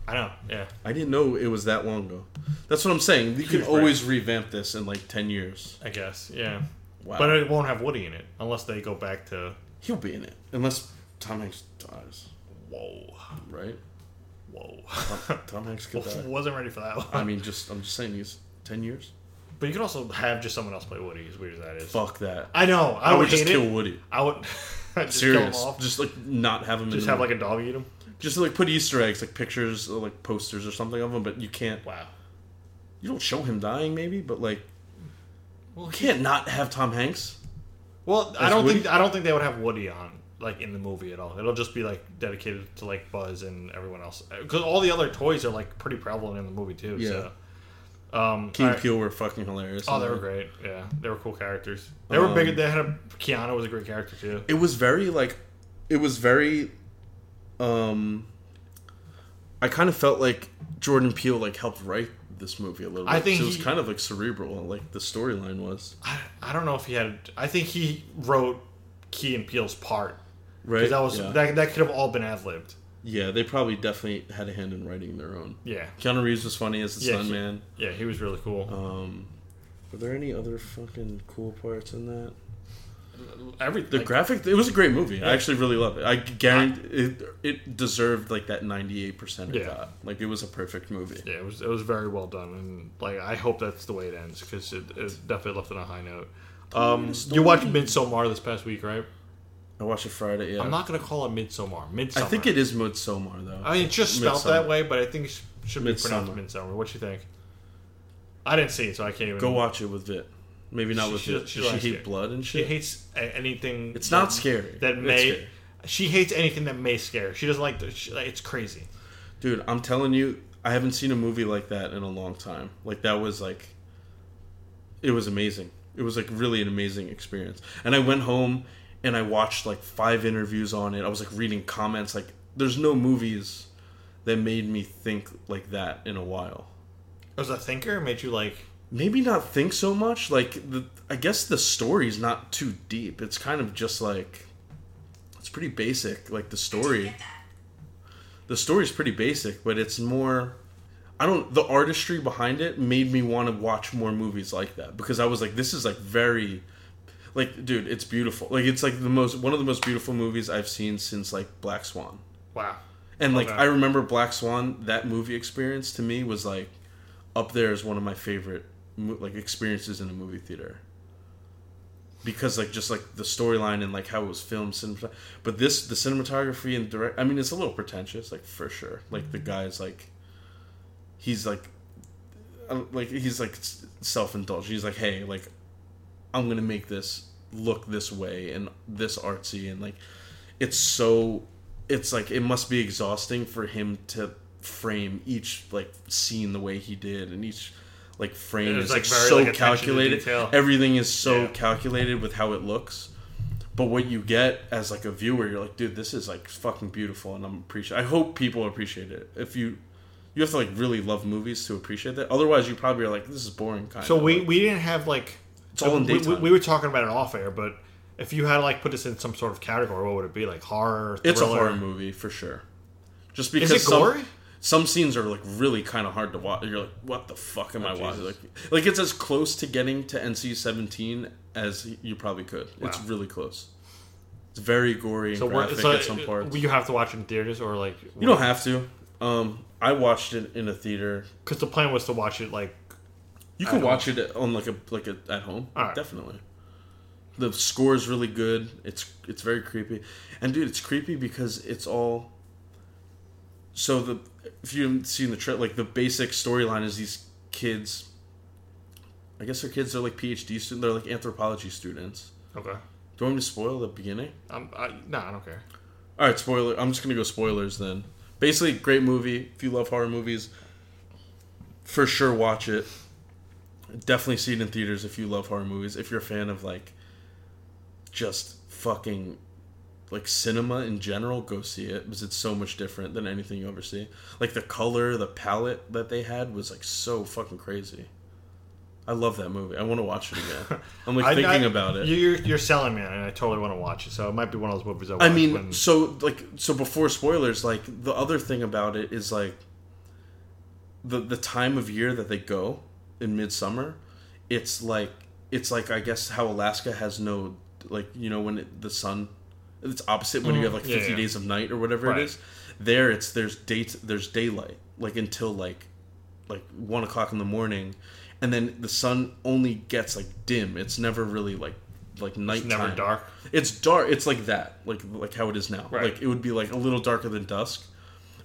[SPEAKER 5] I know, yeah,
[SPEAKER 3] I didn't know it was that long ago. That's what I'm saying. You can
[SPEAKER 5] Huge
[SPEAKER 3] always revamp this in like ten years.
[SPEAKER 5] I guess, yeah.
[SPEAKER 3] Wow.
[SPEAKER 5] But it won't have Woody in it unless they go back to
[SPEAKER 3] He'll be in it. Unless Tom Hanks dies,
[SPEAKER 5] whoa,
[SPEAKER 3] right? <laughs>
[SPEAKER 5] <laughs> whoa.
[SPEAKER 3] Tom Hanks could die.
[SPEAKER 5] Wasn't ready for that one.
[SPEAKER 3] I mean, just I'm just saying he's 10 years.
[SPEAKER 5] but you could also have just someone else play Woody. As weird as that is,
[SPEAKER 3] Fuck that. I,
[SPEAKER 5] I know. I, would,
[SPEAKER 3] would just
[SPEAKER 5] hate
[SPEAKER 3] kill
[SPEAKER 5] it.
[SPEAKER 3] Woody.
[SPEAKER 5] I would <laughs> just kill him
[SPEAKER 3] Serious.
[SPEAKER 5] off.
[SPEAKER 3] Just like not have him
[SPEAKER 5] Just
[SPEAKER 3] in
[SPEAKER 5] have
[SPEAKER 3] the
[SPEAKER 5] like a dog eat him.
[SPEAKER 3] Just like put Easter eggs, like pictures, or, like posters or something of him, but you can't.
[SPEAKER 5] Wow.
[SPEAKER 3] You don't show him dying, maybe, but like.
[SPEAKER 5] Well,
[SPEAKER 3] you can't not have Tom Hanks.
[SPEAKER 5] Well, I
[SPEAKER 3] As
[SPEAKER 5] don't
[SPEAKER 3] Woody?
[SPEAKER 5] think I don't think they would have Woody on. like in the movie at all. It'll just be like dedicated to like Buzz and everyone else because all the other toys are like pretty prevalent in the movie too.
[SPEAKER 3] Yeah.
[SPEAKER 5] So. Um,
[SPEAKER 3] Key and
[SPEAKER 5] alright.
[SPEAKER 3] Peele were fucking hilarious.
[SPEAKER 5] Oh,
[SPEAKER 3] in
[SPEAKER 5] they were
[SPEAKER 3] that.
[SPEAKER 5] great. Yeah, they were cool characters. They
[SPEAKER 3] Um,
[SPEAKER 5] were big. They had a Keanu was a great character too.
[SPEAKER 3] It was very like, it was very, um, I kind of felt like Jordan Peele like helped write this movie a little. bit.
[SPEAKER 5] I think
[SPEAKER 3] it was
[SPEAKER 5] he-
[SPEAKER 3] kind of like cerebral, like the storyline was
[SPEAKER 5] I, I don't know if he had. I think he wrote Key and Peele's part
[SPEAKER 3] right.
[SPEAKER 5] because that was
[SPEAKER 3] yeah.
[SPEAKER 5] that, that could have all been ad libbed.
[SPEAKER 3] Yeah, they probably definitely had a hand in writing their own.
[SPEAKER 5] Yeah,
[SPEAKER 3] Keanu Reeves was funny as the
[SPEAKER 5] Yeah,
[SPEAKER 3] Sun
[SPEAKER 5] he-
[SPEAKER 3] Man.
[SPEAKER 5] yeah, he was really cool.
[SPEAKER 3] Um, were there any other fucking cool parts in that?
[SPEAKER 5] Every
[SPEAKER 3] Uh, The
[SPEAKER 5] like,
[SPEAKER 3] graphic, it was a great movie. I actually really love it. I guarantee it, it deserved like that ninety eight percent.
[SPEAKER 5] Yeah.
[SPEAKER 3] Yeah, got. like it was a perfect movie.
[SPEAKER 5] yeah, it was it was very well done, and like I hope that's the way it ends because it, it definitely left on a high note. Um, you watched Midsommar this past week, right?
[SPEAKER 3] I watched it Friday. Yeah,
[SPEAKER 5] I'm not gonna call it Midsommar. Midsommar.
[SPEAKER 3] I think it is Midsommar though.
[SPEAKER 5] I mean, it's just spelled
[SPEAKER 3] Midsommar.
[SPEAKER 5] that way, but I think it sh- should be pronounced
[SPEAKER 3] Midsommar.
[SPEAKER 5] Midsommar. What you think? I didn't see it, so I can't even.
[SPEAKER 3] Go watch it with Vit. Maybe not
[SPEAKER 5] She-
[SPEAKER 3] with
[SPEAKER 5] she- she
[SPEAKER 3] Vit. She, she
[SPEAKER 5] likes
[SPEAKER 3] hate
[SPEAKER 5] it.
[SPEAKER 3] blood and
[SPEAKER 5] She
[SPEAKER 3] shit.
[SPEAKER 5] hates a- anything.
[SPEAKER 3] it's
[SPEAKER 5] that-
[SPEAKER 3] not scary.
[SPEAKER 5] That
[SPEAKER 3] It's
[SPEAKER 5] may.
[SPEAKER 3] scary.
[SPEAKER 5] She hates anything that may scare. her. She doesn't like. The, she, like, it's crazy.
[SPEAKER 3] dude. I'm telling you, I haven't seen a movie like that in a long time. Like that was like, it was amazing. It was like really an amazing experience. And I went home and I watched like five interviews on it. I was like reading comments. Like, there's no movies that made me think like that in a while.
[SPEAKER 5] It was a thinker. Made you like.
[SPEAKER 3] maybe not think so much like the, i guess the story's not too deep it's kind of just like it's pretty basic like the story the story's pretty basic but it's more i don't the artistry behind it made me want to watch more movies like that because i was like this is like very like dude it's beautiful like it's like the most one of the most beautiful movies i've seen since like black swan
[SPEAKER 5] Wow.
[SPEAKER 3] and like
[SPEAKER 5] Okay.
[SPEAKER 3] I remember Black Swan, that movie experience to me was like up there as one of my favorite mo- like experiences in a movie theater. Because like just like the storyline and like how it was filmed, cinemat- but this the cinematography and direct. I mean, it's a little pretentious, like for sure. Like the guy's like, he's like, I don't- uh, like he's like self indulgent. He's like, hey, like I'm gonna make this look this way and this artsy and like it's so it's like it must be exhausting for him to frame each like scene the way he did and each like frame
[SPEAKER 5] It's,
[SPEAKER 3] is
[SPEAKER 5] like,
[SPEAKER 3] like,
[SPEAKER 5] very,
[SPEAKER 3] so
[SPEAKER 5] like, attention to
[SPEAKER 3] calculated
[SPEAKER 5] detail.
[SPEAKER 3] everything is so
[SPEAKER 5] Yeah.
[SPEAKER 3] calculated with how it looks but what you get as like a viewer you're like dude this is like fucking beautiful and i'm appreciate i hope people appreciate it if you you have to like really love movies to appreciate that otherwise you probably are like this is boring kind
[SPEAKER 5] So we we didn't have like.
[SPEAKER 3] It's all in
[SPEAKER 5] we, we,
[SPEAKER 3] daytime.
[SPEAKER 5] we were talking about it off air, but if you had to like put this in some sort of category, what would it be? Like horror. Thriller?
[SPEAKER 3] It's a horror movie for sure. Just because
[SPEAKER 5] Is it
[SPEAKER 3] some-
[SPEAKER 5] gory?
[SPEAKER 3] Some, scenes are like really kind of hard to watch. You're like, what the fuck am I watching? Like, like it's as close to getting to NC-17 as you probably could. It's really close. It's very gory and
[SPEAKER 5] So, we're,
[SPEAKER 3] graphic
[SPEAKER 5] so
[SPEAKER 3] at some parts.
[SPEAKER 5] you have to watch it in theaters or like
[SPEAKER 3] you don't have to. Um, I watched it in a theater.
[SPEAKER 5] because the plan was to watch it like
[SPEAKER 3] You can
[SPEAKER 5] At
[SPEAKER 3] watch it on like a like a, at home.
[SPEAKER 5] All right.
[SPEAKER 3] Definitely. The score is really good. It's it's very creepy, and dude, it's creepy because it's all. So the if you've seen the trip, like the basic storyline is these kids. I guess they're kids. They're like PhD students. They're like anthropology students.
[SPEAKER 5] okay.
[SPEAKER 3] Do you want me to spoil the beginning?
[SPEAKER 5] Um, I, no, I don't care.
[SPEAKER 3] All right, spoiler. I'm just gonna go spoilers then. Basically, great movie. If you love horror movies, for sure watch it. Definitely see it in theaters if you love horror movies. If you're a fan of like just fucking like cinema in general, go see it because it's so much different than anything you ever see. Like the color, the palette that they had was like so fucking crazy. I love that movie. I want to watch it again. I'm like
[SPEAKER 5] I-
[SPEAKER 3] thinking
[SPEAKER 5] I-
[SPEAKER 3] about it.
[SPEAKER 5] you- You're, you're selling me, on it, and I totally want to watch it. So it might be one of those movies. I,
[SPEAKER 3] I
[SPEAKER 5] watch
[SPEAKER 3] mean,
[SPEAKER 5] when-
[SPEAKER 3] so like so before spoilers, like the other thing about it is like the the time of year that they go in midsummer, it's like it's like I guess how Alaska has no like you know when it, the sun it's opposite when you have like
[SPEAKER 5] Mm, yeah,
[SPEAKER 3] 50
[SPEAKER 5] yeah.
[SPEAKER 3] days of night or whatever
[SPEAKER 5] Right.
[SPEAKER 3] it is. There it's there's date there's daylight like until like like one o'clock in the morning, and then the sun only gets like dim. It's never really like like night.
[SPEAKER 5] never dark.
[SPEAKER 3] It's dark. It's like that, like like how it is now.
[SPEAKER 5] Right.
[SPEAKER 3] Like it would be like a little darker than dusk,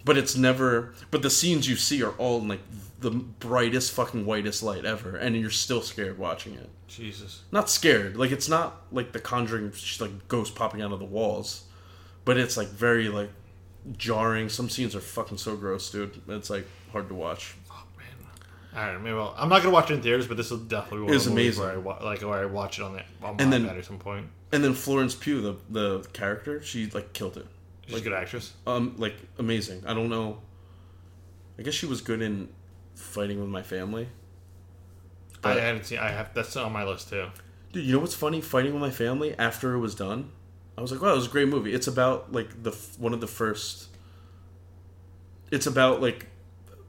[SPEAKER 3] but it's never. But the scenes you see are all in like the brightest fucking whitest light ever, and you're still scared watching it.
[SPEAKER 5] Jesus.
[SPEAKER 3] Not scared. Like it's not like the Conjuring, sh- like ghosts popping out of the walls. but it's like very like jarring. Some scenes are fucking so gross, dude. It's like hard to watch.
[SPEAKER 5] Oh, All right, maybe I'll, I'm not gonna watch it in theaters, but this will definitely be one
[SPEAKER 3] It's
[SPEAKER 5] of the movies
[SPEAKER 3] amazing.
[SPEAKER 5] Where I wa- like where I watch it on the on my
[SPEAKER 3] And then-
[SPEAKER 5] iPad at some point.
[SPEAKER 3] And then Florence Pugh, the the character, she like killed it.
[SPEAKER 5] She's a good actress.
[SPEAKER 3] Um, like amazing. I don't know. I guess she was good in fighting with my family.
[SPEAKER 5] I
[SPEAKER 3] but-
[SPEAKER 5] haven't seen. I have that's on my list too.
[SPEAKER 3] Dude, you know what's funny? Fighting with my family after it was done, I was like, "Wow, it was a great movie." It's about like the f- one of the first. It's about like,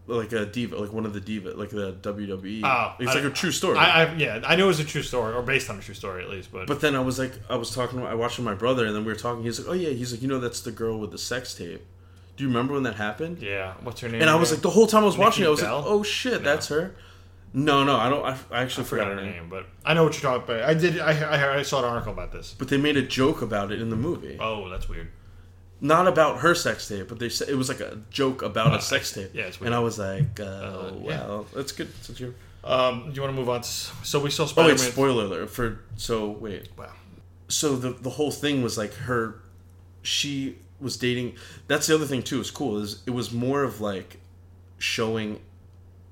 [SPEAKER 3] like a diva, like one of the diva, like the WWE.
[SPEAKER 5] Oh,
[SPEAKER 3] it's
[SPEAKER 5] I-
[SPEAKER 3] like a true story.
[SPEAKER 5] I, I yeah, I knew it was a true story or based on a true story at least, but,
[SPEAKER 3] but then I was like, I was talking, I watched with my brother, and then we were talking. He's like, "Oh yeah," he's like, "You know, that's the girl with the sex tape." Do you remember when that happened?
[SPEAKER 5] yeah, what's her name?
[SPEAKER 3] And I was
[SPEAKER 5] again?
[SPEAKER 3] like, the whole time I was watching, it, I was
[SPEAKER 5] Bell?
[SPEAKER 3] like, oh shit, that's her. No, no, I don't. I, I actually
[SPEAKER 5] I
[SPEAKER 3] forgot, her name.
[SPEAKER 5] name, but I know what you're talking about. I did. I, I, I saw an article about this.
[SPEAKER 3] But they made a joke about it in the movie.
[SPEAKER 5] Oh, that's weird.
[SPEAKER 3] Not about her sex tape, but they said it was like a joke about <laughs> a sex tape.
[SPEAKER 5] Yeah, it's weird.
[SPEAKER 3] and I was like, uh,
[SPEAKER 5] yeah.
[SPEAKER 3] wow, that's good. Since you
[SPEAKER 5] Um, do you want to move on? S- So we saw
[SPEAKER 3] oh
[SPEAKER 5] Spider-Man.
[SPEAKER 3] wait, spoiler alert for so wait.
[SPEAKER 5] Wow.
[SPEAKER 3] So the the whole thing was like her, she was dating. That's the other thing too. Is cool. Is it was more of like showing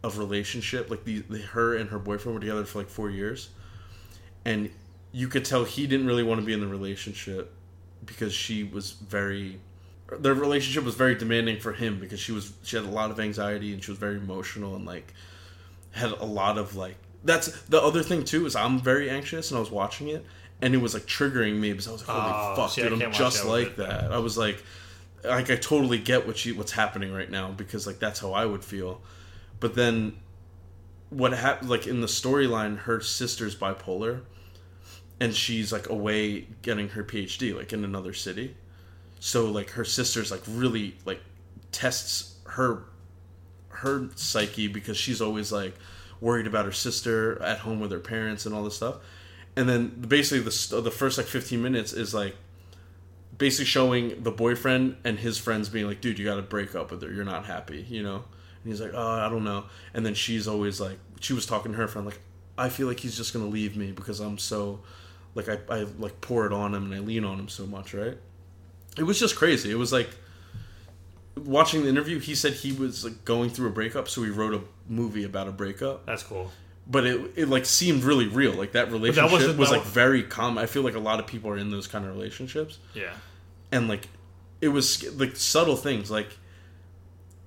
[SPEAKER 3] of relationship. Like the, the her and her boyfriend were together for like four years, and you could tell he didn't really want to be in the relationship because she was very. Their relationship was very demanding for him because she was she had a lot of anxiety and she was very emotional and like had a lot of like that's the other thing too is I'm very anxious and I was watching it and it was like triggering me because I was like holy
[SPEAKER 5] Oh,
[SPEAKER 3] fuck
[SPEAKER 5] see, I
[SPEAKER 3] dude I'm
[SPEAKER 5] can't watch
[SPEAKER 3] just
[SPEAKER 5] that with
[SPEAKER 3] like
[SPEAKER 5] it.
[SPEAKER 3] that I was like like I totally get what she what's happening right now because like that's how I would feel but then what happened like in the storyline her sister's bipolar and she's like away getting her phd like in another city so like her sister's like really like tests her her psyche because she's always like worried about her sister at home with her parents and all this stuff and then basically the st- the first like 15 minutes is like basically showing the boyfriend and his friends being like, dude, you got to break up with her. You're not happy, you know? And he's like, oh, I don't know. And then she's always like, she was talking to her friend, like, I feel like he's just going to leave me because I'm so, like, I, I like pour it on him and I lean on him so much, right? It was just crazy. It was like, watching the interview, he said he was like going through a breakup, so he wrote a movie about a breakup
[SPEAKER 5] That's cool.
[SPEAKER 3] but it, it like seemed really real. Like that relationship
[SPEAKER 5] wasn't-
[SPEAKER 3] was
[SPEAKER 5] that
[SPEAKER 3] like
[SPEAKER 5] wa-
[SPEAKER 3] very common. I feel like a lot of people are in those kind of relationships,
[SPEAKER 5] Yeah.
[SPEAKER 3] and like it was like subtle things. Like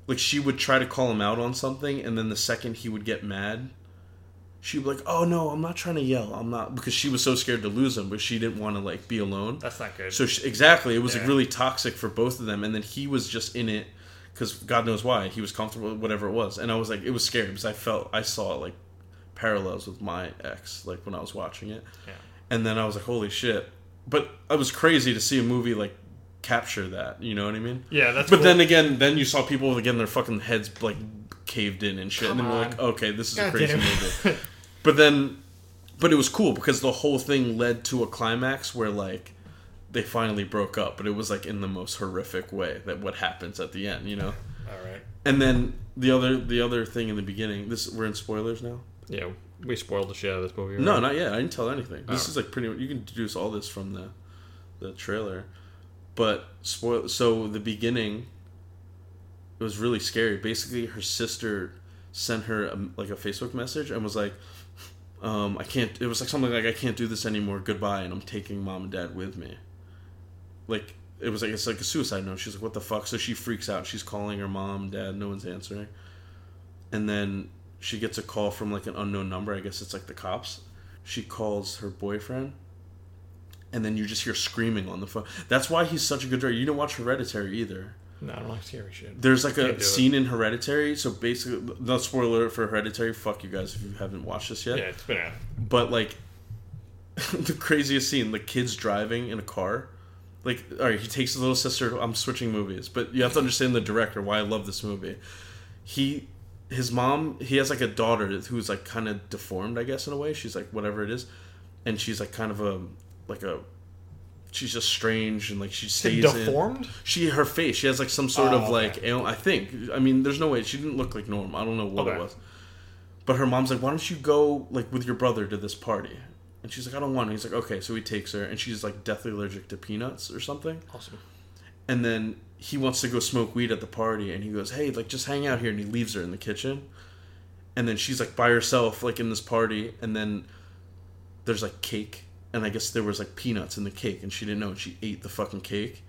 [SPEAKER 3] like she would try to call him out on something, and then the second he would get mad, she'd be like, "Oh no, I'm not trying to yell. I'm not," because she was so scared to lose him, but she didn't want to like be alone.
[SPEAKER 5] That's not good.
[SPEAKER 3] So she, exactly, it was like
[SPEAKER 5] Yeah.
[SPEAKER 3] really toxic for both of them, and then he was just in it because God knows why he was comfortable, with whatever it was, and I was like, it was scary because I felt I saw like parallels with my ex, like when I was watching it,
[SPEAKER 5] Yeah.
[SPEAKER 3] and then I was like, holy shit! But it was crazy to see a movie like capture that, you know what I mean?
[SPEAKER 5] yeah, that's.
[SPEAKER 3] But
[SPEAKER 5] cool.
[SPEAKER 3] then again, then you saw people again, their fucking heads like caved in and shit, and then
[SPEAKER 5] Come
[SPEAKER 3] you're
[SPEAKER 5] on.
[SPEAKER 3] like, okay, this is a
[SPEAKER 5] God
[SPEAKER 3] crazy
[SPEAKER 5] damn. <laughs>
[SPEAKER 3] movie. But then, but it was cool because the whole thing led to a climax where like they finally broke up, but it was like in the most horrific way that what happens at the end, you know.
[SPEAKER 5] All right.
[SPEAKER 3] And then the other the other thing in the beginning, this we're in spoilers now.
[SPEAKER 5] Yeah, we spoiled the shit out of this movie.
[SPEAKER 3] No,
[SPEAKER 5] right?
[SPEAKER 3] not yet. I didn't tell anything. This
[SPEAKER 5] Oh.
[SPEAKER 3] is like pretty. You can deduce all this from the, the trailer, but spoil. So the beginning. It was really scary. Basically, her sister sent her um like a Facebook message and was like, um, "I can't." It was like something like, "I can't do this anymore. Goodbye." And I'm taking mom and dad with me. Like it was like it's like a suicide note. She's like, "What the fuck?" So she freaks out. She's calling her mom, dad. No one's answering. And then she gets a call from like an unknown number. I guess it's like the cops. She calls her boyfriend, and then you just hear screaming on the phone. That's why he's such a good director. You didn't watch Hereditary either.
[SPEAKER 5] no, I don't like scary shit.
[SPEAKER 3] There's like
[SPEAKER 5] Can't
[SPEAKER 3] a
[SPEAKER 5] do it.
[SPEAKER 3] scene in Hereditary. So basically, no spoiler alert for Hereditary. Fuck you guys if you haven't watched this yet.
[SPEAKER 5] Yeah, it's been out.
[SPEAKER 3] But like, <laughs> the craziest scene: the kid's driving in a car. Like, all right, he takes his little sister. I'm switching movies, but you have to understand the director. Why I love this movie. He, his mom, he has like a daughter who's like kind of deformed, I guess, in a way. She's like whatever it is, and she's like kind of a like a. She's just strange and like she stays in-
[SPEAKER 5] Deformed?
[SPEAKER 3] she her face. She has like some sort
[SPEAKER 5] Oh,
[SPEAKER 3] of
[SPEAKER 5] okay.
[SPEAKER 3] like ail- I think. I mean, there's no way she didn't look like normal. I don't know what it
[SPEAKER 5] Okay.
[SPEAKER 3] was. But her mom's like, "Why don't you go like with your brother to this party?" And she's like, "I don't want." to. He's like, "Okay." So he takes her, and she's like deathly allergic to peanuts or something.
[SPEAKER 5] Awesome.
[SPEAKER 3] and then he wants to go smoke weed at the party and he goes hey like just hang out here and he leaves her in the kitchen and then she's like by herself like in this party and then there's like cake and i guess there was like peanuts in the cake and she didn't know and she ate the fucking cake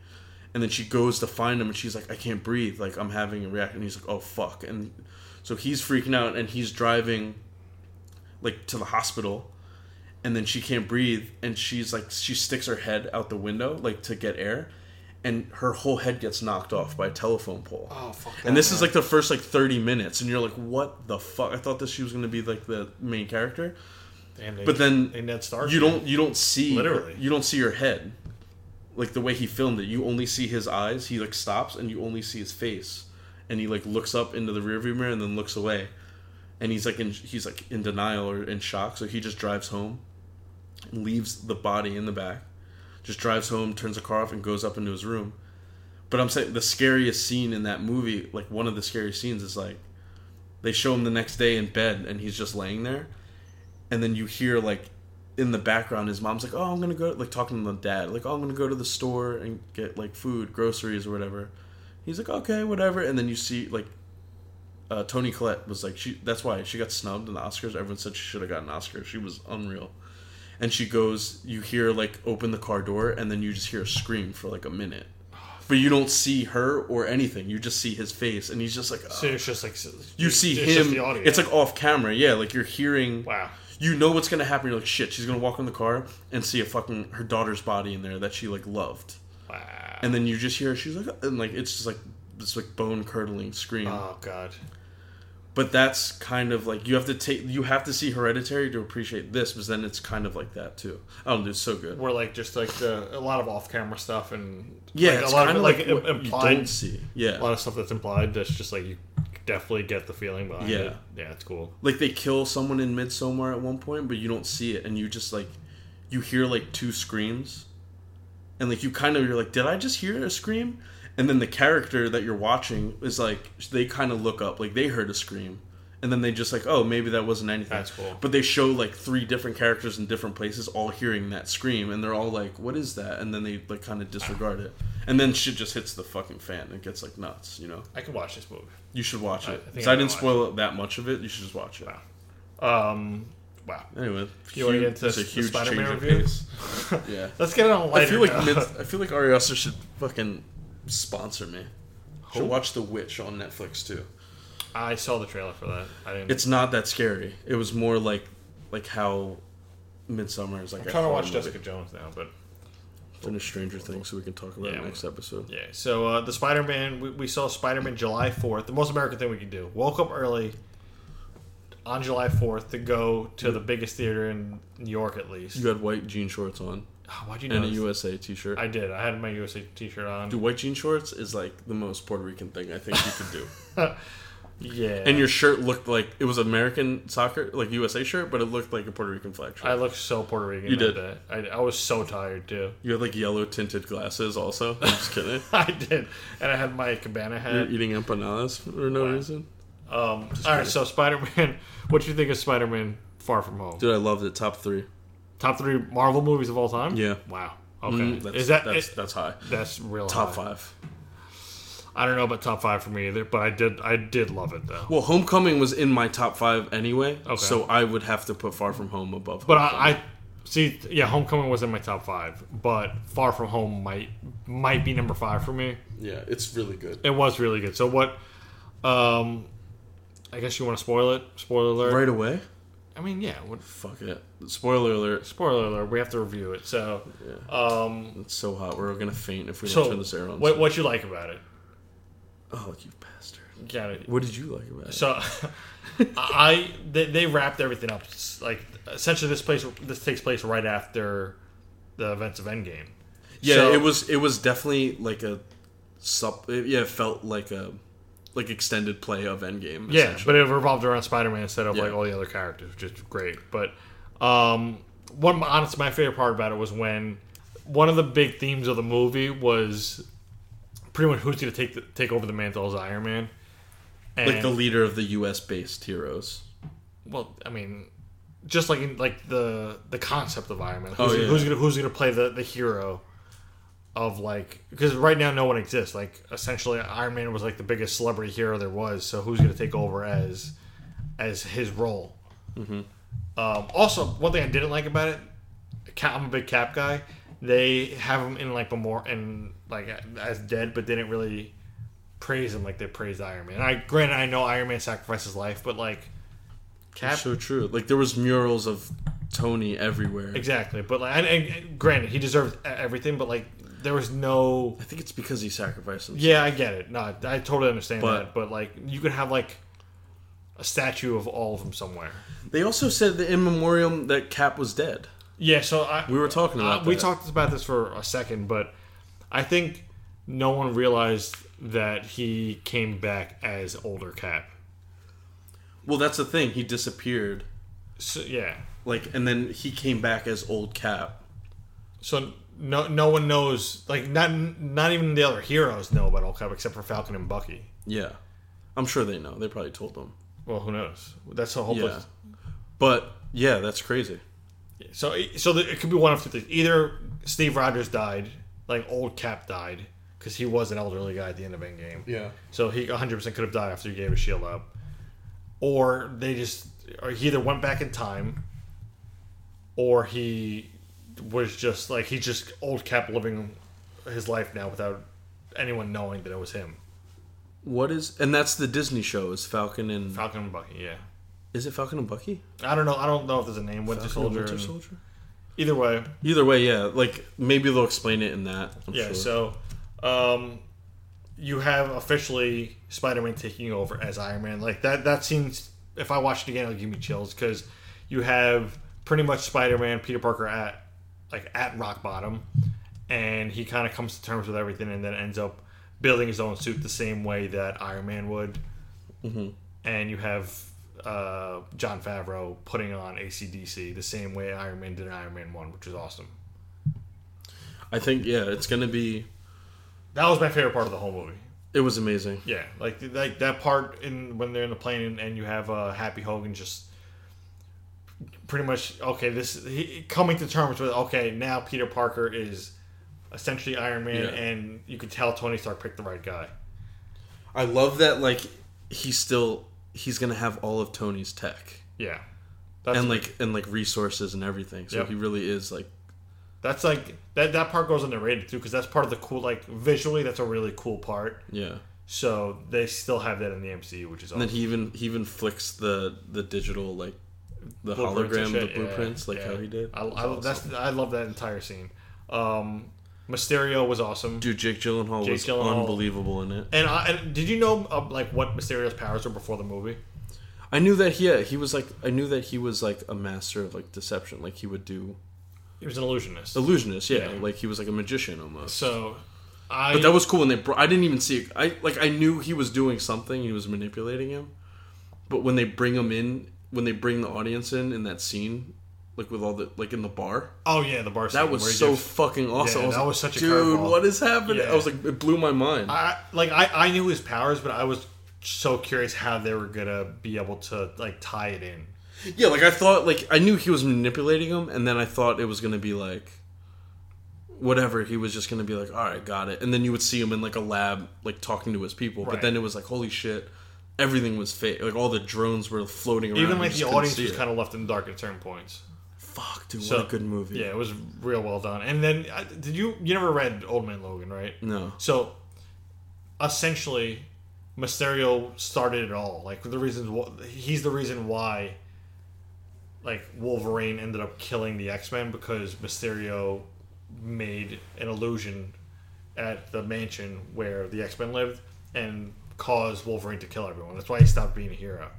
[SPEAKER 3] and then she goes to find him and she's like i can't breathe like i'm having a reaction and he's like oh fuck and so he's freaking out and he's driving like to the hospital and then she can't breathe and she's like she sticks her head out the window like to get air and her whole head gets knocked off by a telephone pole
[SPEAKER 5] Oh fuck.
[SPEAKER 3] and this is like the first like 30 minutes and you're like what the fuck i thought that she was going to be like the main character
[SPEAKER 5] and they,
[SPEAKER 3] but then
[SPEAKER 5] they Ned Stark.
[SPEAKER 3] you don't you don't see
[SPEAKER 5] Literally.
[SPEAKER 3] you don't see her head like the way he filmed it you only see his eyes he like stops and you only see his face and he like looks up into the rearview mirror and then looks away and he's like in he's like in denial or in shock so he just drives home and leaves the body in the back just drives home turns the car off and goes up into his room but i'm saying the scariest scene in that movie like one of the scariest scenes is like they show him the next day in bed and he's just laying there and then you hear like in the background his mom's like oh i'm gonna go like talking to the dad like oh i'm gonna go to the store and get like food groceries or whatever he's like okay whatever and then you see like uh, tony collette was like she that's why she got snubbed in the oscars everyone said she should have gotten an oscar she was unreal and she goes you hear like open the car door and then you just hear a scream for like a minute but you don't see her or anything you just see his face and he's just like
[SPEAKER 5] So
[SPEAKER 3] "Oh."
[SPEAKER 5] it's just like
[SPEAKER 3] you see
[SPEAKER 5] it's Just
[SPEAKER 3] him
[SPEAKER 5] the audio.
[SPEAKER 3] it's like off camera yeah like you're hearing
[SPEAKER 5] wow.
[SPEAKER 3] you know what's gonna happen. You're like, shit, she's gonna walk in the car and see a fucking her daughter's body in there that she like loved,
[SPEAKER 5] Wow.
[SPEAKER 3] and then you just hear she's like, and like it's just like this like bone curdling scream.
[SPEAKER 5] Oh god.
[SPEAKER 3] but that's kind of like you have to take you have to see Hereditary to appreciate this, but then it's kind of like that too. Oh, dude, it's so good.
[SPEAKER 5] We're like just like the, a lot of off-camera stuff and
[SPEAKER 3] Yeah,
[SPEAKER 5] like,
[SPEAKER 3] it's
[SPEAKER 5] a lot of
[SPEAKER 3] kind of
[SPEAKER 5] like,
[SPEAKER 3] like,
[SPEAKER 5] im-
[SPEAKER 3] what you
[SPEAKER 5] implied
[SPEAKER 3] don't see. Yeah,
[SPEAKER 5] a lot of stuff that's implied that's just like you definitely get the feeling behind
[SPEAKER 3] Yeah.
[SPEAKER 5] it. Yeah, it's cool.
[SPEAKER 3] like they kill someone in Midsummer at one point, but you don't see it, and you just like you hear like two screams, and like you kind of you're like, did I just hear a scream? And then the character that you're watching is like they kind of look up, like they heard a scream, and then they just like, oh, maybe that wasn't anything.
[SPEAKER 5] That's cool.
[SPEAKER 3] But they show like three different characters in different places, all hearing that scream, and they're all like, what is that? And then they like kind of disregard it, and then shit just hits the fucking fan. It gets like nuts, you know.
[SPEAKER 5] I can watch this movie.
[SPEAKER 3] You should watch
[SPEAKER 5] I- I
[SPEAKER 3] it.
[SPEAKER 5] think
[SPEAKER 3] 'Cause
[SPEAKER 5] I'm
[SPEAKER 3] I,
[SPEAKER 5] gonna
[SPEAKER 3] didn't
[SPEAKER 5] watch
[SPEAKER 3] spoil that much of it. You should just watch it.
[SPEAKER 5] Um, wow.
[SPEAKER 3] Anyway,
[SPEAKER 5] You wanna
[SPEAKER 3] huge-
[SPEAKER 5] get into
[SPEAKER 3] it's a
[SPEAKER 5] the
[SPEAKER 3] huge
[SPEAKER 5] Spider-Man
[SPEAKER 3] change of
[SPEAKER 5] review?
[SPEAKER 3] pace. yeah,
[SPEAKER 5] <laughs> Let's get it on a lighter
[SPEAKER 3] I feel like
[SPEAKER 5] note.
[SPEAKER 3] mid, I feel like Ari Aster should fucking sponsor me. Should
[SPEAKER 5] Who?
[SPEAKER 3] watch The Witch on Netflix too.
[SPEAKER 5] <laughs> I saw the trailer for that. I didn't.
[SPEAKER 3] It's not that scary. It was more like like how Midsummer is like.
[SPEAKER 5] I'm
[SPEAKER 3] a
[SPEAKER 5] trying to
[SPEAKER 3] horror
[SPEAKER 5] watch
[SPEAKER 3] movie.
[SPEAKER 5] Jessica Jones now, but
[SPEAKER 3] Finish Stranger Things so we can talk about
[SPEAKER 5] Yeah,
[SPEAKER 3] it next episode.
[SPEAKER 5] yeah. So uh, the Spider-Man, we, we saw Spider-Man July 4th. The most American thing we can do. Woke up early on July 4th to go to the biggest theater in New York, at least.
[SPEAKER 3] You had white jean shorts on
[SPEAKER 5] Ah, Why'd you
[SPEAKER 3] and
[SPEAKER 5] know?
[SPEAKER 3] a
[SPEAKER 5] this?
[SPEAKER 3] USA T-shirt.
[SPEAKER 5] I did. I had my USA T-shirt on.
[SPEAKER 3] Dude, white jean shorts is like the most Puerto Rican thing I think you could
[SPEAKER 5] <laughs>
[SPEAKER 3] do.
[SPEAKER 5] yeah.
[SPEAKER 3] and your shirt looked like it was American soccer, like USA shirt, but it looked like a Puerto Rican flag shirt.
[SPEAKER 5] I looked so Puerto Rican.
[SPEAKER 3] You
[SPEAKER 5] that
[SPEAKER 3] did.
[SPEAKER 5] day. I, I was so tired too. <laughs>
[SPEAKER 3] You had like yellow tinted glasses. Also, I'm <laughs> just kidding.
[SPEAKER 5] I did, and I had my cabana
[SPEAKER 3] You're
[SPEAKER 5] hat.
[SPEAKER 3] eating empanadas for no reason.
[SPEAKER 5] Um, all right, so Spider-Man. <laughs> What do you think of Spider-Man: Far From Home?
[SPEAKER 3] Dude, I loved it. Top three.
[SPEAKER 5] Top three Marvel movies of all time.
[SPEAKER 3] Yeah.
[SPEAKER 5] Wow. Okay.
[SPEAKER 3] Mm, that's,
[SPEAKER 5] Is that
[SPEAKER 3] that's,
[SPEAKER 5] it-
[SPEAKER 3] that's high?
[SPEAKER 5] that's real
[SPEAKER 3] Top
[SPEAKER 5] high.
[SPEAKER 3] five.
[SPEAKER 5] I don't know about top five for me either, but I did. I did love it though.
[SPEAKER 3] Well, Homecoming was in my top five anyway,
[SPEAKER 5] Okay.
[SPEAKER 3] so I would have to put Far From Home above.
[SPEAKER 5] But
[SPEAKER 3] Homecoming.
[SPEAKER 5] I, I see. Yeah, Homecoming was in my top five, but Far From Home might might be number five for me.
[SPEAKER 3] yeah, it's really good.
[SPEAKER 5] It was really good. So what? Um, I guess you want to spoil it. Spoiler alert.
[SPEAKER 3] Right away.
[SPEAKER 5] I mean, yeah. What,
[SPEAKER 3] Fuck it. Spoiler alert.
[SPEAKER 5] spoiler alert. We have to review it. So, um,
[SPEAKER 3] It's so hot. We're gonna faint if we don't
[SPEAKER 5] so
[SPEAKER 3] turn this air on.
[SPEAKER 5] what what you like about it?
[SPEAKER 3] Oh, you bastard!
[SPEAKER 5] Got it.
[SPEAKER 3] What did you like about it?
[SPEAKER 5] So, <laughs> I they, they wrapped everything up. It's Like essentially, this place this takes place right after the events of Endgame.
[SPEAKER 3] Yeah,
[SPEAKER 5] So-
[SPEAKER 3] it was it was definitely like a sup. It, yeah, it felt like a like extended play of Endgame.
[SPEAKER 5] Yeah,
[SPEAKER 3] essentially.
[SPEAKER 5] but it revolved around Spider Man instead of
[SPEAKER 3] Yeah.
[SPEAKER 5] like all the other characters, which is great. But um, one of my, honestly, my favorite part about it was when one of the big themes of the movie was pretty much who's going to take the, take over the mantle as Iron Man. And,
[SPEAKER 3] like the leader of the U.S. based heroes.
[SPEAKER 5] well, I mean, just like in, like the the concept of Iron Man, who's,
[SPEAKER 3] Oh, yeah.
[SPEAKER 5] who's gonna who's gonna play the the hero of like because right now no one exists. Like essentially, Iron Man was like the biggest celebrity hero there was. So who's gonna take over as as his role? Um, also, one thing I didn't like about it, Cap, I'm a big Cap guy. They have him in like memor and like as dead, but they didn't really praise him like they praised Iron Man. And I granted, I know Iron Man sacrificed his life, but like Cap,
[SPEAKER 3] So true. Like there was murals of Tony everywhere.
[SPEAKER 5] Exactly, but like, and, and granted, he deserved e- everything, but like, there was no.
[SPEAKER 3] I think it's because he sacrificed himself.
[SPEAKER 5] Yeah, I get it. No, I I totally understand
[SPEAKER 3] But-
[SPEAKER 5] that. But like, you could have like a statue of all of them somewhere.
[SPEAKER 3] They also said that in memoriam that Cap was dead.
[SPEAKER 5] Yeah, so I
[SPEAKER 3] We were talking about
[SPEAKER 5] uh, we
[SPEAKER 3] that.
[SPEAKER 5] talked about this for a second, but I think no one realized that he came back as older Cap.
[SPEAKER 3] Well, that's the thing. He disappeared,
[SPEAKER 5] So yeah,
[SPEAKER 3] like, and then he came back as old Cap.
[SPEAKER 5] so no no one knows like not not even the other heroes know about old Cap except for Falcon and Bucky.
[SPEAKER 3] Yeah, I'm sure they know. They probably told them.
[SPEAKER 5] Well, who knows? That's the whole.
[SPEAKER 3] Yeah, but yeah, that's crazy.
[SPEAKER 5] So, so the, it could be one of two things. Either Steve Rogers died, like old Cap died, because he was an elderly guy at the end of Endgame.
[SPEAKER 7] Yeah.
[SPEAKER 5] So he 100% could have died after he gave his shield up. Or they just, or he either went back in time, or he was just like, he's just old Cap living his life now without anyone knowing that it was him.
[SPEAKER 3] What is? And that's the Disney show. Is Falcon and
[SPEAKER 5] Falcon and Bucky, yeah.
[SPEAKER 3] is it Falcon and Bucky?
[SPEAKER 5] I don't know. I don't know if there's a name. Winter
[SPEAKER 3] Falcon and
[SPEAKER 5] Soldier.
[SPEAKER 3] Winter
[SPEAKER 5] and-
[SPEAKER 3] Soldier.
[SPEAKER 5] Either way,
[SPEAKER 3] Either way, yeah. Like maybe they'll explain it in that. I'm
[SPEAKER 5] Yeah,
[SPEAKER 3] sure.
[SPEAKER 5] so um, you have officially Spider-Man taking over as Iron Man. Like that that seems if I watch it again it'll give me chills cuz you have pretty much Spider-Man Peter Parker at like at rock bottom and he kind of comes to terms with everything and then ends up building his own suit the same way that Iron Man would. And you have uh, John Favreau putting on ACDC the same way Iron Man did in Iron Man 1, which was awesome.
[SPEAKER 3] I think yeah, it's gonna be.
[SPEAKER 5] That was my favorite part of the whole movie.
[SPEAKER 3] It was amazing.
[SPEAKER 5] Yeah, like like that part in when they're in the plane and, and you have uh, Happy Hogan just pretty much okay. This he, coming to terms with okay now Peter Parker is essentially Iron Man,
[SPEAKER 3] Yeah.
[SPEAKER 5] and you could tell Tony Stark picked the right guy.
[SPEAKER 3] I love that. Like he's still he's gonna have all of Tony's tech
[SPEAKER 5] Yeah, that's
[SPEAKER 3] and like and like resources and everything. So
[SPEAKER 5] Yep.
[SPEAKER 3] he really is like
[SPEAKER 5] that's like that that part goes underrated too because that's part of the cool like visually that's a really cool part.
[SPEAKER 3] yeah.
[SPEAKER 5] So they still have that in the MCU, which is awesome.
[SPEAKER 3] And then he even he even flicks the the digital like the
[SPEAKER 5] Blueprints and shit,
[SPEAKER 3] hologram, the
[SPEAKER 5] yeah,
[SPEAKER 3] blueprints, like
[SPEAKER 5] yeah.
[SPEAKER 3] how he did.
[SPEAKER 5] I, I, that's I love that entire scene. Um, Mysterio was awesome.
[SPEAKER 3] Dude, Jake Gyllenhaal
[SPEAKER 5] Jake
[SPEAKER 3] was
[SPEAKER 5] Gyllenhaal.
[SPEAKER 3] unbelievable in it.
[SPEAKER 5] And, I, and did you know uh, like what Mysterio's powers were before the movie?
[SPEAKER 3] I knew that yeah, he was like I knew that he was like a master of like deception. Like he would do
[SPEAKER 5] He was an illusionist.
[SPEAKER 3] illusionist, yeah.
[SPEAKER 5] Yeah.
[SPEAKER 3] Like he was like a magician almost.
[SPEAKER 5] so I
[SPEAKER 3] But that was cool when they brought. I didn't even see. It. I like. I knew he was doing something. He was manipulating him. But when they bring him in, when they bring the audience in in that scene, like with all the like in the bar,
[SPEAKER 5] oh yeah the bar
[SPEAKER 3] that
[SPEAKER 5] scene
[SPEAKER 3] was
[SPEAKER 5] where he
[SPEAKER 3] so
[SPEAKER 5] gives-
[SPEAKER 3] fucking awesome.
[SPEAKER 5] Yeah,
[SPEAKER 3] I was
[SPEAKER 5] that
[SPEAKER 3] like,
[SPEAKER 5] was such a
[SPEAKER 3] dude.
[SPEAKER 5] curveball."
[SPEAKER 3] What is happening?
[SPEAKER 5] Yeah.
[SPEAKER 3] I was like, it blew my mind.
[SPEAKER 5] I, like I, I knew his powers, but I was so curious how they were gonna be able to like tie it in.
[SPEAKER 3] yeah, like I thought. Like I knew he was manipulating him, and then I thought it was gonna be like. Whatever he was just gonna be like, all right, got it, and then you would see him in like a lab, like talking to his people. But
[SPEAKER 5] Right.
[SPEAKER 3] then it was like, holy shit, everything was fake. Like all the drones were floating around.
[SPEAKER 5] Even
[SPEAKER 3] you
[SPEAKER 5] like
[SPEAKER 3] just
[SPEAKER 5] the
[SPEAKER 3] couldn't
[SPEAKER 5] audience
[SPEAKER 3] see
[SPEAKER 5] was
[SPEAKER 3] it.
[SPEAKER 5] kind of left in the dark at certain points.
[SPEAKER 3] Fuck, dude,
[SPEAKER 5] So-
[SPEAKER 3] what a good movie.
[SPEAKER 5] Yeah, it was real well done. And then I- did you you never read Old Man Logan right?
[SPEAKER 3] No.
[SPEAKER 5] So, essentially, Mysterio started it all. Like the reasons wh- he's the reason why, like Wolverine ended up killing the X Men because Mysterio made an illusion at the mansion where the X Men lived and caused Wolverine to kill everyone. That's why he stopped being a hero.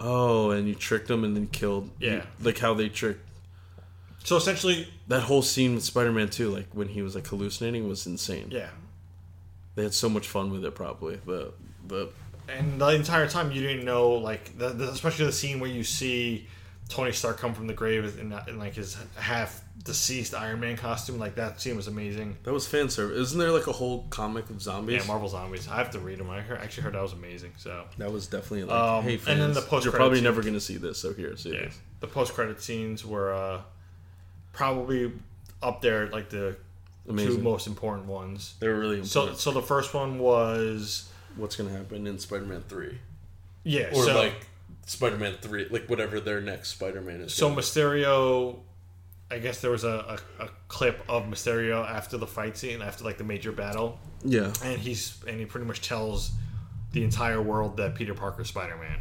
[SPEAKER 3] Oh, and you tricked him and then killed.
[SPEAKER 5] Yeah.
[SPEAKER 3] you- like how they tricked.
[SPEAKER 5] So essentially,
[SPEAKER 3] That whole scene with Spider Man 2, like when he was like hallucinating, was insane.
[SPEAKER 5] yeah.
[SPEAKER 3] They had so much fun with it, probably. The, the,
[SPEAKER 5] And the entire time you didn't know, like, the, the, especially the scene where you see Tony Stark come from the grave in, in like his half deceased Iron Man costume. Like that scene was amazing.
[SPEAKER 3] that was fan service. Isn't there like a whole comic of zombies?
[SPEAKER 5] Yeah, Marvel Zombies. I have to read them. I heard, actually heard that was amazing. So
[SPEAKER 3] that was definitely like,
[SPEAKER 5] Um,
[SPEAKER 3] hey,
[SPEAKER 5] and
[SPEAKER 3] fans,
[SPEAKER 5] then the post-credit
[SPEAKER 3] you're probably
[SPEAKER 5] scene.
[SPEAKER 3] never going to see this, so here, see
[SPEAKER 5] yeah,
[SPEAKER 3] this.
[SPEAKER 5] the post credit scenes were uh, probably up there, like the
[SPEAKER 3] Amazing.
[SPEAKER 5] two most important ones.
[SPEAKER 3] They're really
[SPEAKER 5] So,
[SPEAKER 3] important.
[SPEAKER 5] so the first one was
[SPEAKER 3] What's gonna happen in Spider-Man Three,
[SPEAKER 5] yeah.
[SPEAKER 3] or
[SPEAKER 5] so,
[SPEAKER 3] like Spider-Man Three, like whatever their next Spider-Man is?
[SPEAKER 5] so
[SPEAKER 3] gonna
[SPEAKER 5] Mysterio. I guess there was a, a, a clip of Mysterio after the fight scene, after like the major battle,
[SPEAKER 3] be. yeah,
[SPEAKER 5] and he's and he pretty much tells the entire world that Peter Parker's Spider Man.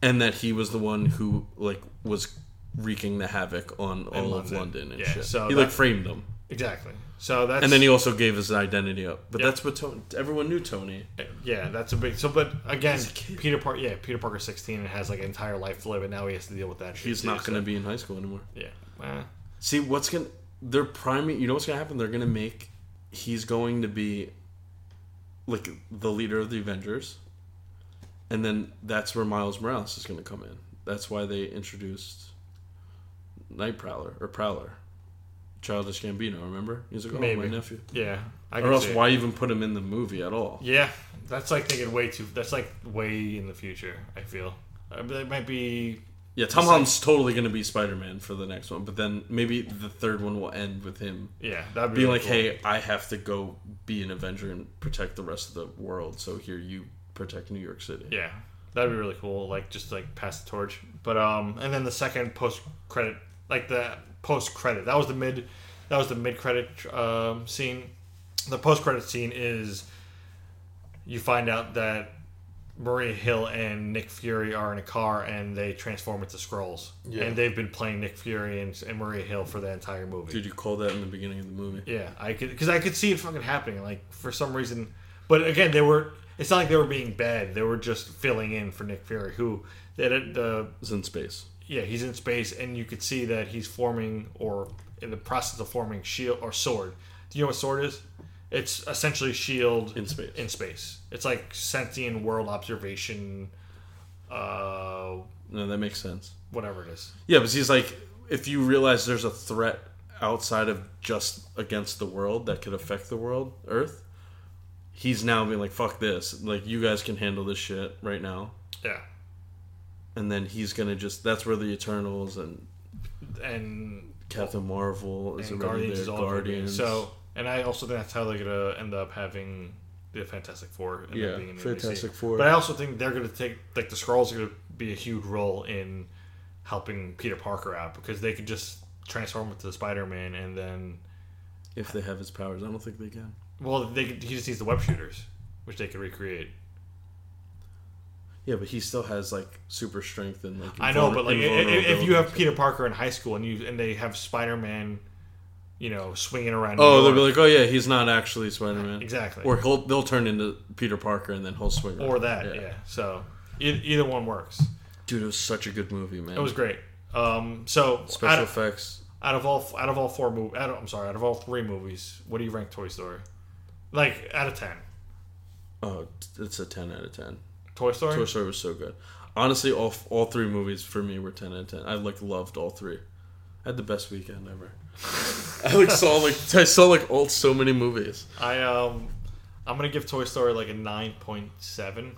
[SPEAKER 3] and that he was the one who like was wreaking the havoc on all of
[SPEAKER 5] London.
[SPEAKER 3] London and
[SPEAKER 5] Yeah,
[SPEAKER 3] shit.
[SPEAKER 5] so
[SPEAKER 3] he like
[SPEAKER 5] that-
[SPEAKER 3] framed them,
[SPEAKER 5] Exactly. So that's
[SPEAKER 3] and then he also gave his identity up. But
[SPEAKER 5] Yeah.
[SPEAKER 3] that's what Tony, everyone knew Tony.
[SPEAKER 5] yeah, that's a big so. But again,
[SPEAKER 3] kid.
[SPEAKER 5] Peter Parker, yeah, Peter Parker's sixteen and has like an entire life to live, and now he has to deal with that. shit
[SPEAKER 3] He's
[SPEAKER 5] too,
[SPEAKER 3] not
[SPEAKER 5] so-
[SPEAKER 3] gonna be in high school anymore.
[SPEAKER 5] Yeah. Eh.
[SPEAKER 3] See what's gonna they're priming you know what's gonna happen? They're gonna make he's going to be like the leader of the Avengers. And then that's where Miles Morales is gonna come in. That's why they introduced Night Prowler or Prowler. Childish Gambino, remember? He's like, Oh
[SPEAKER 5] Maybe.
[SPEAKER 3] my nephew.
[SPEAKER 5] Yeah. I
[SPEAKER 3] Or
[SPEAKER 5] can
[SPEAKER 3] else
[SPEAKER 5] see it.
[SPEAKER 3] why even put him in the movie at all?
[SPEAKER 5] Yeah, that's like thinking way too. That's like way in the future. I feel Uh, that might be.
[SPEAKER 3] Yeah, Tom Holland's totally gonna be Spider Man for the next one, but then maybe the third one will end with him
[SPEAKER 5] Yeah, that'd be
[SPEAKER 3] being
[SPEAKER 5] really
[SPEAKER 3] like,
[SPEAKER 5] cool.
[SPEAKER 3] "Hey, I have to go be an Avenger and protect the rest of the world. So here you protect New York City."
[SPEAKER 5] Yeah, that'd be really cool. Like just like pass the torch. But um, and then the second post credit, like the post credit, that was the mid, that was the mid credit um, scene. The post credit scene is you find out that Maria Hill and Nick Fury are in a car and they transform into scrolls.
[SPEAKER 3] Yeah.
[SPEAKER 5] And they've been playing Nick Fury and, and Maria Hill for the entire movie.
[SPEAKER 3] Dude, you called that in the beginning of the movie.
[SPEAKER 5] Yeah, I could because I could see it fucking happening. Like for some reason, but again, they were. It's not like they were being bad. They were just filling in for Nick Fury, who that the
[SPEAKER 3] It's in space.
[SPEAKER 5] yeah he's in space, and you could see that he's forming or in the process of forming shield or sword. Do you know what sword is? It's essentially shield
[SPEAKER 3] In space.
[SPEAKER 5] In space, it's like sentient world observation, uh,
[SPEAKER 3] No, that makes sense.
[SPEAKER 5] whatever it is.
[SPEAKER 3] Yeah, but he's like, if you realize there's a threat outside of just against the world that could affect the world, Earth, he's now being like, "Fuck this! Like, you guys can handle this shit right now."
[SPEAKER 5] Yeah,
[SPEAKER 3] And then he's gonna just—that's where the Eternals and
[SPEAKER 5] and
[SPEAKER 3] Captain Marvel is
[SPEAKER 5] and
[SPEAKER 3] already
[SPEAKER 5] Guardians
[SPEAKER 3] there.
[SPEAKER 5] is all Guardians.
[SPEAKER 3] Guardians.
[SPEAKER 5] So, and I also think that's how they're gonna end up having the Fantastic Four. End
[SPEAKER 3] Yeah,
[SPEAKER 5] up being in the
[SPEAKER 3] Fantastic
[SPEAKER 5] MCU.
[SPEAKER 3] Four.
[SPEAKER 5] But I also think they're gonna take like the Skrulls are gonna be a huge role in helping Peter Parker out because they could just transform into Spider Man and then
[SPEAKER 3] if they have his powers, I don't think they can.
[SPEAKER 5] well they could, he just needs the web shooters which they could recreate.
[SPEAKER 3] Yeah, but he still has like super strength and like.
[SPEAKER 5] I know, but like i- i- if, if you have
[SPEAKER 3] invulnerability.
[SPEAKER 5] Peter Parker in high school and you and they have Spider Man, you know, swinging around.
[SPEAKER 3] oh,
[SPEAKER 5] New
[SPEAKER 3] they'll be
[SPEAKER 5] York,
[SPEAKER 3] like, oh yeah, he's not actually Spider Man.
[SPEAKER 5] exactly.
[SPEAKER 3] Or he'll they'll turn into Peter Parker and then he'll swing.
[SPEAKER 5] or
[SPEAKER 3] around.
[SPEAKER 5] that, yeah. So e- either one works.
[SPEAKER 3] Dude, it was such a good movie, man.
[SPEAKER 5] It was great. Um, so out
[SPEAKER 3] Special
[SPEAKER 5] of,
[SPEAKER 3] effects.
[SPEAKER 5] out of all out of all four movies, out of, I'm sorry, out of all three movies, what do you rank Toy Story? Like out of ten,
[SPEAKER 3] Oh, it's a ten out of ten.
[SPEAKER 5] Toy Story.
[SPEAKER 3] Toy Story was so good. Honestly, all all three movies for me were ten out of ten. I like loved all three. I had the best weekend ever. <laughs> I like saw like I saw like all so many movies.
[SPEAKER 5] I um, I'm gonna give Toy Story like a nine point seven.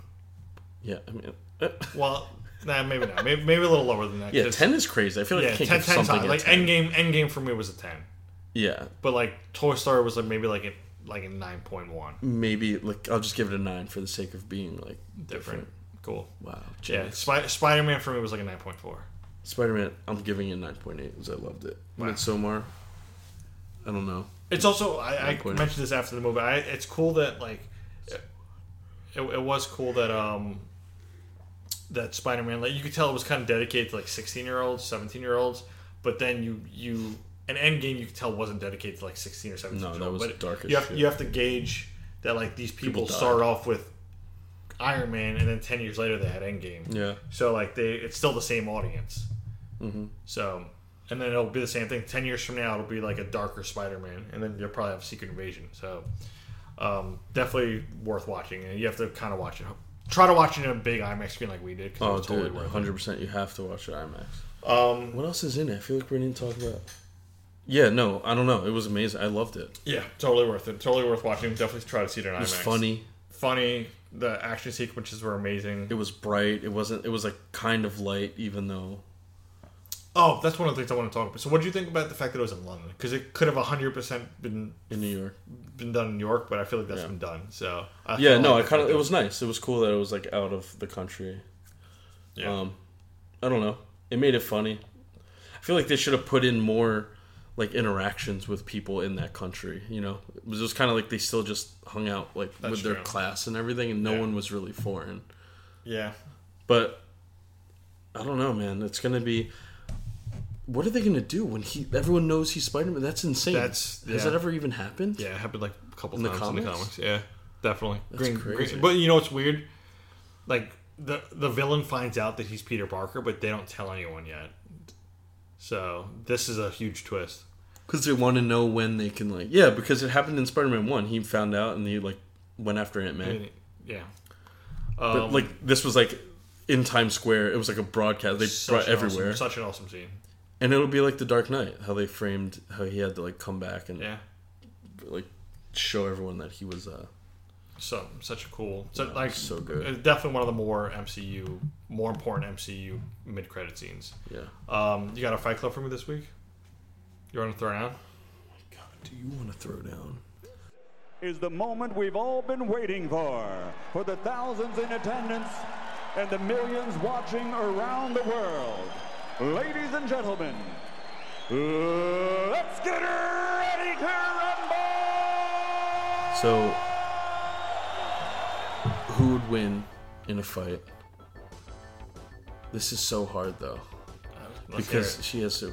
[SPEAKER 3] Yeah, I mean, uh,
[SPEAKER 5] Well, nah, maybe not. Maybe, maybe a little lower than that.
[SPEAKER 3] yeah,
[SPEAKER 5] 'cause-
[SPEAKER 3] ten is crazy. I feel like
[SPEAKER 5] Yeah,
[SPEAKER 3] you can't
[SPEAKER 5] 10,
[SPEAKER 3] give
[SPEAKER 5] 10 's
[SPEAKER 3] something
[SPEAKER 5] high.
[SPEAKER 3] a
[SPEAKER 5] Like
[SPEAKER 3] 10.
[SPEAKER 5] Endgame, Endgame for me was a ten,
[SPEAKER 3] Yeah,
[SPEAKER 5] but like Toy Story was like maybe like a like a nine point one.
[SPEAKER 3] maybe like I'll just give it a nine for the sake of being like
[SPEAKER 5] Different.
[SPEAKER 3] different.
[SPEAKER 5] Cool.
[SPEAKER 3] Wow.
[SPEAKER 5] Yeah,
[SPEAKER 3] James.
[SPEAKER 5] Spy- Spider Man for me was like a nine point four.
[SPEAKER 3] Spider Man, I'm giving it nine point eight because I loved it. Midsommar. I don't know.
[SPEAKER 5] It's also I, I
[SPEAKER 3] point.
[SPEAKER 5] mentioned this after the movie. I, it's cool that like it, it was cool that um that Spider Man like you could tell it was kind of dedicated to like sixteen year olds, seventeen year olds, but then you you an Endgame you could tell wasn't dedicated to like sixteen or seventeen.
[SPEAKER 3] No,
[SPEAKER 5] year
[SPEAKER 3] that
[SPEAKER 5] old,
[SPEAKER 3] was
[SPEAKER 5] but
[SPEAKER 3] dark as
[SPEAKER 5] You have
[SPEAKER 3] shit.
[SPEAKER 5] you have to gauge that like these people,
[SPEAKER 3] People died.
[SPEAKER 5] start off with Iron Man and then ten years later they had Endgame.
[SPEAKER 3] Yeah.
[SPEAKER 5] So like they, it's still the same audience.
[SPEAKER 3] Mm-hmm.
[SPEAKER 5] So, and then it'll be the same thing. Ten years from now, it'll be like a darker Spider-Man, and then you'll probably have Secret Invasion. So, um, definitely worth watching, and you have to kind of watch it. Try to watch it in a big IMAX screen like we did. 'cause it
[SPEAKER 3] Oh,
[SPEAKER 5] was totally
[SPEAKER 3] dude,
[SPEAKER 5] worth it.
[SPEAKER 3] 100. percent You have to watch it IMAX.
[SPEAKER 5] Um,
[SPEAKER 3] What else is in it? I feel like we didn't talk about. Yeah, no, I don't know. It was amazing. I loved it. It
[SPEAKER 5] yeah, totally worth it. Totally worth watching. Definitely try to see it in IMAX.
[SPEAKER 3] was funny.
[SPEAKER 5] funny. The action sequences were amazing.
[SPEAKER 3] It was bright. It wasn't. It was like kind of light, even though
[SPEAKER 5] Oh, that's one of the things I want to talk about. So, what do you think about the fact that it was in London? Because it could have 100% been
[SPEAKER 3] in New York.
[SPEAKER 5] been done in New York, but I feel like that's been done. So, I
[SPEAKER 3] Yeah,
[SPEAKER 5] kinda
[SPEAKER 3] no, I
[SPEAKER 5] like the
[SPEAKER 3] kind of
[SPEAKER 5] fact
[SPEAKER 3] it
[SPEAKER 5] that-
[SPEAKER 3] was nice. It was cool that it was like out of the country.
[SPEAKER 5] Yeah.
[SPEAKER 3] Um, I don't know. It made it funny. I feel like they should have put in more like interactions with people in that country. You know, it was just kind of like they still just hung out like with their
[SPEAKER 5] true.
[SPEAKER 3] class and everything, and no
[SPEAKER 5] Yeah.
[SPEAKER 3] one was really foreign.
[SPEAKER 5] Yeah.
[SPEAKER 3] But I don't know, man. It's gonna be. What are they gonna do when he? Everyone knows he's Spider Man. That's insane.
[SPEAKER 5] That's-
[SPEAKER 3] has
[SPEAKER 5] yeah.
[SPEAKER 3] that ever even happened?
[SPEAKER 5] Yeah, it happened like a couple
[SPEAKER 3] In the
[SPEAKER 5] times in the
[SPEAKER 3] comics?
[SPEAKER 5] comics. Yeah, definitely.
[SPEAKER 3] crazy.
[SPEAKER 5] But you know what's weird? Like the the villain finds out that he's Peter Parker, but they don't tell anyone yet. So this is a huge twist.
[SPEAKER 3] Because they want to know when they can like yeah, because it happened in Spider Man One. He found out and he like went after Ant Man.
[SPEAKER 5] Yeah.
[SPEAKER 3] But
[SPEAKER 5] Um,
[SPEAKER 3] like this was like in Times Square. It was like a broadcast. They
[SPEAKER 5] such
[SPEAKER 3] brought
[SPEAKER 5] an awesome-
[SPEAKER 3] everywhere,
[SPEAKER 5] such an awesome scene.
[SPEAKER 3] and it'll be like the Dark Knight. How they framed how he had to like come back and
[SPEAKER 5] Yeah.
[SPEAKER 3] like show everyone that he was. uh
[SPEAKER 5] So such a cool, so, like
[SPEAKER 3] so good.
[SPEAKER 5] it's Definitely one of the more MCU, more important MCU mid credit scenes.
[SPEAKER 3] Yeah.
[SPEAKER 5] Um, you got a Fight Club for me this week? You want to throw it out?
[SPEAKER 3] God, do you want to throw down?
[SPEAKER 1] is the moment we've all been waiting for. For the thousands in attendance and the millions watching around the world. Ladies and gentlemen, let's get ready to rumble!
[SPEAKER 3] So, who would win in a fight? This is so hard though,
[SPEAKER 5] Let's hear
[SPEAKER 3] because
[SPEAKER 5] it.
[SPEAKER 3] she has to.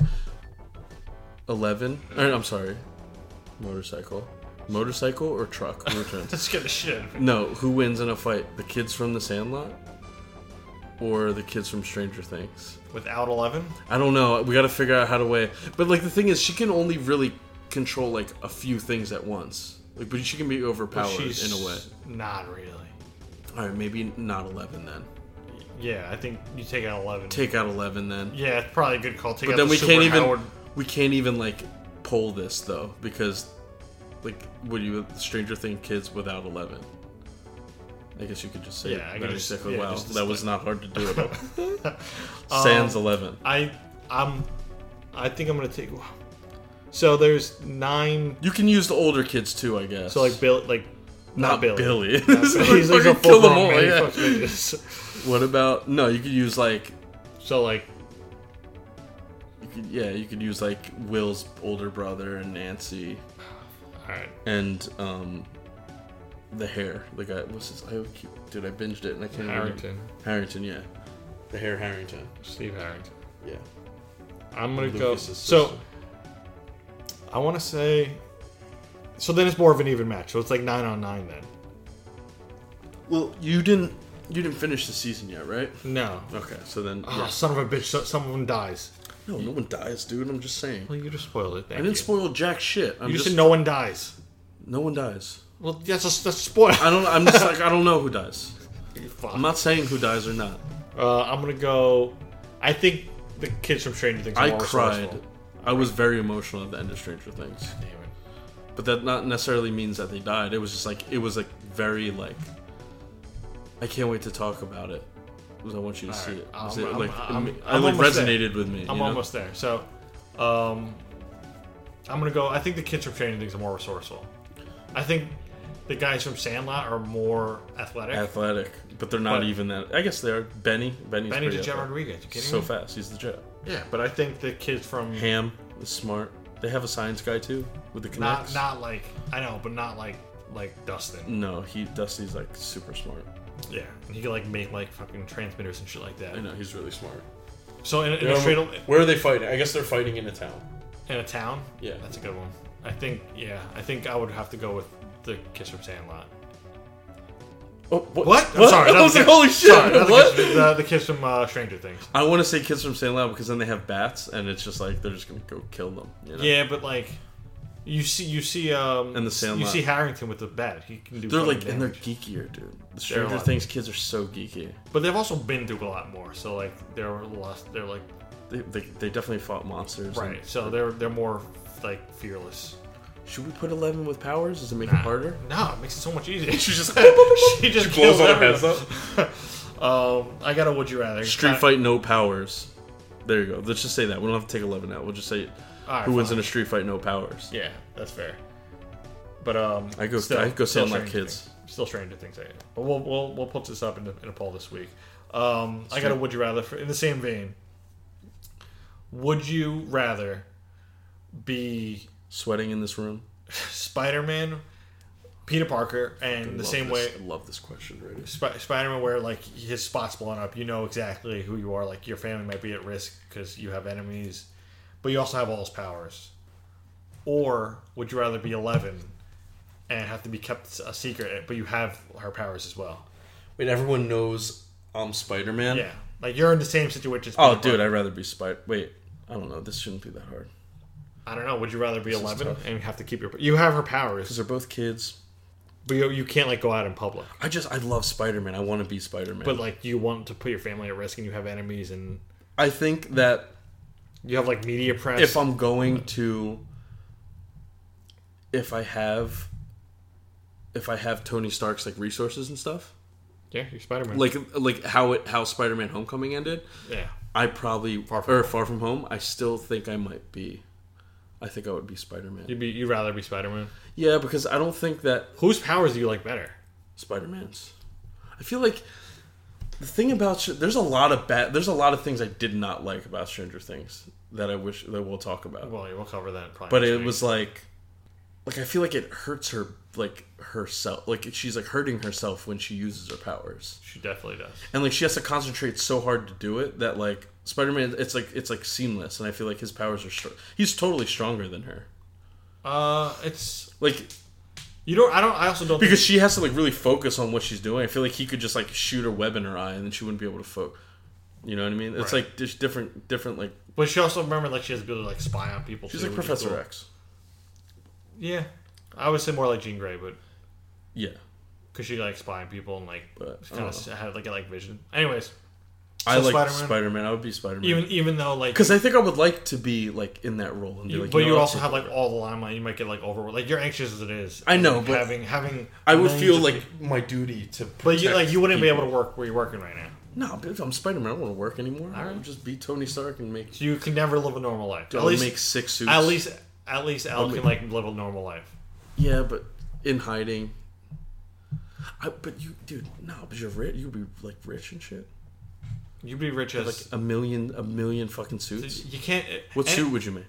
[SPEAKER 3] Eleven? Or, I'm sorry, motorcycle, motorcycle or truck? Who returns?
[SPEAKER 5] let's get the shit. out of it.
[SPEAKER 3] No, who wins in a fight? The kids from The Sandlot or the kids from Stranger Things?
[SPEAKER 5] Without eleven,
[SPEAKER 3] I don't know. We got to figure out how to weigh. But like the thing is, she can only really control like a few things at once. Like, but she can be overpowered
[SPEAKER 5] she's
[SPEAKER 3] in a way.
[SPEAKER 5] Not really.
[SPEAKER 3] All right, maybe not eleven then.
[SPEAKER 5] Yeah, I think you take out eleven.
[SPEAKER 3] Take out eleven then.
[SPEAKER 5] yeah, it's probably a good call. Take
[SPEAKER 3] but
[SPEAKER 5] out
[SPEAKER 3] then
[SPEAKER 5] the
[SPEAKER 3] we
[SPEAKER 5] Super
[SPEAKER 3] can't even
[SPEAKER 5] Howard.
[SPEAKER 3] we can't even like pull this though because like would you Stranger Thing kids without eleven? I guess you could just say
[SPEAKER 5] Yeah, I
[SPEAKER 3] it.
[SPEAKER 5] could
[SPEAKER 3] Then you
[SPEAKER 5] just-
[SPEAKER 3] say, oh,
[SPEAKER 5] yeah,
[SPEAKER 3] wow,
[SPEAKER 5] just
[SPEAKER 3] that was not hard to do at all. Sans
[SPEAKER 5] Um,
[SPEAKER 3] eleven.
[SPEAKER 5] <laughs> I, I'm, I think I'm gonna take. So there's nine.
[SPEAKER 3] You can use the older kids too, I guess.
[SPEAKER 5] So like Bill, like not,
[SPEAKER 3] not
[SPEAKER 5] Billy.
[SPEAKER 3] Billy. <laughs>
[SPEAKER 5] He's like a
[SPEAKER 3] Fucking
[SPEAKER 5] full
[SPEAKER 3] kill them
[SPEAKER 5] grown
[SPEAKER 3] all,
[SPEAKER 5] man. He
[SPEAKER 3] yeah.
[SPEAKER 5] fucks bitches.
[SPEAKER 3] What about no? You could use like
[SPEAKER 5] <laughs> So like,
[SPEAKER 3] you could, yeah, you could use like Will's older brother and Nancy
[SPEAKER 5] all right.
[SPEAKER 3] and um the hair. The guy what's his? I keep- dude, I binged it and I can't. remember.
[SPEAKER 5] Harrington,
[SPEAKER 3] Harrington, yeah. The hair Harrington.
[SPEAKER 5] Steve Harrington.
[SPEAKER 3] Yeah.
[SPEAKER 5] I'm gonna go.
[SPEAKER 3] Lucas's
[SPEAKER 5] So
[SPEAKER 3] sister.
[SPEAKER 5] I want to say. So then it's more of an even match. So it's like nine on nine then.
[SPEAKER 3] Well, you didn't you didn't finish the season yet, right?
[SPEAKER 5] No.
[SPEAKER 3] Okay, so then
[SPEAKER 5] Oh,
[SPEAKER 3] yeah.
[SPEAKER 5] son of a bitch! So, someone dies.
[SPEAKER 3] No, no one dies, dude. I'm just saying.
[SPEAKER 5] Well, you just spoiled it. Thank
[SPEAKER 3] I didn't
[SPEAKER 5] you.
[SPEAKER 3] spoil jack shit. I'm
[SPEAKER 5] You just, said
[SPEAKER 3] just
[SPEAKER 5] no one dies.
[SPEAKER 3] no one dies.
[SPEAKER 5] Well, that's a, that's a spoil. <laughs>
[SPEAKER 3] I don't. I'm just like I don't know who dies.
[SPEAKER 5] Fuck.
[SPEAKER 3] I'm not saying who dies or not.
[SPEAKER 5] Uh, I'm gonna go. I think the kids from Stranger Things. Are
[SPEAKER 3] I
[SPEAKER 5] more
[SPEAKER 3] cried.
[SPEAKER 5] resourceful.
[SPEAKER 3] I was very emotional at the end of Stranger Things,
[SPEAKER 5] Damn it.
[SPEAKER 3] but that not necessarily means that they died. It was just like it was like very like. I can't wait to talk about it. 'cause I want you to see
[SPEAKER 5] right.
[SPEAKER 3] it. 'Cause
[SPEAKER 5] I'm-
[SPEAKER 3] it,
[SPEAKER 5] I'm-
[SPEAKER 3] like,
[SPEAKER 5] I'm-
[SPEAKER 3] it- it,
[SPEAKER 5] I'm
[SPEAKER 3] like,
[SPEAKER 5] almost there.
[SPEAKER 3] resonated with me.
[SPEAKER 5] I'm
[SPEAKER 3] you know?
[SPEAKER 5] almost there. So, um, I'm gonna go. I think the kids from Stranger Things are more resourceful. I think the guys from Sandlot are more athletic.
[SPEAKER 3] athletic, but they're not
[SPEAKER 5] But-
[SPEAKER 3] even that. I guess they are. Benny, Benny's
[SPEAKER 5] Benny
[SPEAKER 3] pretty
[SPEAKER 5] the Jet
[SPEAKER 3] athletic.
[SPEAKER 5] Rodriguez. You kidding
[SPEAKER 3] so
[SPEAKER 5] me?
[SPEAKER 3] fast. He's the jet.
[SPEAKER 5] Yeah, but I think the kids from
[SPEAKER 3] Ham is smart. They have a science guy too with the
[SPEAKER 5] not
[SPEAKER 3] connects.
[SPEAKER 5] not like I know, but not like like Dustin.
[SPEAKER 3] no, he Dusty's like super smart.
[SPEAKER 5] Yeah, and he can like make like fucking transmitters and shit like that.
[SPEAKER 3] I know he's really smart.
[SPEAKER 5] So in, in a straight
[SPEAKER 3] where are they fighting? I guess they're fighting in a town.
[SPEAKER 5] in a town.
[SPEAKER 3] Yeah.
[SPEAKER 5] that's a good one. I think yeah, I think I would have to go with the kids from Sandlot.
[SPEAKER 3] Oh, what?
[SPEAKER 5] I'm sorry,
[SPEAKER 3] <laughs> I
[SPEAKER 5] that was
[SPEAKER 3] was like,
[SPEAKER 5] good.
[SPEAKER 3] holy shit!
[SPEAKER 5] Sorry, not the
[SPEAKER 3] what?
[SPEAKER 5] kids- the, the kids from uh, Stranger Things.
[SPEAKER 3] I want to say kids from St. Loud because then they have bats, and it's just like they're just gonna go kill them. You know?
[SPEAKER 5] Yeah, but like, you see, you see, um,
[SPEAKER 3] And the
[SPEAKER 5] you
[SPEAKER 3] Sandlot.
[SPEAKER 5] see Harrington with the bat. He can do.
[SPEAKER 3] They're
[SPEAKER 5] fucking
[SPEAKER 3] like, and they're
[SPEAKER 5] damage.
[SPEAKER 3] geekier, dude. The Stranger
[SPEAKER 5] lot-
[SPEAKER 3] Things kids are so geeky.
[SPEAKER 5] but they've also been through a lot more. So like, they're less. They're like
[SPEAKER 3] They, they, they definitely fought monsters. and-
[SPEAKER 5] right. So they're they're more like fearless.
[SPEAKER 3] Should we put eleven with powers? Does it make it harder?
[SPEAKER 5] No, it makes it so much easier. <laughs> She just she just kills
[SPEAKER 7] blows all their heads
[SPEAKER 5] <laughs> everyone. Um, I got a would you rather.
[SPEAKER 3] Street
[SPEAKER 5] Kinda-
[SPEAKER 3] fight, no powers. There you go. Let's just say that. We don't have to take 11 out. We'll just say
[SPEAKER 5] All right,
[SPEAKER 3] who wins
[SPEAKER 5] fine.
[SPEAKER 3] in a street fight, no powers.
[SPEAKER 5] Yeah, that's fair. But um,
[SPEAKER 3] I go- I go
[SPEAKER 5] still
[SPEAKER 3] sound like
[SPEAKER 5] Stranger
[SPEAKER 3] kids.
[SPEAKER 5] Things- Still Stranger Things, I- but we'll we'll we'll put this up in a, in a poll this week. Um, I got a would you rather for, in the same vein. Would you rather be
[SPEAKER 3] Sweating in this room.
[SPEAKER 5] Spider-Man, Peter Parker, and the
[SPEAKER 3] Love
[SPEAKER 5] same
[SPEAKER 3] this.
[SPEAKER 5] way
[SPEAKER 3] I love this question, right?
[SPEAKER 5] Sp- Spider-Man, where like his spot's blown up, you know exactly who you are. Like your family might be at risk because you have enemies, but you also have all his powers. Or would you rather be Eleven and have to be kept a secret, but you have her powers as well?
[SPEAKER 3] Wait, everyone knows I'm Spider Man.
[SPEAKER 5] Yeah, like you're in the same situation. As
[SPEAKER 3] Hmm. Oh,
[SPEAKER 5] Peter
[SPEAKER 3] dude,
[SPEAKER 5] Parker.
[SPEAKER 3] I'd rather be Spider. Wait, I don't know. This shouldn't be that hard
[SPEAKER 5] I don't know. Would you rather be Eleven and you have to keep your you have her powers,
[SPEAKER 3] because they're both kids.
[SPEAKER 5] but you, you can't like go out in public.
[SPEAKER 3] I just I love Spider Man. I want to be Spider Man.
[SPEAKER 5] But like you want to put your family at risk and you have enemies and
[SPEAKER 3] I think that
[SPEAKER 5] you have like media press.
[SPEAKER 3] if I'm going to, if I have, if I have Tony Stark's like resources and stuff,
[SPEAKER 5] yeah, you're Spider-Man.
[SPEAKER 3] like like how it how Spider Man Homecoming ended,
[SPEAKER 5] yeah,
[SPEAKER 3] I probably
[SPEAKER 5] Far From
[SPEAKER 3] or Far From Home. I still think I might be. I think I would be Spider Man.
[SPEAKER 5] you'd be you'd rather be Spider-Man.
[SPEAKER 3] Yeah, because I don't think that
[SPEAKER 5] Whose powers do you like better?
[SPEAKER 3] Spider Man's. I feel like the thing about Str- there's a lot of bad there's a lot of things I did not like about Stranger Things that I wish that we'll talk about.
[SPEAKER 5] Well, we'll cover that probably.
[SPEAKER 3] but
[SPEAKER 5] next
[SPEAKER 3] it
[SPEAKER 5] week.
[SPEAKER 3] was like like I feel like it hurts her like herself like she's like hurting herself when she uses her powers.
[SPEAKER 5] she definitely does.
[SPEAKER 3] And like she has to concentrate so hard to do it that like Spider-Man it's like it's like seamless and I feel like his powers are str- he's totally stronger than her.
[SPEAKER 5] Uh, it's
[SPEAKER 3] Like
[SPEAKER 5] you don't. I don't. I also don't.
[SPEAKER 3] because she has to like really focus on what she's doing. I feel like he could just like shoot a web in her eye and then she wouldn't be able to focus. You know what I mean? It's
[SPEAKER 5] Right.
[SPEAKER 3] like just different, different. Like
[SPEAKER 5] think, but she also remember like she has the ability to like spy on people.
[SPEAKER 3] she's
[SPEAKER 5] too,
[SPEAKER 3] like
[SPEAKER 5] which is
[SPEAKER 3] Professor
[SPEAKER 5] cool.
[SPEAKER 3] X.
[SPEAKER 5] Yeah, I would say more like Jean Grey, but
[SPEAKER 3] Yeah,
[SPEAKER 5] because she like spy on people and like
[SPEAKER 3] But, I
[SPEAKER 5] kind
[SPEAKER 3] don't
[SPEAKER 5] of had like a like vision. Anyways,
[SPEAKER 3] I like
[SPEAKER 5] Spider-Man?
[SPEAKER 3] Spider Man. I would be Spider
[SPEAKER 5] even
[SPEAKER 3] Man
[SPEAKER 5] even though like
[SPEAKER 3] because I think I would like to be like in that role and be
[SPEAKER 5] you-
[SPEAKER 3] like.
[SPEAKER 5] but
[SPEAKER 3] know
[SPEAKER 5] you
[SPEAKER 3] what,
[SPEAKER 5] also
[SPEAKER 3] I'll
[SPEAKER 5] have
[SPEAKER 3] take
[SPEAKER 5] like
[SPEAKER 3] over.
[SPEAKER 5] all the limelight. You might get like over like you're anxious as it is.
[SPEAKER 3] I know,
[SPEAKER 5] And
[SPEAKER 3] but
[SPEAKER 5] having having
[SPEAKER 3] I would
[SPEAKER 5] millions
[SPEAKER 3] feel
[SPEAKER 5] of
[SPEAKER 3] like
[SPEAKER 5] people-
[SPEAKER 7] My duty to.
[SPEAKER 5] but you like you wouldn't be able to work where you're working right now.
[SPEAKER 3] no, but if I'm Spider Man, I don't want to work anymore. I
[SPEAKER 5] right.
[SPEAKER 3] will just be Tony Stark and make.
[SPEAKER 5] So you can never live a normal life.
[SPEAKER 3] I'll make six suits.
[SPEAKER 5] At least, at least Al can like live a normal life.
[SPEAKER 3] Yeah, but in hiding. I, but you, dude, no, but you're rich. You'd be like rich and shit.
[SPEAKER 5] You'd be rich
[SPEAKER 3] Like
[SPEAKER 5] as
[SPEAKER 3] a million, a million fucking suits.
[SPEAKER 5] you can't.
[SPEAKER 3] What
[SPEAKER 5] and-
[SPEAKER 3] suit would you make?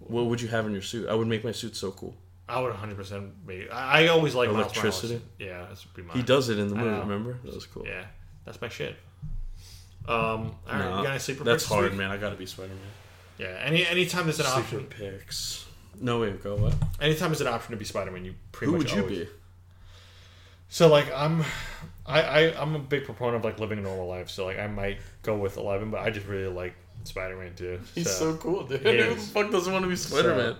[SPEAKER 3] What would you have in your suit? I would make my suit so cool.
[SPEAKER 5] I would 100 percent be. I, I always like
[SPEAKER 3] Electricity?
[SPEAKER 5] Yeah, that's be mine.
[SPEAKER 3] He does it in the movie.
[SPEAKER 5] know.
[SPEAKER 3] Remember? That was cool.
[SPEAKER 5] Yeah, that's my shit. Um, all right,
[SPEAKER 3] Nah,
[SPEAKER 5] you got any sleeper
[SPEAKER 3] that's
[SPEAKER 5] picks this
[SPEAKER 3] hard,
[SPEAKER 5] week?
[SPEAKER 3] man. I gotta be Spider Man.
[SPEAKER 5] Yeah, any anytime there's an option,
[SPEAKER 3] Secret picks. No wait, go what?
[SPEAKER 5] anytime there's an option to be Spider-Man, you pretty
[SPEAKER 3] Who
[SPEAKER 5] much
[SPEAKER 3] would you
[SPEAKER 5] always-
[SPEAKER 3] be?
[SPEAKER 5] So like I'm, I, I I'm a big proponent of like living a normal life. So like I might go with Eleven, but I just really like Spider-Man too.
[SPEAKER 3] He's so, cool, dude. Who the
[SPEAKER 5] is.
[SPEAKER 3] fuck doesn't want to be Spider Man?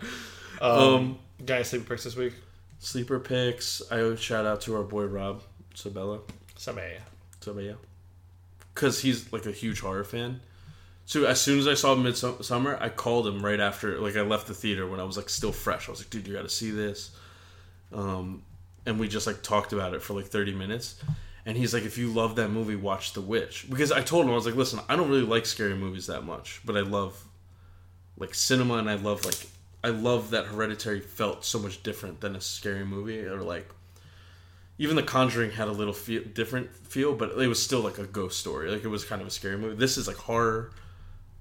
[SPEAKER 5] um,
[SPEAKER 3] um,
[SPEAKER 5] got any sleeper picks this week?
[SPEAKER 3] sleeper picks. I would shout out to our boy Rob Sabella.
[SPEAKER 5] Some A.
[SPEAKER 3] Sabella. Because he's like a huge horror fan. So as soon as I saw Midsummer, I called him right after. Like I left the theater when I was like still fresh. I was like, dude, you got to see this. Um, and we just like talked about it for like thirty minutes. And he's like, if you love that movie, watch The Witch. Because I told him I was like, listen, I don't really like scary movies that much, but I love like cinema and I love like I love that Hereditary felt so much different than a scary movie or like even The Conjuring had a little feel, different feel, but it was still like a ghost story. Like it was kind of a scary movie. This is like horror,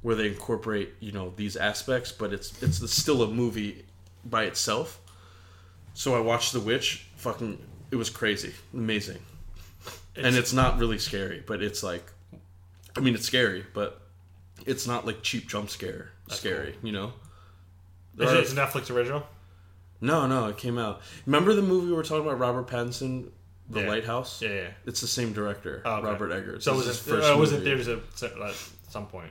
[SPEAKER 3] where they incorporate you know these aspects, but it's it's still a movie by itself. So I watched The Witch. Fucking, it was crazy, amazing, and it's not really scary, but it's like, I mean, it's scary, but it's not like cheap jump scare scary. You know. There
[SPEAKER 5] Is
[SPEAKER 3] are-
[SPEAKER 5] it- It's a Netflix original.
[SPEAKER 3] no, no, it came out. Remember the movie we were talking about, Robert Pattinson, The
[SPEAKER 5] Yeah.
[SPEAKER 3] Lighthouse?
[SPEAKER 5] Yeah, yeah.
[SPEAKER 3] It's the same director,
[SPEAKER 5] Oh, okay.
[SPEAKER 3] Robert Eggers.
[SPEAKER 5] So it
[SPEAKER 3] This
[SPEAKER 5] was
[SPEAKER 3] is
[SPEAKER 5] it,
[SPEAKER 3] his
[SPEAKER 5] uh, it was in
[SPEAKER 3] movie.
[SPEAKER 5] theaters at, so- at some point.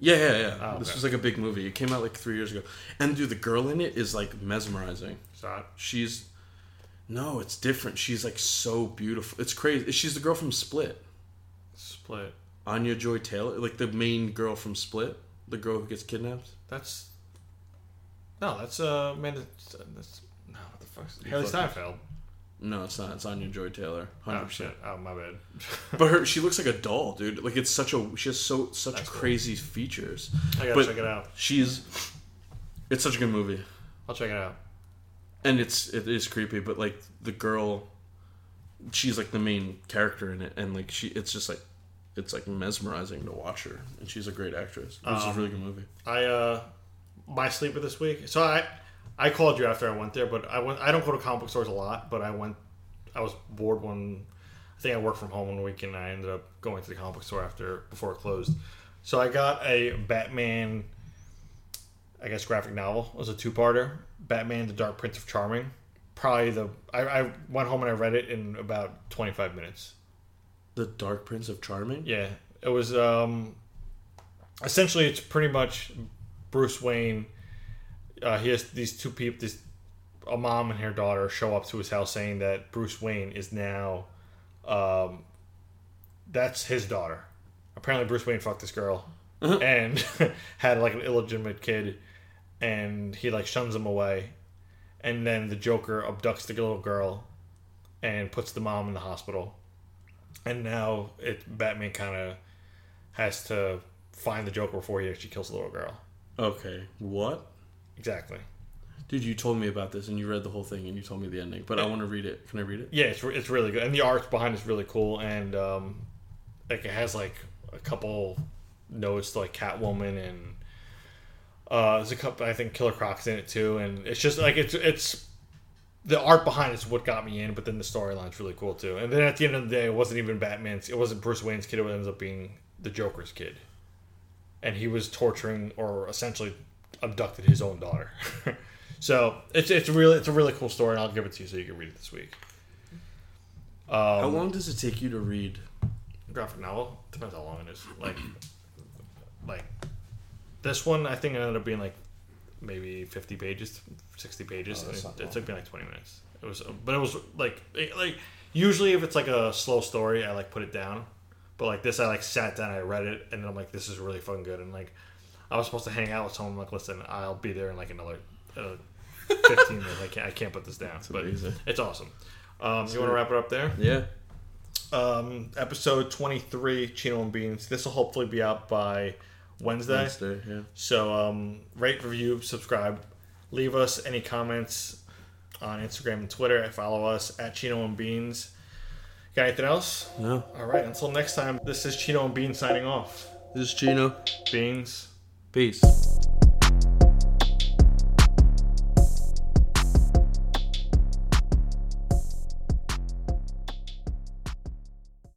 [SPEAKER 3] Yeah, yeah, yeah.
[SPEAKER 5] Oh,
[SPEAKER 3] This
[SPEAKER 5] okay.
[SPEAKER 3] was like a big movie. It came out like three years ago. And dude, the girl in it is like mesmerizing.
[SPEAKER 5] It's not.
[SPEAKER 3] She's no, it's different. She's like so beautiful. It's crazy. She's the girl from Split,
[SPEAKER 5] Split.
[SPEAKER 3] Anya Joy Taylor, like the main girl from Split, the girl who gets kidnapped.
[SPEAKER 5] That's no. That's uh man. That's, that's no. What the fuck? Haley
[SPEAKER 3] fucking-
[SPEAKER 5] Steinfeld.
[SPEAKER 3] No, it's not. It's Anya Joy Taylor. 100%.
[SPEAKER 5] Oh shit! Oh my bad. <laughs>
[SPEAKER 3] But her, she looks like a doll, dude. Like it's such a, she has so such crazy features.
[SPEAKER 5] I gotta check it out.
[SPEAKER 3] She's, it's such a good movie,
[SPEAKER 5] I'll check it out.
[SPEAKER 3] and it's it is creepy. But like the girl, she's like the main character in it, and like she, it's just like, it's like mesmerizing to watch her, and she's a great actress. It was a really good movie.
[SPEAKER 5] I uh, my sleeper this week. So I, I called you after I went there, but I went. I don't go to comic book stores a lot, but I went. I was bored one. I think I worked from home one week, and I ended up going to the comic book store after before it closed. So I got a Batman. I guess graphic novel it was a two-parter. Batman: The Dark Prince of Charming. Probably the I, I went home and I read it in about 25 minutes.
[SPEAKER 3] The Dark Prince of Charming.
[SPEAKER 5] Yeah, it was um, essentially it's pretty much Bruce Wayne. Uh, he has these two people, this a mom and her daughter show up to his house saying that Bruce Wayne is now, um, that's his daughter. Apparently, Bruce Wayne fucked this girl and <laughs> had like an illegitimate kid, and he like shuns him away, and then the Joker abducts the little girl, and puts the mom in the hospital and now it Batman kind of has to find the Joker before he actually kills the little girl.
[SPEAKER 3] Okay. What?
[SPEAKER 5] Exactly.
[SPEAKER 3] Dude, you told me about this, and you read the whole thing, and you told me the ending. But I want to read it. Can I read it?
[SPEAKER 5] Yeah, it's, re- it's really good, and the art behind it's really cool, and um, like it has like a couple notes to, like Catwoman and uh, there's a couple I think Killer Croc's in it too, and it's just like it's it's the art behind it's what got me in, but then the storyline's really cool too. And then at the end of the day, it wasn't even Batman's, it wasn't Bruce Wayne's kid, it ends up being the Joker's kid, and he was torturing or essentially abducted his own daughter. <laughs> so it's it's really it's a really cool story, and I'll give it to you so you can read it this week.
[SPEAKER 3] How long does it take you to read?
[SPEAKER 5] graphic novel depends how long it is like like this one i think it ended up being like maybe 50 pages 60 pages and it, it took me like 20 minutes it was but it was like it- like usually if it's like a slow story i like put it down but like this i like sat down i read it and then i'm like this is really fucking good and like i was supposed to hang out with someone like listen i'll be there in like another uh, 15 minutes i can't i can't put this down but
[SPEAKER 3] amazing.
[SPEAKER 5] it's awesome um, you want to wrap it up there
[SPEAKER 3] Yeah.
[SPEAKER 5] um, episode 23 chino and beans this will hopefully be out by wednesday,
[SPEAKER 3] Wednesday, yeah.
[SPEAKER 5] so um, rate review subscribe leave us any comments on instagram and twitter follow us at chino and beans got anything else
[SPEAKER 3] No.
[SPEAKER 5] all right until next time this is chino and beans signing off
[SPEAKER 3] This is Chino.
[SPEAKER 5] beans
[SPEAKER 3] Peace.